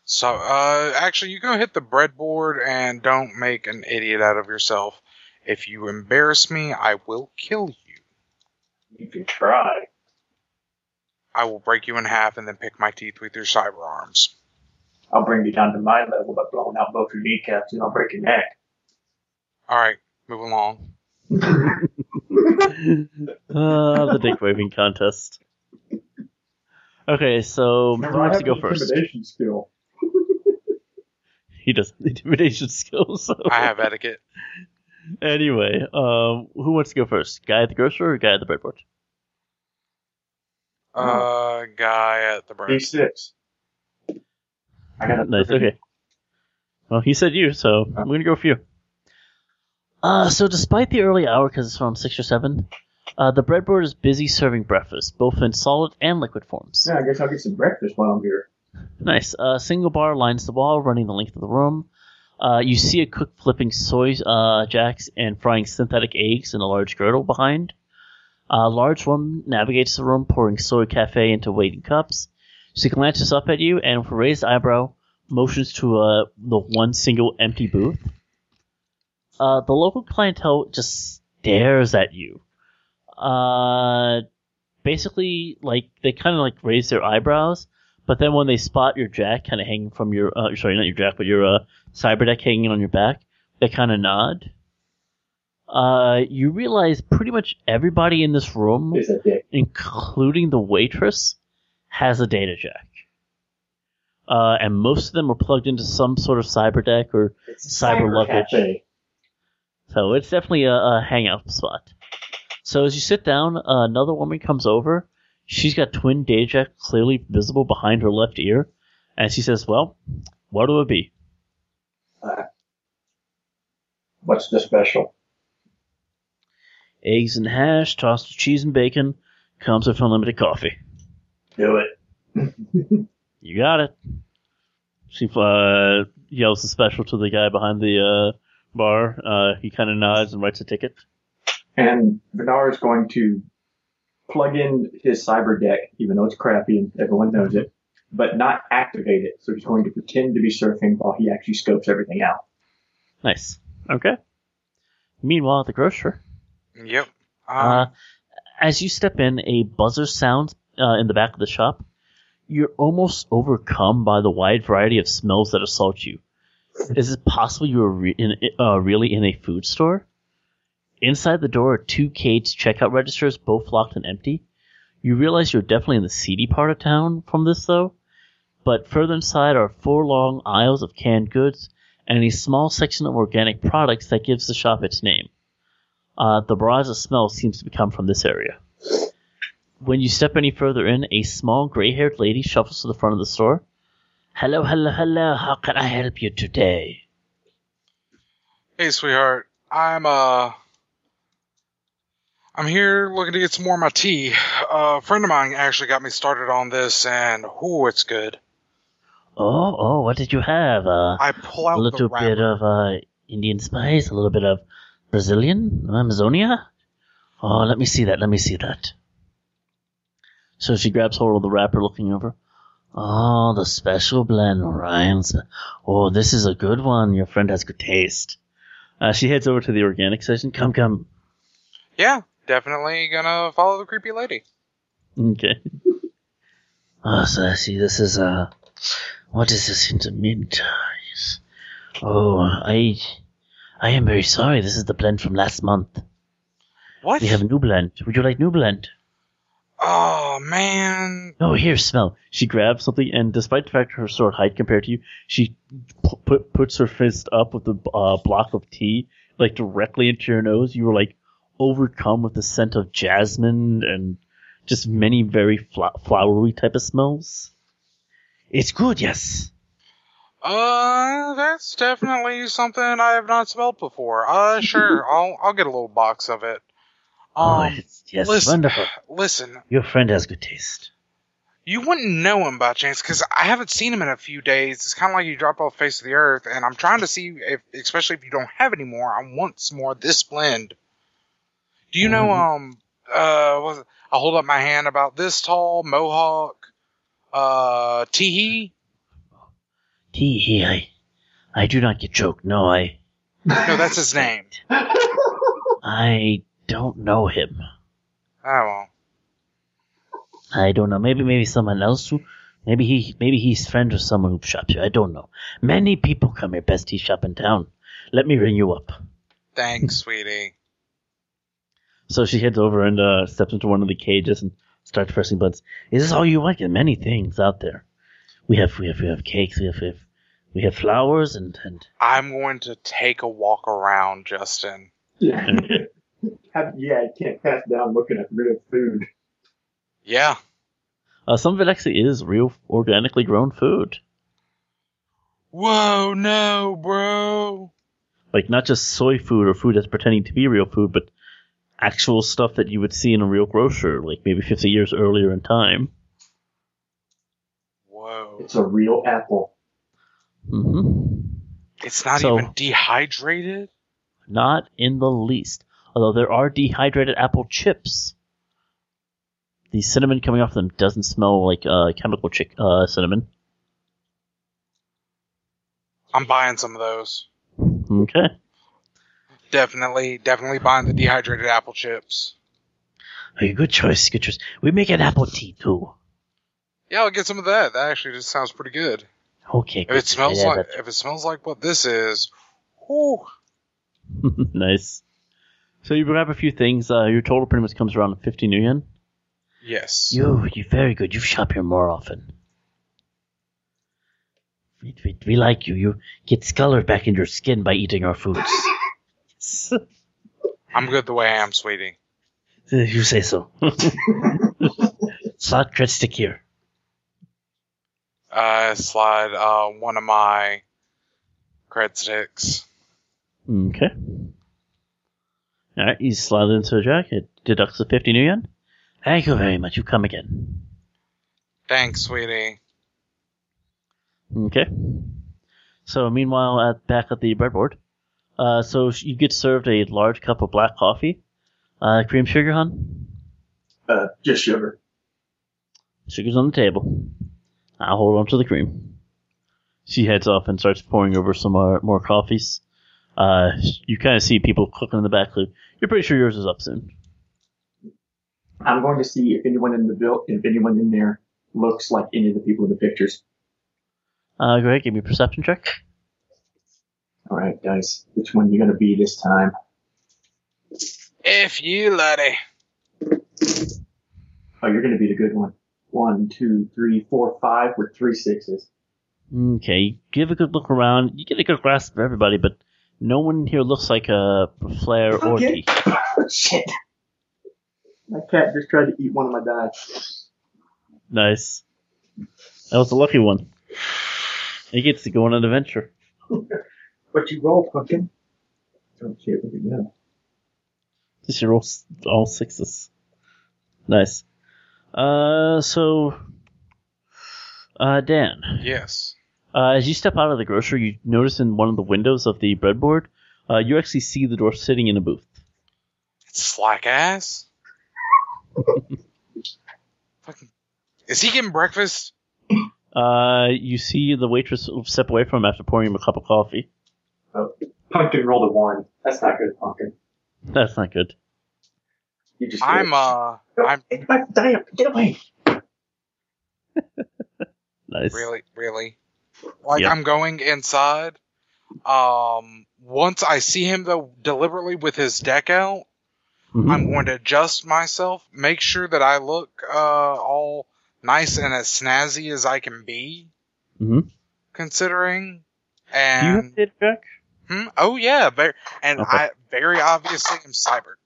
Speaker 3: So, uh, actually, you go hit the breadboard and don't make an idiot out of yourself. If you embarrass me, I will kill you.
Speaker 5: You can try.
Speaker 3: I will break you in half and then pick my teeth with your cyber arms.
Speaker 5: I'll bring you down to my level by blowing out both your kneecaps and I'll break your neck.
Speaker 3: All right, move along.
Speaker 1: (laughs)
Speaker 5: (laughs)
Speaker 1: Uh, the dick waving contest. Okay, so who wants to go first?
Speaker 5: Intimidation skill.
Speaker 1: He doesn't have intimidation (laughs) skills. So.
Speaker 3: I have etiquette.
Speaker 1: Anyway, um, who wants to go first? Guy at the grocer or guy at the breadboard?
Speaker 3: Uh, guy at the bread.
Speaker 5: D6. I got Oh. a
Speaker 1: Nice. Okay. Well, he said you, so I'm gonna go for you. Uh, so despite the early hour, because it's from six or seven, uh, the breadboard is busy serving breakfast, both in solid and liquid forms.
Speaker 5: Yeah, I guess I'll get some breakfast while I'm here.
Speaker 1: Nice. A single bar lines the wall, running the length of the room. Uh, you see a cook flipping soy uh, jacks and frying synthetic eggs in a large girdle behind. A large woman navigates the room, pouring soy cafe into waiting cups. She glances up at you and, with a raised eyebrow, motions to uh, the one single empty booth. Uh, the local clientele just stares at you. Uh, basically, like they kind of like raise their eyebrows, but then when they spot your jack kind of hanging from your, uh, sorry, not your jack, but your uh, cyber deck hanging on your back, they kind of nod. Uh, you realize pretty much everybody in this room,
Speaker 5: Is a dick.
Speaker 1: including the waitress, has a data jack. Uh, and most of them are plugged into some sort of cyber deck or
Speaker 5: It's
Speaker 1: cyber luggage.
Speaker 5: cafe.
Speaker 1: so it's definitely a, a hangout spot. So as you sit down, uh, another woman comes over. She's got twin Deja clearly visible behind her left ear, and she says, "Well, what will it be?"
Speaker 5: What's the special?
Speaker 1: Eggs and hash, tossed with cheese and bacon, comes with unlimited coffee.
Speaker 5: Do it.
Speaker 1: You got it. She uh, yells the special to the guy behind the uh, bar. Uh, he kind of nods and writes a ticket.
Speaker 5: And Bernard's going to plug in his cyber deck, even though it's crappy and everyone knows it, but not activate it. So he's going to pretend to be surfing while he actually scopes everything
Speaker 1: (laughs)
Speaker 5: out.
Speaker 1: Nice. Okay. Meanwhile, at the grocer,
Speaker 3: Yep. Um,
Speaker 1: uh, as you step in, a buzzer sounds uh, in the back of the shop. You're almost overcome by the wide variety of smells that assault you. Is it possible you are re- in, uh, really in a food store? Inside the door are two caged checkout registers, both locked and empty. You realize you're definitely in the seedy part of town from this, though. But further inside are four long aisles of canned goods and a small section of organic products that gives the shop its name. Uh, the barrage of smell seems to come from this area. When you step any further in, a small gray haired lady shuffles to the front of the store. Hello, hello, hello, how can I help you today?
Speaker 3: Hey, sweetheart. I'm uh, I'm here looking to get some more of my tea. Uh, a friend of mine actually got me started on this, and whoo, it's good.
Speaker 1: Oh, oh, what did you have? Uh,
Speaker 3: I pull out
Speaker 1: a little
Speaker 3: the
Speaker 1: bit
Speaker 3: wrapper.
Speaker 1: of uh, Indian spice, a little bit of Brazilian, Amazonia. Oh, let me see that. Let me see that. So she grabs hold of the wrapper, looking over. Oh, the special blend, Orion's. Oh, this is a good one. Your friend has good taste. Uh, she heads over to the organic section. Come, come.
Speaker 3: Yeah, definitely gonna follow the creepy lady.
Speaker 1: Okay. (laughs) Oh, so I see this is uh, what is this in the mint? Yes. Oh, I, I am very sorry. This is the blend from last month.
Speaker 3: What?
Speaker 1: We have a new blend. Would you like new blend?
Speaker 3: Oh man.
Speaker 1: No, Oh, here, smell. She grabs something, and despite the fact her short height compared to you, she pu- put puts her fist up with the uh, block of tea like directly into your nose. You were like overcome with the scent of jasmine and just many very fla- flowery type of smells. It's good, yes.
Speaker 3: Uh, that's definitely something I have not smelled before.
Speaker 1: (laughs)
Speaker 3: Uh, sure, I'll I'll get a little box of it.
Speaker 1: oh,
Speaker 3: Um,
Speaker 1: it's, yes,
Speaker 3: listen-
Speaker 1: wonderful.
Speaker 3: listen,
Speaker 1: Your friend has good taste.
Speaker 3: you wouldn't know him by chance because I haven't seen him in a few days. It's kind of like you drop off face of the earth, and I'm trying to see if, especially if you don't have any more, I want some more of this blend. Do you know? Um, uh, what was it? I hold up my hand about this tall mohawk. Uh, Teehee.
Speaker 1: Tee hee, I, I do not get choked. No, I,
Speaker 3: No, that's his name.
Speaker 1: I don't know him.
Speaker 3: Oh well.
Speaker 1: I don't know. Maybe maybe someone else who maybe he maybe he's friends with someone who shops here. I don't know. Many people come here, best tea shop in town. Let me ring you up.
Speaker 3: Thanks, sweetie.
Speaker 1: So she heads over and uh, steps into one of the cages and starts pressing buttons. Is this all you want? There are many things out there. We have we have we have cakes, we have we have, we have flowers and, and
Speaker 3: I'm going to take a walk around, Justin.
Speaker 5: yeah. Have, yeah, you can't pass down looking at real food.
Speaker 3: Yeah.
Speaker 1: uh, some of it actually is real organically grown food.
Speaker 3: Whoa, no, bro.
Speaker 1: Like not just soy food or food that's pretending to be real food, but actual stuff that you would see in a real grocer, like maybe fifty years earlier in time.
Speaker 3: Whoa.
Speaker 5: It's a real apple.
Speaker 1: hmm
Speaker 3: It's not
Speaker 1: So-
Speaker 3: even dehydrated.
Speaker 1: Not in the least. Although there are dehydrated apple chips. The cinnamon coming off them doesn't smell like uh, chemical chick uh, cinnamon.
Speaker 3: I'm buying some of those.
Speaker 1: Okay.
Speaker 3: Definitely, definitely buying the dehydrated apple chips.
Speaker 1: Okay, good choice. Good choice. We make an apple tea too.
Speaker 3: Yeah, I'll get some of that. That actually just sounds pretty good.
Speaker 1: Okay.
Speaker 3: If
Speaker 1: good.
Speaker 3: it smells
Speaker 1: Yeah,
Speaker 3: like if it smells like what this is, whew,
Speaker 1: that- (laughs) nice. So you grab a few things. Uh, your total pretty much comes around to 50 new yen.
Speaker 3: yes.
Speaker 1: You, you're very good. You shop here more often. We, we, we like you. You get colored back in your skin by eating our foods.
Speaker 3: I'm good the way I am, sweetie.
Speaker 1: Uh, You say (laughs) so. Slot Cristic here.
Speaker 3: Uh, slide uh, one of my cred sticks.
Speaker 1: Okay. Alright, you slide into a jack. It deducts the 50 new yen. Thank you very much. You come again.
Speaker 3: Thanks, sweetie.
Speaker 1: Okay. So, meanwhile, at back at the breadboard, uh, so sh- you get served a large cup of black coffee. Uh, cream sugar, hon?
Speaker 5: Uh, just sugar.
Speaker 1: Sugar's on the table. I hold on to the cream. She heads off and starts pouring over some more, more coffees. Uh, you kind of see people cooking in the back. like, You're pretty sure yours is up soon.
Speaker 5: I'm going to see if anyone in the build, if anyone in there looks like any of the people in the pictures.
Speaker 1: Uh, go ahead, give me a perception check.
Speaker 5: All right, guys, which one you going to be this time?
Speaker 3: If you, laddie.
Speaker 5: Oh, you're going to be the good one. One, two, three, four, five with three sixes.
Speaker 1: Okay, you give a good look around. You get a good grasp of everybody, but no one here looks like a Flair or
Speaker 5: Okay.
Speaker 1: D.
Speaker 5: Oh, Shit. My cat just tried to eat one of my dice.
Speaker 1: Nice. That was a lucky one. He gets to go on an adventure.
Speaker 5: What you roll, pumpkin? Oh shit, look at that.
Speaker 1: Just roll s- all sixes. Nice. Uh, so, uh, Dan,
Speaker 3: Yes.
Speaker 1: uh, as you step out of the grocery, you notice in one of the windows of the breadboard, uh, you actually see the dwarf sitting in a booth. (laughs)
Speaker 3: Slack ass. Fucking. Is he getting breakfast?
Speaker 1: Uh, you see the waitress step away from him after pouring him a cup of coffee. (laughs)
Speaker 5: Pumpkin rolled a one. That's not good, pumpkin.
Speaker 1: That's not good.
Speaker 5: You just.
Speaker 3: I'm uh, I'm
Speaker 5: It's my damn. Get away.
Speaker 1: Nice.
Speaker 3: really, really. Like
Speaker 1: Yeah.
Speaker 3: I'm going inside. Um, once I see him though, deliberately with his deck out,
Speaker 1: Mhm.
Speaker 3: I'm going to adjust myself, make sure that I look uh, all nice and as snazzy as I can be,
Speaker 1: Mhm.
Speaker 3: considering.
Speaker 1: Do you have
Speaker 3: And
Speaker 1: data check?
Speaker 3: hmm, oh yeah, very, and
Speaker 1: Okay.
Speaker 3: I very obviously am cybered.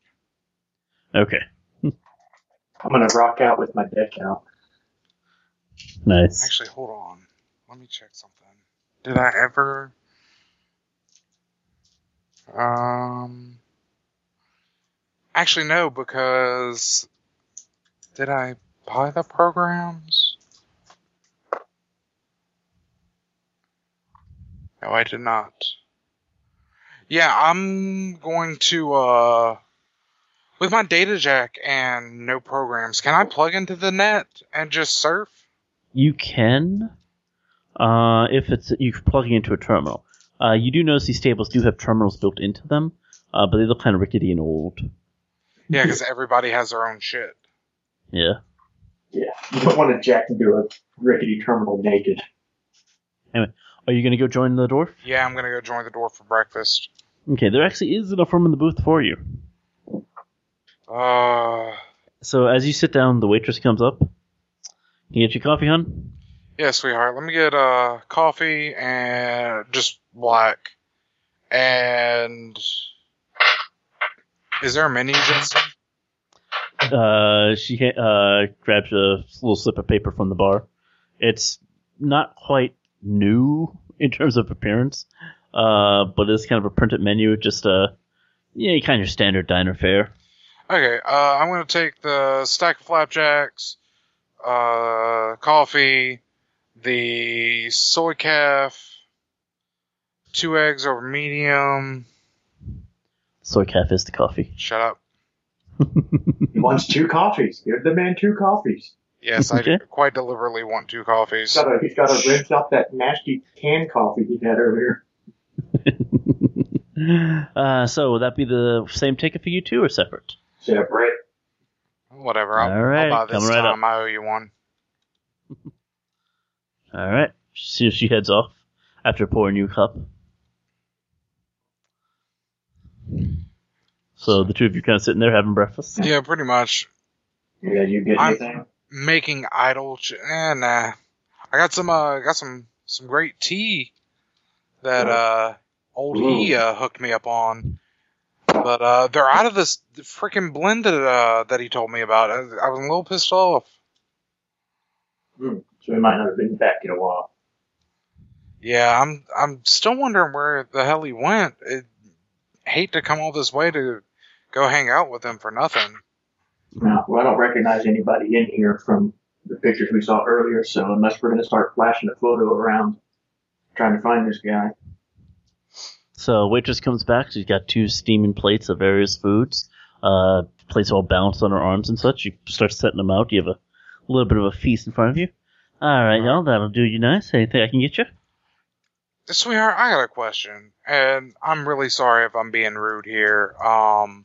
Speaker 1: Okay.
Speaker 5: I'm gonna rock out with my deck out.
Speaker 1: Nice.
Speaker 3: Actually, hold on, let me check something. Did I ever? Um. Actually, no, because did I buy the programs? No, I did not. Yeah, I'm going to uh with my data jack and no programs. Can I plug into the net and just surf?
Speaker 1: You can, uh, if it's you're plugging into a terminal. Uh, you do notice these tables do have terminals built into them, uh, but they look kind of rickety and old.
Speaker 3: Yeah, because everybody has their own shit.
Speaker 1: Yeah,
Speaker 5: Yeah. You don't want to jack into a rickety terminal naked.
Speaker 1: are you gonna go join the dwarf?
Speaker 3: Yeah, I'm gonna go join the door for breakfast.
Speaker 1: Okay, there actually is enough room in the booth for you.
Speaker 3: Uh,
Speaker 1: So as you sit down, the waitress comes up. You get your coffee, hon.
Speaker 3: yeah, sweetheart. Let me get uh coffee and just black. And is there a menu, Justin?
Speaker 1: Uh, she ha- uh grabs a little slip of paper from the bar. It's not quite new in terms of appearance, uh, but it's kind of a printed menu, just uh, yeah, kind of your standard diner fare.
Speaker 3: Okay, uh, I'm gonna take the stack of flapjacks, uh, coffee, the soy calf, two eggs over medium.
Speaker 1: Soy calf is the coffee. (laughs)
Speaker 3: Shut up.
Speaker 5: He wants two coffees. Give the man two coffees.
Speaker 3: Yes, I
Speaker 1: Okay.
Speaker 3: quite deliberately want two coffees.
Speaker 5: He's got to, he's got to rinse out that nasty canned coffee he had earlier.
Speaker 1: uh, so would that be the same ticket for you two or separate?
Speaker 5: Separate.
Speaker 3: Whatever. I'll,
Speaker 1: All right,
Speaker 3: I'll buy this
Speaker 1: coming right
Speaker 3: time. I owe you one.
Speaker 1: All right. So she heads off after pouring you a cup. So the two of you kind of sitting there having breakfast.
Speaker 3: Yeah, pretty much.
Speaker 5: Yeah, you get
Speaker 3: I'm-
Speaker 5: anything?
Speaker 3: Making idle. Ch- eh, nah. I got some. Uh, got some. Some great tea that uh, old he uh, hooked me up on. But uh, they're out of this freaking blend that, uh, that he told me about. I, I was a little pissed off.
Speaker 5: Hmm. So we might not have been back in a while.
Speaker 3: Yeah, I'm. I'm still wondering where the hell he went. It, hate to come all this way to go hang out with him for nothing.
Speaker 5: No, well, I don't recognize anybody in here from the pictures we saw earlier, so unless we're going to start flashing a photo around trying to find this guy.
Speaker 1: So waitress comes back. She's got two steaming plates of various foods. Uh, place all balanced on her arms and such. You start setting them out. You have a little bit of a feast in front of you. All right, y'all, that'll do you nice. Anything I can get you?
Speaker 3: Sweetheart, I got a question, and I'm really sorry if I'm being rude here. Um,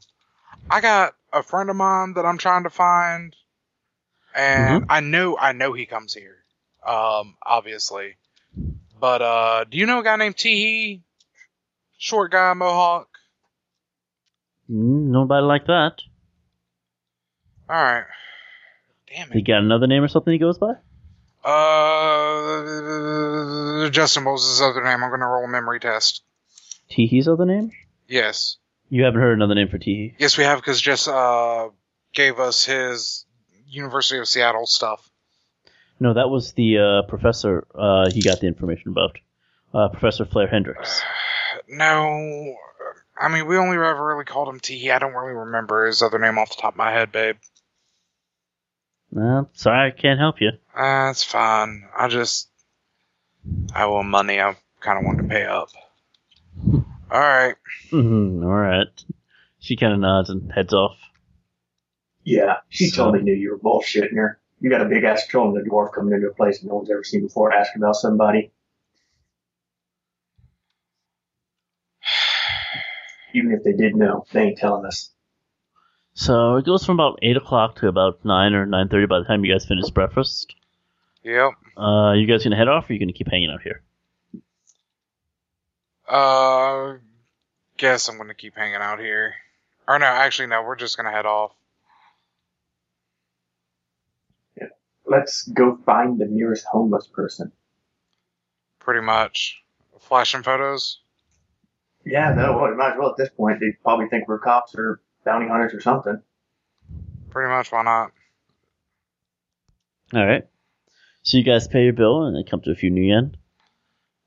Speaker 3: I got a friend of mine that I'm trying to find, and I know I know he comes here, um, obviously. But uh, do you know a guy named Teehee? Short guy, mohawk.
Speaker 1: Mm, nobody like that.
Speaker 3: All right. Damn
Speaker 1: He
Speaker 3: it.
Speaker 1: got another name or something he goes by?
Speaker 3: Uh, Justin, what was his other name? I'm gonna roll a memory test.
Speaker 1: Teehee's other name?
Speaker 3: Yes.
Speaker 1: You haven't heard another name for Teehee.
Speaker 3: Yes, we have because Jess uh, gave us his University of Seattle stuff.
Speaker 1: No, that was the uh, professor uh, he got the information about. Uh, professor Flair Hendricks.
Speaker 3: (sighs) No, I mean we only ever really called him T. I don't really remember his other name off the top of my head, babe.
Speaker 1: Uh, sorry, I can't help you.
Speaker 3: Uh, it's fine. I just I owe him money. I kind of wanted to pay (laughs) up. All right.
Speaker 1: Mhm, all right. She kind of nods and heads off.
Speaker 5: Yeah, she
Speaker 1: So-
Speaker 5: totally knew you were bullshitting her. You got a big ass troll and a dwarf coming into a place that no one's ever seen before asking about somebody. (sighs) Even if they did know, they ain't telling us.
Speaker 1: So it goes from about eight o'clock to about nine or nine thirty. By the time you guys finish breakfast,
Speaker 3: Yep.
Speaker 1: uh, you guys gonna head off, or you gonna keep hanging out here?
Speaker 3: Uh, guess I'm gonna keep hanging out here. Or no, actually no. We're just gonna head off.
Speaker 5: Let's go find the nearest homeless person.
Speaker 3: Pretty much. Flashing photos.
Speaker 5: Yeah, no, well, might as well at this point. They probably think we're cops or bounty hunters or something.
Speaker 3: Pretty much. Why not?
Speaker 1: All right. So you guys pay your bill, and it comes to a few new yen.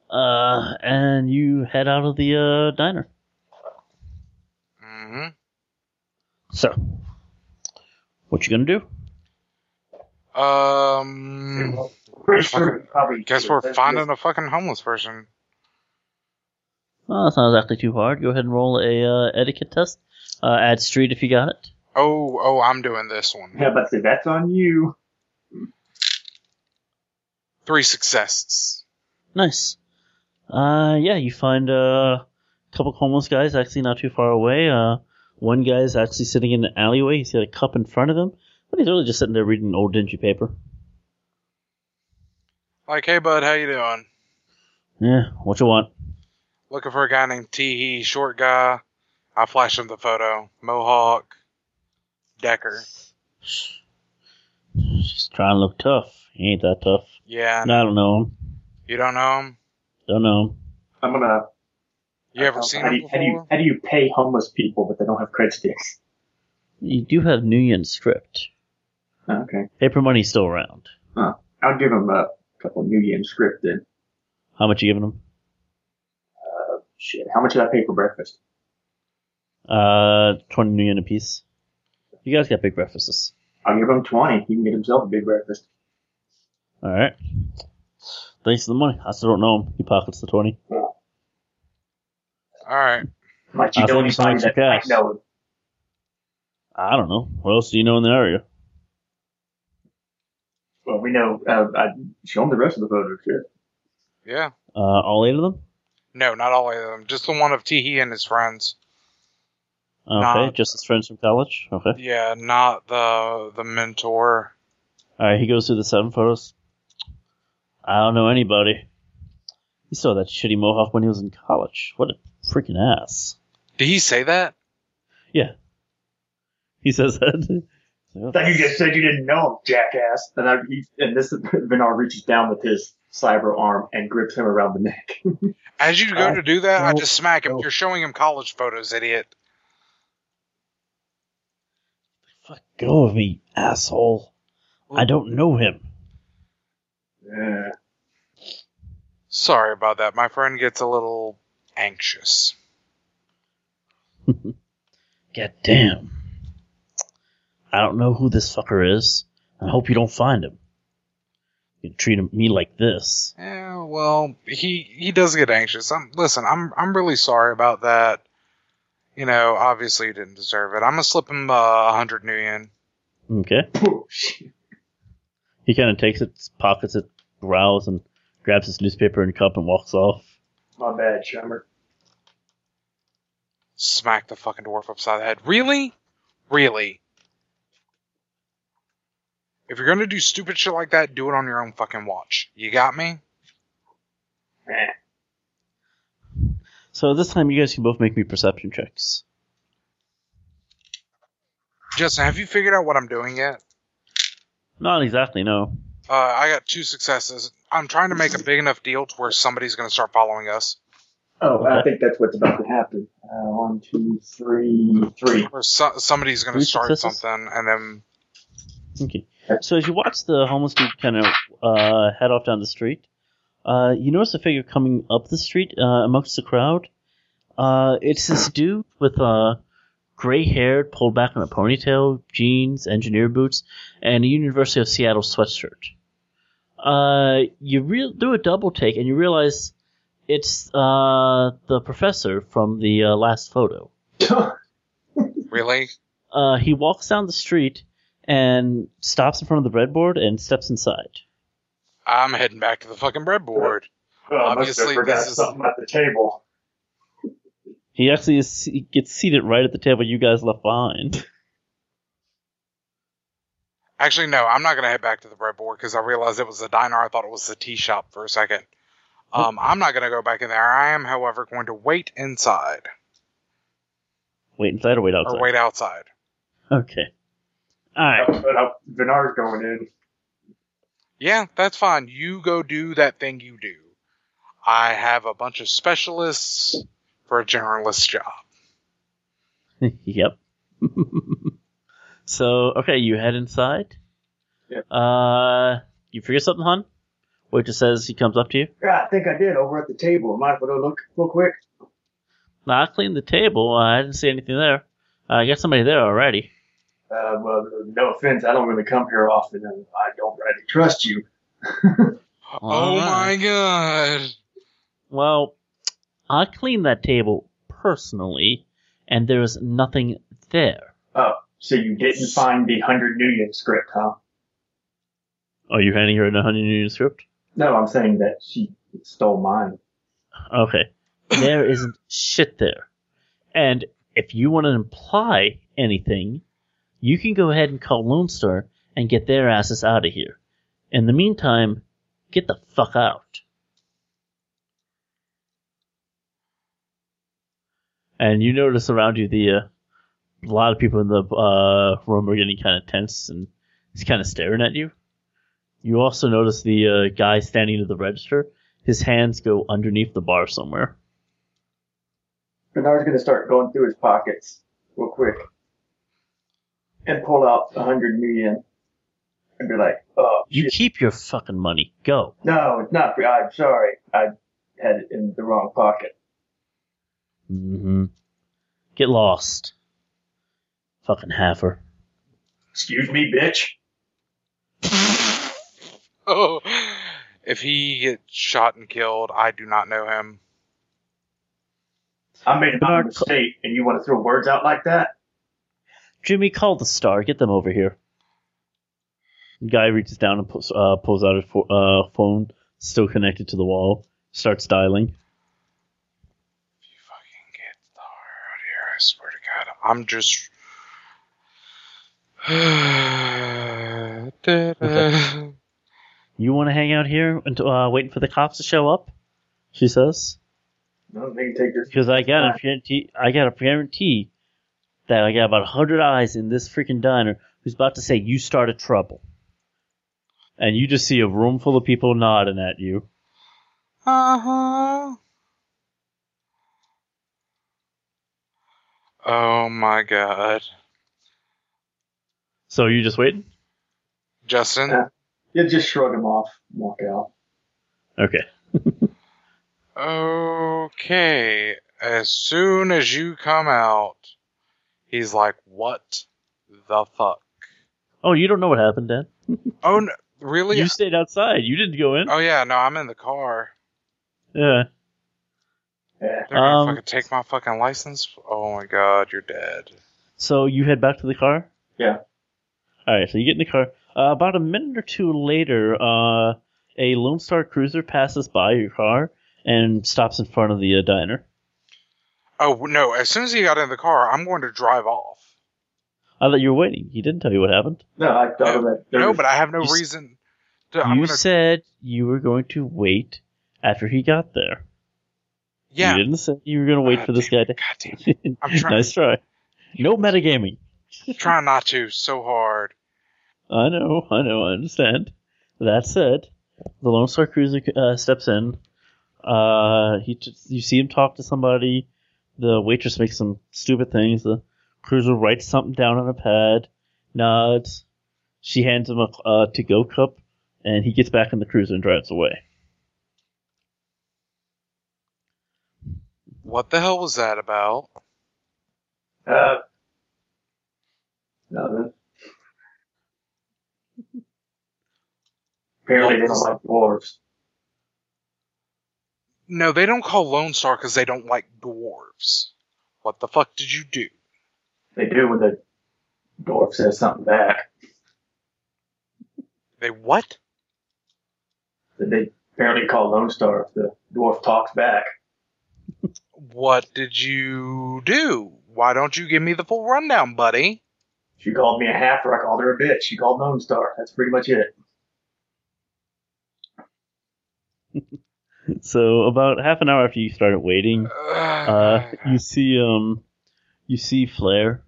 Speaker 1: Uh, and you head out of the uh, diner.
Speaker 3: Mm-hmm.
Speaker 1: So, what you gonna do?
Speaker 3: Um,
Speaker 5: Pretty sure we probably
Speaker 3: guess we're finding a fucking homeless person.
Speaker 1: Well, that's not exactly too hard. Go ahead and roll a uh, etiquette test. Uh, add street if you got it.
Speaker 3: Oh, oh, I'm doing this one.
Speaker 5: Yeah, but see, that's on you.
Speaker 3: Three successes.
Speaker 1: Nice. Uh, yeah, you find uh, a couple homeless guys actually not too far away. Uh, one guy is actually sitting in an alleyway. He's got a cup in front of him, but he's really just sitting there reading an old dingy paper.
Speaker 3: Like, hey, bud, how you doing?
Speaker 1: Yeah, what you want?
Speaker 3: Looking for a guy named Teehee, short guy. I flash him the photo. Mohawk. Decker.
Speaker 1: He's trying to look tough. He ain't that tough.
Speaker 3: Yeah,
Speaker 1: I don't know him.
Speaker 3: you don't know him?
Speaker 1: Don't know him.
Speaker 5: I'm gonna.
Speaker 3: You ever seen
Speaker 5: how do
Speaker 3: him
Speaker 5: you, how do you
Speaker 3: before?
Speaker 5: how do you pay homeless people but they don't have credit sticks?
Speaker 1: You do have Nguyen script.
Speaker 5: Oh, okay,
Speaker 1: Paper money's still around.
Speaker 5: I'll give them a couple new yen script then.
Speaker 1: How much you giving him?
Speaker 5: Shit, how much did I pay for breakfast?
Speaker 1: Uh, 20 Nguyen apiece. You guys got big breakfasts.
Speaker 5: I'll give him twenty. He can get himself a big breakfast.
Speaker 1: All right. Thanks for the money. I still don't know him. He pockets the 20.
Speaker 3: Alright.
Speaker 5: Like you
Speaker 1: I
Speaker 5: know
Speaker 1: think it's
Speaker 5: anybody
Speaker 1: nice
Speaker 5: that
Speaker 1: to
Speaker 5: might
Speaker 1: guess.
Speaker 5: know him.
Speaker 1: I don't know. What else do you know in the area?
Speaker 5: Well, we know. Uh, I show him the rest of the photos. Shit.
Speaker 3: Yeah.
Speaker 1: Uh, all eight of them?
Speaker 3: No, not all of them. Just the one of Teehee and his friends.
Speaker 1: Okay,
Speaker 3: Nah.
Speaker 1: just his friends from college. Okay.
Speaker 3: Yeah, not the the mentor.
Speaker 1: All right, he goes through the seven photos. I don't know anybody. He saw that shitty mohawk when he was in college. What a freaking ass.
Speaker 3: Did he say that?
Speaker 1: He says that. (laughs)
Speaker 5: Thought you just said you didn't know him, jackass. And I, he, and this (laughs) Vinar reaches down with his cyber arm and grips him around the neck. (laughs)
Speaker 3: As you go
Speaker 5: Uh,
Speaker 3: to do that, I
Speaker 5: no,
Speaker 3: just smack him.
Speaker 5: no.
Speaker 3: You're showing him college photos, idiot.
Speaker 1: Fuck go of me, asshole. I don't know him.
Speaker 5: yeah.
Speaker 3: Sorry about that. My friend gets a little anxious.
Speaker 1: (laughs) God damn. I don't know who this fucker is. I hope you don't find him. You treat him, me like this.
Speaker 3: Yeah, well, he he does get anxious. I'm, listen, I'm I'm really sorry about that. you know, obviously you didn't deserve it. I'm gonna slip him uh, a hundred new yen.
Speaker 1: Okay.
Speaker 5: Oh, shit.
Speaker 1: He kind of takes it, pockets it, growls, and grabs his newspaper and cup and walks off.
Speaker 5: My bad, Shummer.
Speaker 3: Smack the fucking dwarf upside the head. Really, really. If you're gonna do stupid shit like that, do it on your own fucking watch. You got me?
Speaker 5: Eh.
Speaker 1: So this time, you guys can both make me perception checks.
Speaker 3: Justin, have you figured out what I'm doing yet?
Speaker 1: Not exactly, no.
Speaker 3: Uh, I got two successes. I'm trying to make a big enough deal to where somebody's gonna start following us.
Speaker 5: Oh, I think that's what's about to happen. Uh, one, two, three, three. (laughs)
Speaker 3: Or so- somebody's gonna
Speaker 1: Three
Speaker 3: start
Speaker 1: successes?
Speaker 3: something, and then
Speaker 1: Okay. So as you watch the homeless dude kind of uh, head off down the street, uh, you notice a figure coming up the street uh, amongst the crowd. Uh, it's this dude with uh, gray hair pulled back in a ponytail, jeans, engineer boots, and a University of Seattle sweatshirt. Uh, you re- do a double take and you realize it's uh, the professor from the uh, last photo
Speaker 5: Oh,
Speaker 3: really,
Speaker 1: uh, he walks down the street and stops in front of the breadboard and steps inside.
Speaker 3: I'm heading back to the fucking breadboard.
Speaker 5: Well, I must have
Speaker 3: Obviously,
Speaker 5: forgot
Speaker 3: this is-
Speaker 5: something at the table.
Speaker 1: He actually is, he gets seated right at the table you guys left behind. (laughs)
Speaker 3: Actually, no, I'm not gonna head back to the breadboard because I realized it was a diner. I thought it was a tea shop for a second.
Speaker 1: Oh.
Speaker 3: Um, I'm not gonna go back in there. I am, however, going to wait inside
Speaker 1: Wait inside or wait outside?
Speaker 3: or wait outside.
Speaker 1: Okay. All right.
Speaker 5: Oh, but uh, Bernard's going in.
Speaker 3: Yeah, that's fine. You go do that thing you do. I have a bunch of specialists for a generalist job.
Speaker 1: (laughs) yep. (laughs) so okay, you head inside.
Speaker 5: Yep.
Speaker 1: Uh, you figure something, hon? Wait, just says he comes up to you.
Speaker 5: Yeah, I think I did over at the table. Might as well go look real quick.
Speaker 1: Nah, I cleaned the table. I didn't see anything there. I got somebody there already.
Speaker 5: Uh, well, no offense, I don't really come here often, and I don't really trust you. (laughs)
Speaker 3: oh
Speaker 1: All right.
Speaker 3: my god. (laughs)
Speaker 1: Well, I cleaned that table personally, and there was nothing there.
Speaker 5: So you didn't find the 100 Nuyen script, huh?
Speaker 1: Are you handing her a hundred new script?
Speaker 5: No, I'm saying that she stole mine.
Speaker 1: Okay. There isn't shit there. And if you want to imply anything, you can go ahead and call Lone Star and get their asses out of here. In the meantime, get the fuck out. And you notice around you the uh, a lot of people in the uh, room are getting kind of tense and he's kind of staring at you. You also notice the uh, guy standing at the register his hands go underneath the bar somewhere.
Speaker 5: Bernard's going to start going through his pockets real quick and pull out the 100 Nuyen and be like, oh,
Speaker 1: You
Speaker 5: shit.
Speaker 1: keep your fucking money. Go.
Speaker 5: no, it's not for I'm sorry. I had it in the wrong pocket.
Speaker 1: Mm-hmm. Get lost. Fucking heifer.
Speaker 5: Excuse me, bitch.
Speaker 3: Oh, if he gets shot and killed, I do not know him.
Speaker 5: I made a
Speaker 1: Bernard-
Speaker 5: mistake, and you want to throw words out like that?
Speaker 1: Jimmy, call the star. Get them over here. Guy reaches down and pulls, uh, pulls out his fo- uh, phone, still connected to the wall. Starts dialing.
Speaker 3: You fucking get the hell out of here, I swear to God. I'm just. (sighs) Da-da.
Speaker 1: You want to hang out here until uh, waiting for the cops to show up? She says.
Speaker 5: I don't think you take this.
Speaker 1: Because I got a guarantee, I got a guarantee that I got about a hundred eyes in this freaking diner who's about to say you started trouble, and you just see a room full of people nodding at you.
Speaker 3: Uh-huh. Oh my god.
Speaker 1: So you just waiting?
Speaker 3: Justin,
Speaker 5: Yeah. You just shrug him off, and walk out.
Speaker 1: Okay.
Speaker 3: okay. As soon as you come out, he's like, what the fuck?
Speaker 1: Oh, you don't know what happened, Dan.
Speaker 3: Oh, no, really?
Speaker 1: You
Speaker 3: Uh,
Speaker 1: stayed outside. You didn't go in.
Speaker 3: Oh, yeah, no, I'm in the car.
Speaker 1: Yeah.
Speaker 5: Yeah.
Speaker 3: They're gonna
Speaker 1: Um,
Speaker 3: fucking take my fucking license. Oh my god, you're dead.
Speaker 1: So you head back to the car?
Speaker 5: Yeah.
Speaker 1: All right, so you get in the car. Uh, about a minute or two later, uh, a Lone Star Cruiser passes by your car and stops in front of the uh, diner.
Speaker 3: Oh no! As soon as he got in the car, I'm going to drive off.
Speaker 1: I thought you were waiting. He didn't tell you what happened.
Speaker 5: No, I thought of that.
Speaker 3: No, but I have no
Speaker 1: you s-
Speaker 3: reason. To, (laughs) I'm
Speaker 1: you
Speaker 3: gonna.
Speaker 1: said you were going to wait after he got there.
Speaker 3: yeah.
Speaker 1: You didn't say you were going to wait
Speaker 3: God
Speaker 1: for this guy
Speaker 3: damn
Speaker 1: to.
Speaker 3: it, God damn it. I'm
Speaker 1: (laughs)
Speaker 3: trying.
Speaker 1: nice try. No metagaming.
Speaker 3: Trying not to so hard.
Speaker 1: I know, I know, I understand. That said, the Lone Star Cruiser uh, steps in. Uh, he, t- you see him talk to somebody. The waitress makes some stupid things. The cruiser writes something down on a pad, nods. She hands him a uh, to-go cup, and he gets back in the cruiser and drives away.
Speaker 3: What the hell was that about?
Speaker 5: Uh, no, then. Apparently, they don't like dwarves.
Speaker 3: No, they don't call Lone Star because they don't like dwarves. What the fuck did you do?
Speaker 5: They do when the dwarf says something back.
Speaker 3: They what?
Speaker 5: That they apparently call Lone Star if the dwarf talks back.
Speaker 3: What did you do? Why don't you give me the full rundown, buddy?
Speaker 5: She called me a halfer. I called her a bitch. She called Lone Star. That's pretty much it.
Speaker 1: So about half an hour after you started waiting,
Speaker 3: (sighs)
Speaker 1: uh, you see um you see Flair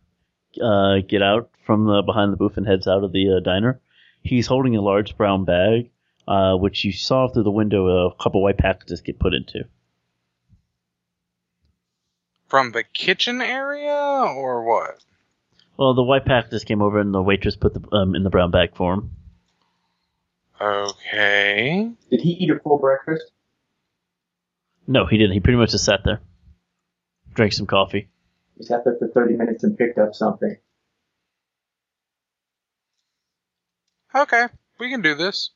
Speaker 1: uh, get out from the behind the booth and heads out of the uh, diner. He's holding a large brown bag, uh, which you saw through the window a couple white packages get put into.
Speaker 3: From the kitchen area or what?
Speaker 1: Well, the white packages came over and the waitress put the um, in the brown bag for him.
Speaker 3: Okay.
Speaker 5: Did he eat a full breakfast?
Speaker 1: No, he didn't. He pretty much just sat there, drank some coffee.
Speaker 5: He sat there for 30 minutes and picked up something.
Speaker 3: Okay, we can do this.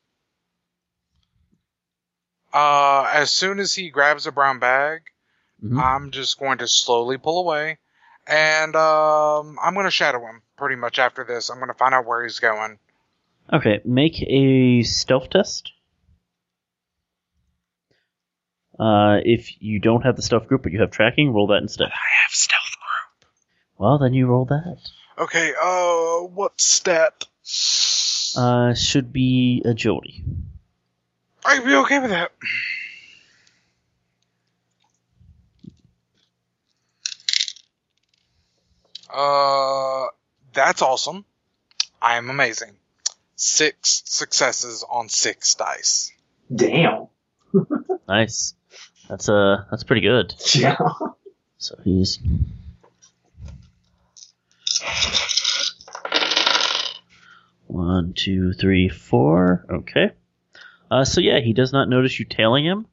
Speaker 3: Uh, as soon as he grabs a brown bag,
Speaker 1: Mhm.
Speaker 3: I'm just going to slowly pull away, and um, I'm going to shadow him pretty much after this. I'm going to find out where he's going.
Speaker 1: Okay, make a stealth test. Uh, if you don't have the stealth group but you have tracking, roll that instead.
Speaker 3: I have stealth.
Speaker 1: Well, then you roll that.
Speaker 3: Okay. Uh, what stat?
Speaker 1: Uh, should be agility.
Speaker 3: I'd be okay with that. Uh, that's awesome. I am amazing. Six successes on six dice.
Speaker 5: Damn.
Speaker 1: Nice. That's uh, that's pretty good.
Speaker 5: (laughs) Yeah.
Speaker 1: So he's. One, two, three, four. Okay. Uh, so yeah, he does not notice you tailing him.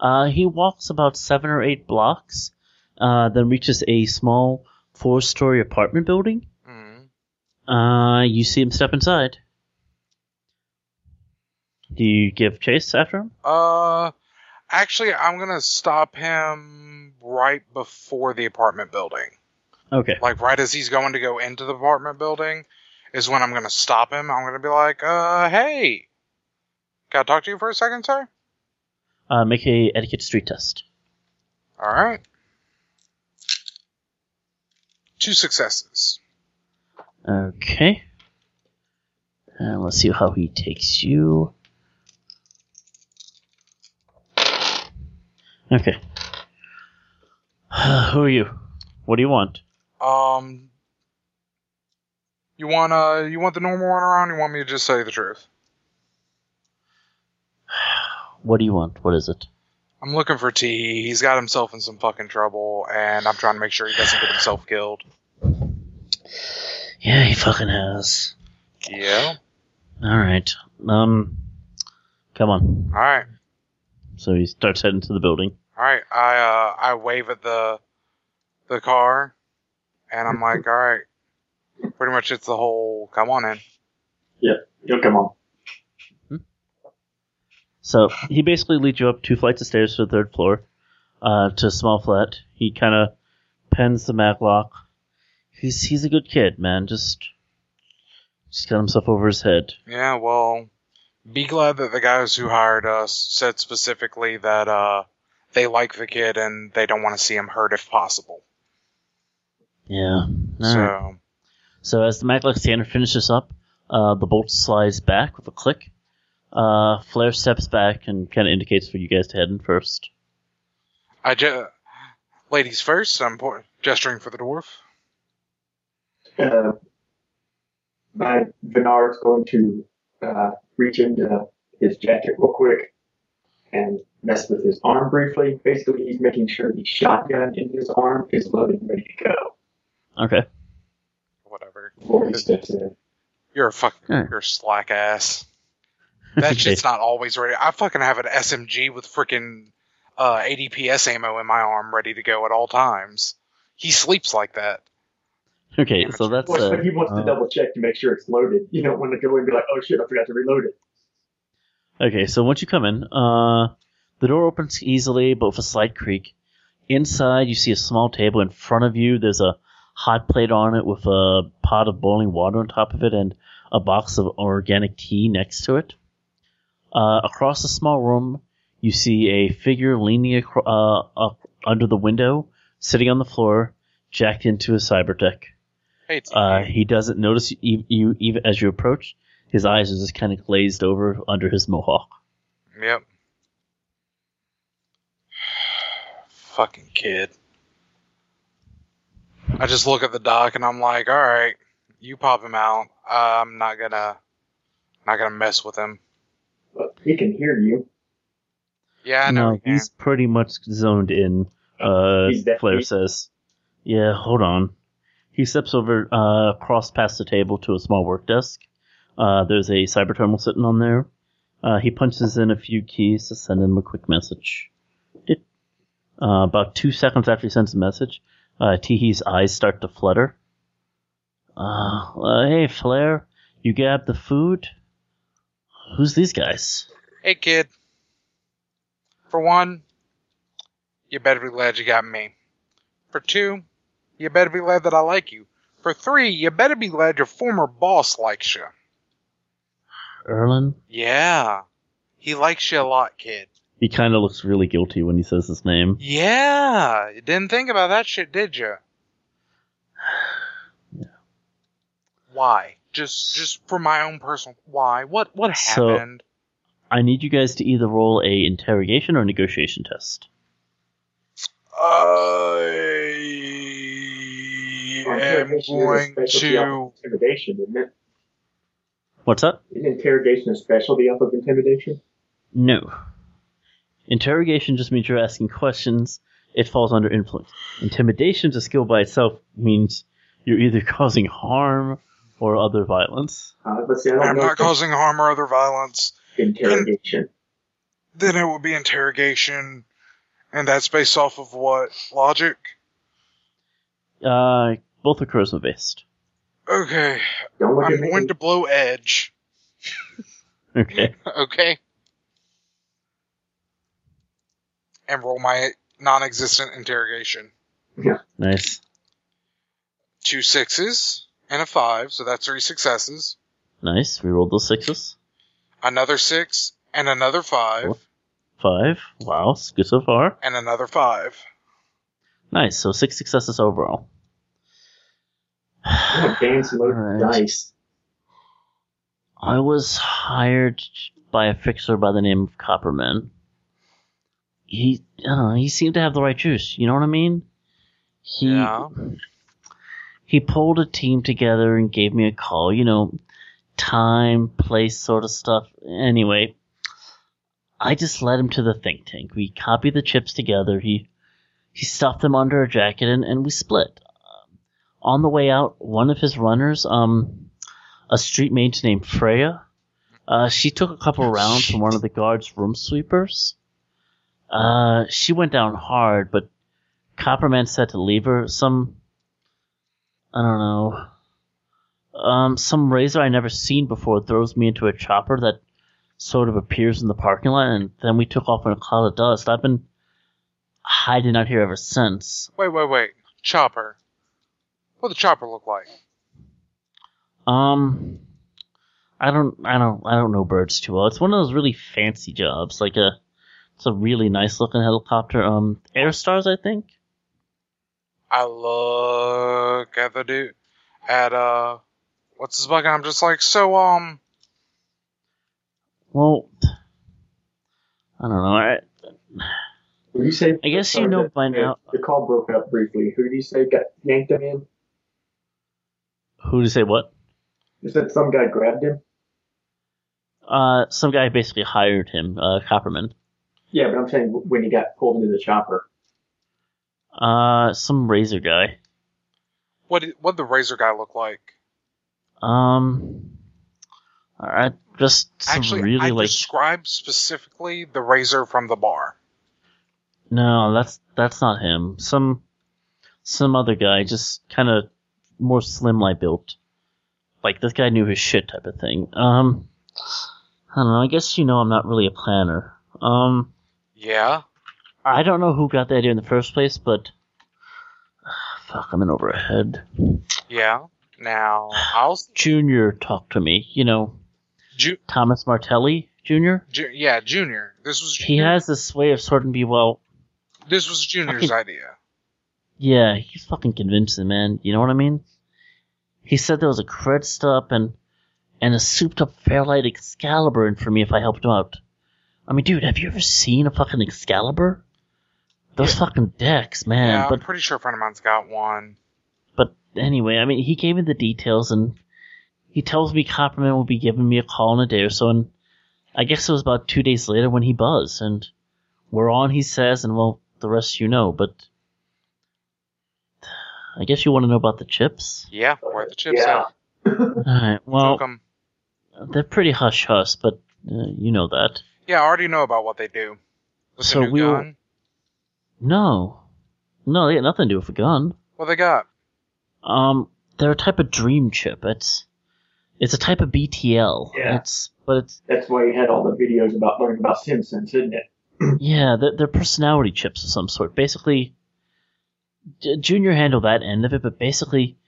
Speaker 1: Uh, he walks about seven or eight blocks, uh, then reaches a small four-story apartment building.
Speaker 3: Mm.
Speaker 1: Uh, you see him step inside. Do you give chase after him?
Speaker 3: Uh, actually, I'm gonna stop him right before the apartment building.
Speaker 1: Okay.
Speaker 3: Like right as he's going to go into the apartment building, is when I'm gonna stop him. I'm gonna be like, "Uh, hey, can I talk to you for a second, sir?"
Speaker 1: Uh, make a etiquette street test.
Speaker 3: All right. Two successes.
Speaker 1: Okay. And let's see how he takes you. Okay. (sighs) Who are you? What do you want?
Speaker 3: Um, you want uh, you want the normal one around? You want me to just say the truth?
Speaker 1: What do you want? What is it?
Speaker 3: I'm looking for T. He's got himself in some fucking trouble, and I'm trying to make sure he doesn't get himself killed.
Speaker 1: Yeah, he fucking has.
Speaker 3: Yeah.
Speaker 1: All right. Um, come on.
Speaker 3: All right.
Speaker 1: So he starts heading to the building.
Speaker 3: All right. I uh, I wave at the the car, and I'm like, all right. Pretty much, it's the whole come on in.
Speaker 5: Yo, come on.
Speaker 1: So he basically leads you up two flights of stairs to the third floor. uh, to Smallflat. He kind of pens the Maglock. He's he's a good kid, man. Just just got himself over his head.
Speaker 3: Yeah, well, be glad that the guys who hired us said specifically that uh, they like the kid and they don't want to see him hurt if possible.
Speaker 1: Yeah. All
Speaker 3: so,
Speaker 1: right. So as the Maglock standard finishes up, uh, the bolt slides back with a click. Uh, Flare steps back and kind of indicates for you guys to head in first.
Speaker 3: I ju- ladies first. I'm po- gesturing for the dwarf.
Speaker 5: Uh, my Vinard's going to uh, reach into his jacket real quick and mess with his arm briefly. Basically, he's making sure the shotgun in his arm is loaded and ready to go
Speaker 1: Okay. (laughs)
Speaker 3: Whatever.
Speaker 5: before he steps in.
Speaker 3: You're a fuck.
Speaker 1: Yeah.
Speaker 3: You're a slack ass.
Speaker 1: (laughs)
Speaker 3: That shit's not always ready. I fucking have an SMG with freaking uh, ADPS ammo in my arm, ready to go at all times. He sleeps like that.
Speaker 1: Okay, so
Speaker 5: Of
Speaker 1: that's
Speaker 5: course,
Speaker 1: uh,
Speaker 5: but he wants to
Speaker 1: uh,
Speaker 5: double check to make sure it's loaded. You don't want to go in and be like, oh shit, I forgot to reload it.
Speaker 1: Okay, so once you come in, uh, the door opens easily, but with a slight creak. Inside, you see a small table in front of you. There's a hot plate on it with a pot of boiling water on top of it and a box of organic tea next to it. Uh, across the small room, you see a figure leaning acro- uh, up under the window, sitting on the floor, jacked into a cyber deck.
Speaker 3: Hey, it's
Speaker 1: Uh, he doesn't notice you, you even as you approach. His eyes are just kind of glazed over under his mohawk.
Speaker 3: Yep. Fucking kid. I just look at the doc and I'm like, all right, you pop him out. Uh, I'm not gonna, not gonna mess with him.
Speaker 5: But he can hear you.
Speaker 3: Yeah, I know.
Speaker 1: no,
Speaker 3: he can.
Speaker 1: he's pretty much zoned in. Uh,
Speaker 5: He's deaf,
Speaker 1: Flair
Speaker 5: he-
Speaker 1: says. Yeah, hold on. He steps over, uh, cross past the table to a small work desk. Uh, there's a cyber terminal sitting on there. Uh, he punches in a few keys to send him a quick message. It, uh, about two seconds after he sends the message, uh, Teehee's eyes start to flutter. Uh, uh, hey, Flair, you grabbed the food? Who's these guys?
Speaker 3: Hey, kid. For one, you better be glad you got me. For two, you better be glad that I like you. For three, you better be glad your former boss likes you.
Speaker 1: Erlen?
Speaker 3: Yeah, he likes you a lot, kid.
Speaker 1: He kind of looks really guilty when he says his name.
Speaker 3: Yeah, you didn't think about that shit, did
Speaker 5: (sighs)
Speaker 3: you? Why? Just, just for my own personal. Why? What? What
Speaker 1: So-
Speaker 3: happened?
Speaker 1: I need you guys to either roll a interrogation or negotiation test.
Speaker 3: I am
Speaker 5: Interrogation is a
Speaker 3: going
Speaker 5: specialty off
Speaker 3: to.
Speaker 5: of Intimidation, isn't it?
Speaker 1: What's up?
Speaker 5: Isn't interrogation a specialty off of intimidation?
Speaker 1: No. Interrogation just means you're asking questions. It falls under influence. Intimidation as a skill by itself means you're either (laughs) causing harm or other violence.
Speaker 5: Uh, let's see, I don't
Speaker 3: I'm
Speaker 5: know
Speaker 3: not
Speaker 5: if that's
Speaker 3: causing harm or other violence.
Speaker 5: interrogation.
Speaker 3: Then it would be interrogation, and that's based off of what logic?
Speaker 1: Uh, both are charisma based. (laughs)
Speaker 3: Okay,
Speaker 5: Don't look
Speaker 3: I'm
Speaker 5: at me.
Speaker 3: going to blow edge.
Speaker 1: Okay.
Speaker 3: Okay. And roll my non-existent interrogation.
Speaker 1: nice.
Speaker 3: two sixes and a five, so that's three successes.
Speaker 1: Nice. We rolled those sixes.
Speaker 3: Another six and another five
Speaker 1: Cool. Five. Wow. it's Good so far.
Speaker 3: and another five.
Speaker 1: Nice. So six successes overall.
Speaker 5: I'm
Speaker 1: (sighs)
Speaker 5: gonna gain some loaded
Speaker 1: Alright.
Speaker 5: dice.
Speaker 1: I was hired by a fixer by the name of Copperman. He, I don't know, he seemed to have the right juice. You know what I mean? He,
Speaker 3: Yeah.
Speaker 1: he pulled a team together and gave me a call. You know, time, place, sort of stuff. Anyway, I just led him to the think tank. We copied the chips together. He, he stuffed them under a jacket and, and we split. Um, On the way out, one of his runners, um, a street maid named Freya, uh, she took a couple rounds from one of the guards' room sweepers. Uh, she went down hard, but Copperman said to leave her some I don't know. Um, some razor I never seen before throws me into a chopper that sort of appears in the parking lot, and then we took off in a cloud of dust. I've been, I did not hear ever since.
Speaker 3: Wait, wait, wait. Chopper. What the chopper look like?
Speaker 1: Um, I don't, I don't, I don't know birds too well. It's one of those really fancy jobs, like a, it's a really nice looking helicopter. Um, Airstars, I think.
Speaker 3: I look at the dude at uh, what's his bucket? I'm just like, so um,
Speaker 1: Well, I don't know. I,
Speaker 5: Who do you say?
Speaker 1: I guess you know
Speaker 5: that-
Speaker 1: by
Speaker 5: the-
Speaker 1: now-
Speaker 5: The call broke up briefly. Who do you say got yanked him in?
Speaker 1: who to say what?
Speaker 5: You said some guy grabbed him.
Speaker 1: Uh, some guy basically hired him, uh, Copperman.
Speaker 5: Yeah, but I'm saying when he got pulled into the chopper.
Speaker 1: Uh, some razor guy.
Speaker 3: what what the razor guy look like?
Speaker 1: Um, I just some
Speaker 3: Actually,
Speaker 1: really
Speaker 3: I
Speaker 1: like
Speaker 3: described specifically the razor from the bar.
Speaker 1: no, that's that's not him. Some some other guy, just kind of more slimline built. Like this guy knew his shit type of thing. Um, I don't know. I guess you know I'm not really a planner. Um.
Speaker 3: Yeah.
Speaker 1: I don't know who got the idea in the first place, but (sighs) fuck, I'm in over a head.
Speaker 3: Yeah. Now I'll
Speaker 1: Junior talked to me. You know,
Speaker 3: ju-
Speaker 1: Thomas Martelli Junior.
Speaker 3: ju- yeah Junior. This was
Speaker 1: He has this way of sorting people out.
Speaker 3: this was Junior's
Speaker 1: Fucking-
Speaker 3: idea.
Speaker 1: Yeah, he's fucking convincing, man. You know what I mean? He said there was a cred stop and and a souped up Fairlight Excalibur in for me if I helped him out. I mean, dude, have you ever seen a fucking Excalibur? Those fucking decks, man.
Speaker 3: yeah,
Speaker 1: but
Speaker 3: I'm pretty sure a friend of mine's got one.
Speaker 1: But anyway, I mean, he gave me the details, and he tells me Copperman will be giving me a call in a day or so. And I guess it was about two days later when he buzzed, and we're on, he says, and well, the rest you know. But I guess you want to know about the
Speaker 3: (laughs)
Speaker 1: chips.
Speaker 3: Yeah, where the chips
Speaker 5: Yeah.
Speaker 3: at?
Speaker 1: All right, well,
Speaker 3: Took 'em.
Speaker 1: they're pretty hush hush, but uh, you know that.
Speaker 3: Yeah, I already know about what they do. With
Speaker 1: So
Speaker 3: the new
Speaker 1: we will-
Speaker 3: gun.
Speaker 1: No, no, they had nothing to do with a gun.
Speaker 3: What they got?
Speaker 1: Um, they're a type of dream chip. It's it's a type of BTL.
Speaker 5: Yeah.
Speaker 1: It's but it's
Speaker 5: That's why you had all the videos about learning about Simpsons, isn't it?
Speaker 1: Yeah, they're, they're personality chips of some sort. Basically, J- Junior handled that end of it, but basically,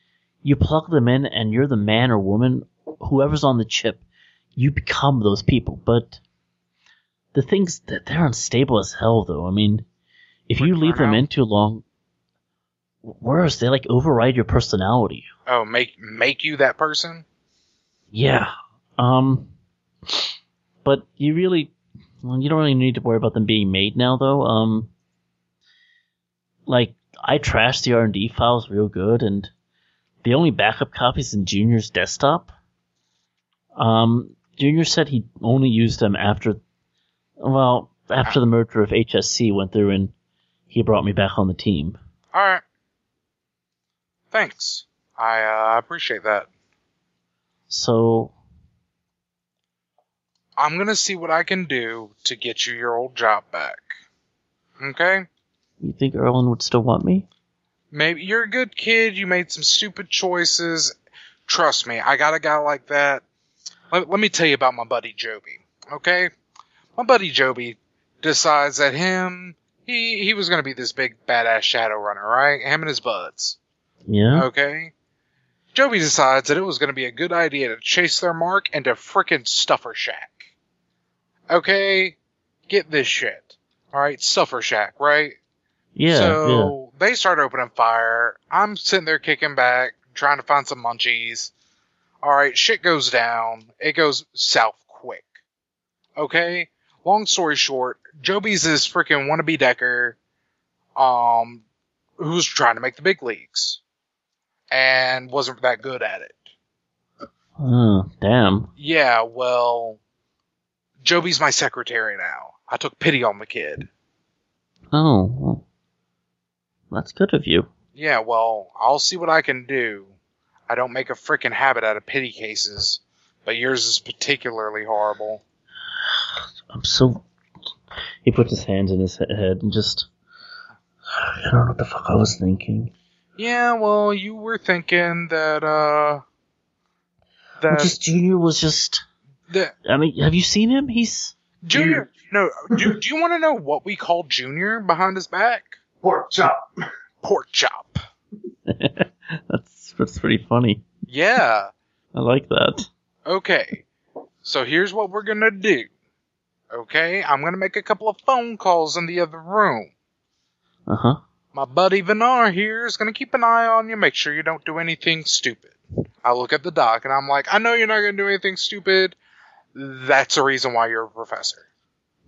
Speaker 1: you plug them in and you're the man or woman, whoever's on the chip, you become those people. But the things that they're unstable as hell, though. I mean, if you leave them in too long, worse, they like override your personality.
Speaker 3: Oh, make make you that person?
Speaker 1: Yeah. Um. But you really, well, you don't really need to worry about them being made now, though. Um. Like I trashed the R and D files real good, and the only backup copies in Junior's desktop. Um. Junior said he only used them after, well, after the merger of HSC went through, and he brought me back on the team.
Speaker 3: All right. Thanks. I uh, appreciate that.
Speaker 1: So
Speaker 3: I'm gonna see what I can do to get you your old job back. Okay?
Speaker 1: you think Erlen would still want me?
Speaker 3: Maybe you're a good kid. You made some stupid choices. Trust me, I got a guy like that. Let, let me tell you about my buddy Joby. Okay? My buddy Joby decides that him he he was gonna be this big badass shadow runner, right? Him and his buds.
Speaker 1: Yeah.
Speaker 3: Okay. Joby decides that it was going to be a good idea to chase their mark and to frickin' Stuffer Shack. Okay? Get this shit. Alright, Stuffer Shack, right?
Speaker 1: yeah. yeah.
Speaker 3: So they start opening fire. I'm sitting there kicking back, trying to find some munchies. Alright, shit goes down. It goes south quick. Okay? Long story short, Joby's this freaking wannabe decker, um, who's trying to make the big leagues. And wasn't that good at it.
Speaker 1: Oh, damn.
Speaker 3: Yeah, well, Joby's my secretary now. I took pity on the kid.
Speaker 1: Oh, well, that's good of you.
Speaker 3: Yeah, well, I'll see what I can do. I don't make a freaking habit out of pity cases, but yours is particularly horrible.
Speaker 1: I'm so. He puts his hands in his he- head and just. (sighs) I don't know what the fuck I was thinking.
Speaker 3: Yeah, well, you were thinking that, uh.
Speaker 1: Well,
Speaker 3: That. Uh,
Speaker 1: just Junior was just.
Speaker 3: that
Speaker 1: I mean, have you seen him? He's (laughs)
Speaker 3: Junior, no. Do, do you want to know what we call Junior behind his back?
Speaker 5: Pork chop.
Speaker 3: Pork chop.
Speaker 1: that's that's pretty funny.
Speaker 3: Yeah.
Speaker 1: I like that.
Speaker 3: Okay. So here's what we're gonna do. Okay, I'm gonna make a couple of phone calls in the other room.
Speaker 1: Uh huh.
Speaker 3: My buddy Vinar here is gonna keep an eye on you, make sure you don't do anything stupid. I look at the doc and I'm like, I know you're not gonna do anything stupid. That's the reason why you're a professor.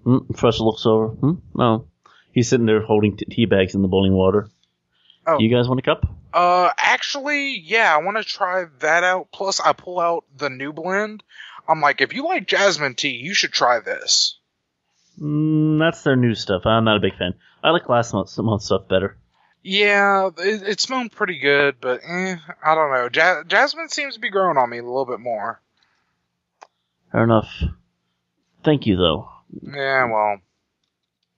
Speaker 1: Mm, Professor looks over. Hmm? No, he's sitting there holding t- tea bags in the boiling water.
Speaker 3: Oh.
Speaker 1: You guys want a cup?
Speaker 3: Uh, actually, yeah, I want to try that out. Plus, I pull out the new blend. I'm like, if you like jasmine tea, you should try this.
Speaker 1: Mm, that's their new stuff. I'm not a big fan. I like last month's, month's stuff better.
Speaker 3: Yeah, it, it smelled pretty good, but eh, I don't know. Ja- jasmine seems to be growing on me a little bit more.
Speaker 1: Fair enough. Thank you though.
Speaker 3: Yeah, well,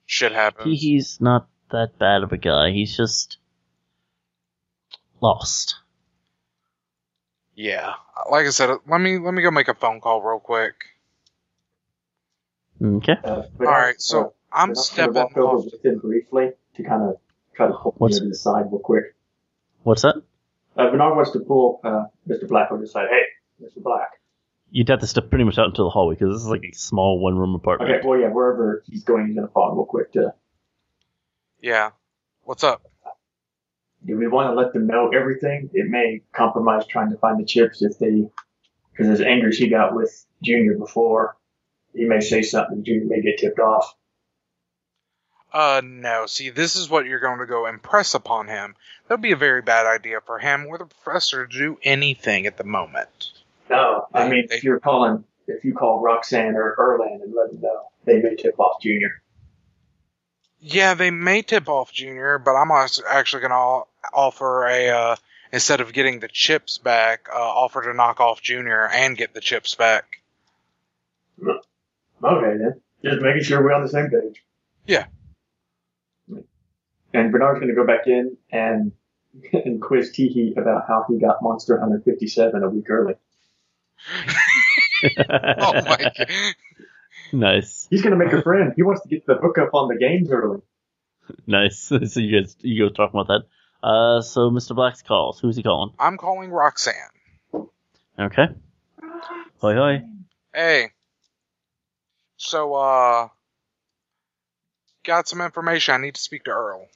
Speaker 3: shit
Speaker 1: He,
Speaker 3: happens.
Speaker 1: he's not that bad of a guy. He's just lost.
Speaker 3: Yeah, like I said, let me let me go make a phone call real quick.
Speaker 1: Okay.
Speaker 5: Uh,
Speaker 3: All right, so I'm
Speaker 5: going
Speaker 3: stepping
Speaker 5: to walk over
Speaker 3: off.
Speaker 5: with him briefly to kind of try to pull
Speaker 1: What's-
Speaker 5: him to the side real quick.
Speaker 1: What's that?
Speaker 5: Uh, Bernard wants to pull uh, Mr. Black over to the side. Hey, Mr. Black.
Speaker 1: You'd have to step pretty much out into the hallway because this is like a small one room apartment.
Speaker 5: Okay, well, yeah, wherever he's going, he's going to follow real quick. To,
Speaker 3: Yeah, what's up?
Speaker 5: do we want to let them know everything? It may compromise trying to find the chips if they, because as angry as he got with Junior before, he may say something. Junior may get tipped off.
Speaker 3: Uh, no. See, this is what you're going to go impress upon him. That would be a very bad idea for him or the professor to do anything at the moment.
Speaker 5: No, I
Speaker 3: They-
Speaker 5: mean,
Speaker 3: they-
Speaker 5: if you're calling, if you call Roxanne or Erland and let them know, they may tip off Junior.
Speaker 3: Yeah, they may tip off Junior, but I'm als- actually going to offer a, uh, instead of getting the chips back, uh, offer to knock off Junior and get the chips back. (laughs)
Speaker 5: Okay, then. Just making sure we're on the same page.
Speaker 3: Yeah.
Speaker 5: And Bernard's going to go back in and (laughs) and quiz Teehee about how he got Monster 157 a week early.
Speaker 1: (laughs)
Speaker 3: Oh my god.
Speaker 1: nice,
Speaker 5: He's going to make a friend. He wants to get the hookup on the games early.
Speaker 1: nice. (laughs) so you guys, you guys talking about that? Uh, so Mr. Black's calls. Who's he calling?
Speaker 3: I'm calling Roxanne.
Speaker 1: Okay. Hoi hoi.
Speaker 3: Hey. So, uh, got some information. I need to speak to Earl.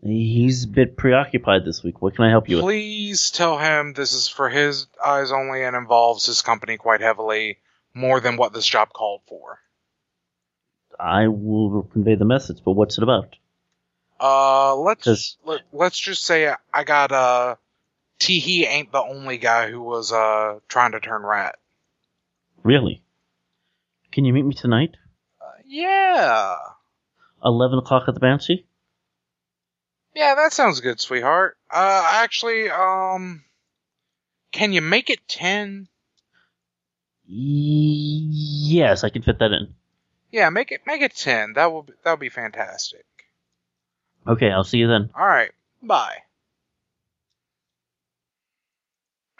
Speaker 1: He's a bit preoccupied this week. What can I help you with?
Speaker 3: Please tell him this is for his eyes only and involves his company quite heavily, more than what this job called for.
Speaker 1: I will convey the message, but what's it about?
Speaker 3: Uh, let's
Speaker 1: 'Cause-
Speaker 3: let, let's just say I got uh, Teehee ain't the only guy who was uh trying to turn rat.
Speaker 1: Really? Can you meet me tonight?
Speaker 3: Uh, yeah,
Speaker 1: Eleven o'clock at the Bouncy.
Speaker 3: yeah, that sounds good, sweetheart. Uh, actually, um, can you make it ten?
Speaker 1: Yes, I can fit that in.
Speaker 3: Yeah, make it make it ten. That will be, that would be fantastic.
Speaker 1: Okay, I'll see you then.
Speaker 3: All right, bye.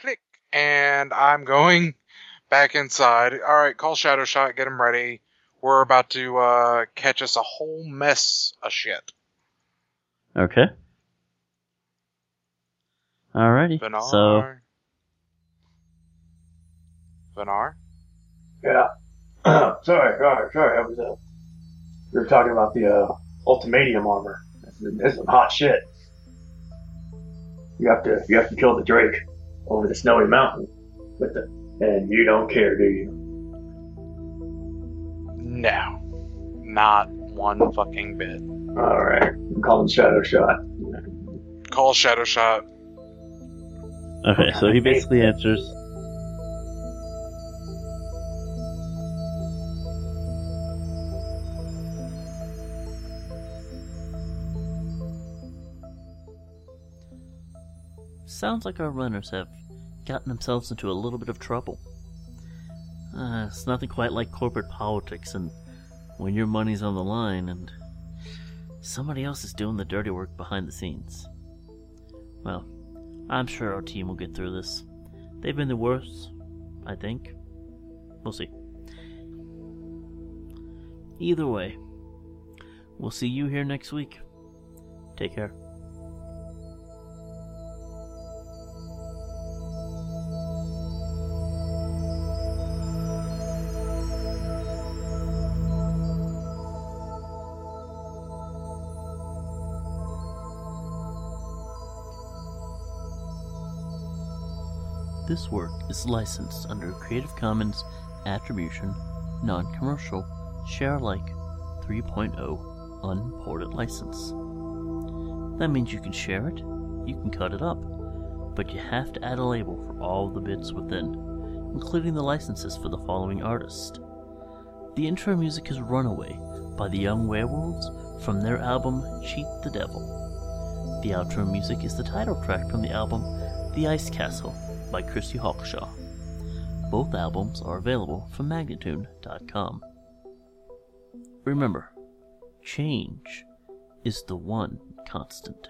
Speaker 3: Click, and I'm going back inside. All right, call Shadow Shot, get him ready. We're about to uh, catch us a whole mess of shit.
Speaker 1: Okay. Alrighty.
Speaker 3: Vinar.
Speaker 1: So
Speaker 3: Vinar?
Speaker 5: Yeah. (clears throat) sorry, sorry, sorry. I was, uh, we were talking about the uh, ultimatum armor. That's, that's some hot shit. You have to, you have to kill the Drake over the snowy mountain with the, and you don't care, do you?
Speaker 3: No. Not one fucking bit.
Speaker 5: All right, I'm calling Shadow Shot.
Speaker 3: Call Shadow Shot.
Speaker 1: okay, so he basically answers. Sounds like our runners have gotten themselves into a little bit of trouble. Uh, it's nothing quite like corporate politics, and when your money's on the line and somebody else is doing the dirty work behind the scenes. Well, I'm sure our team will get through this. They've been the worst, I think. We'll see. Either way, we'll see you here next week. Take care. This work is licensed under Creative Commons Attribution, Non Commercial, Share Alike 3.0 Unported License. That means you can share it, you can cut it up, but you have to add a label for all the bits within, including the licenses for the following artist. The intro music is Runaway by the Young Werewolves from their album Cheat the Devil. The outro music is the title track from the album The Ice Castle by Christy Hawkshaw. Both albums are available from magnitude.com. Remember, change is the one constant.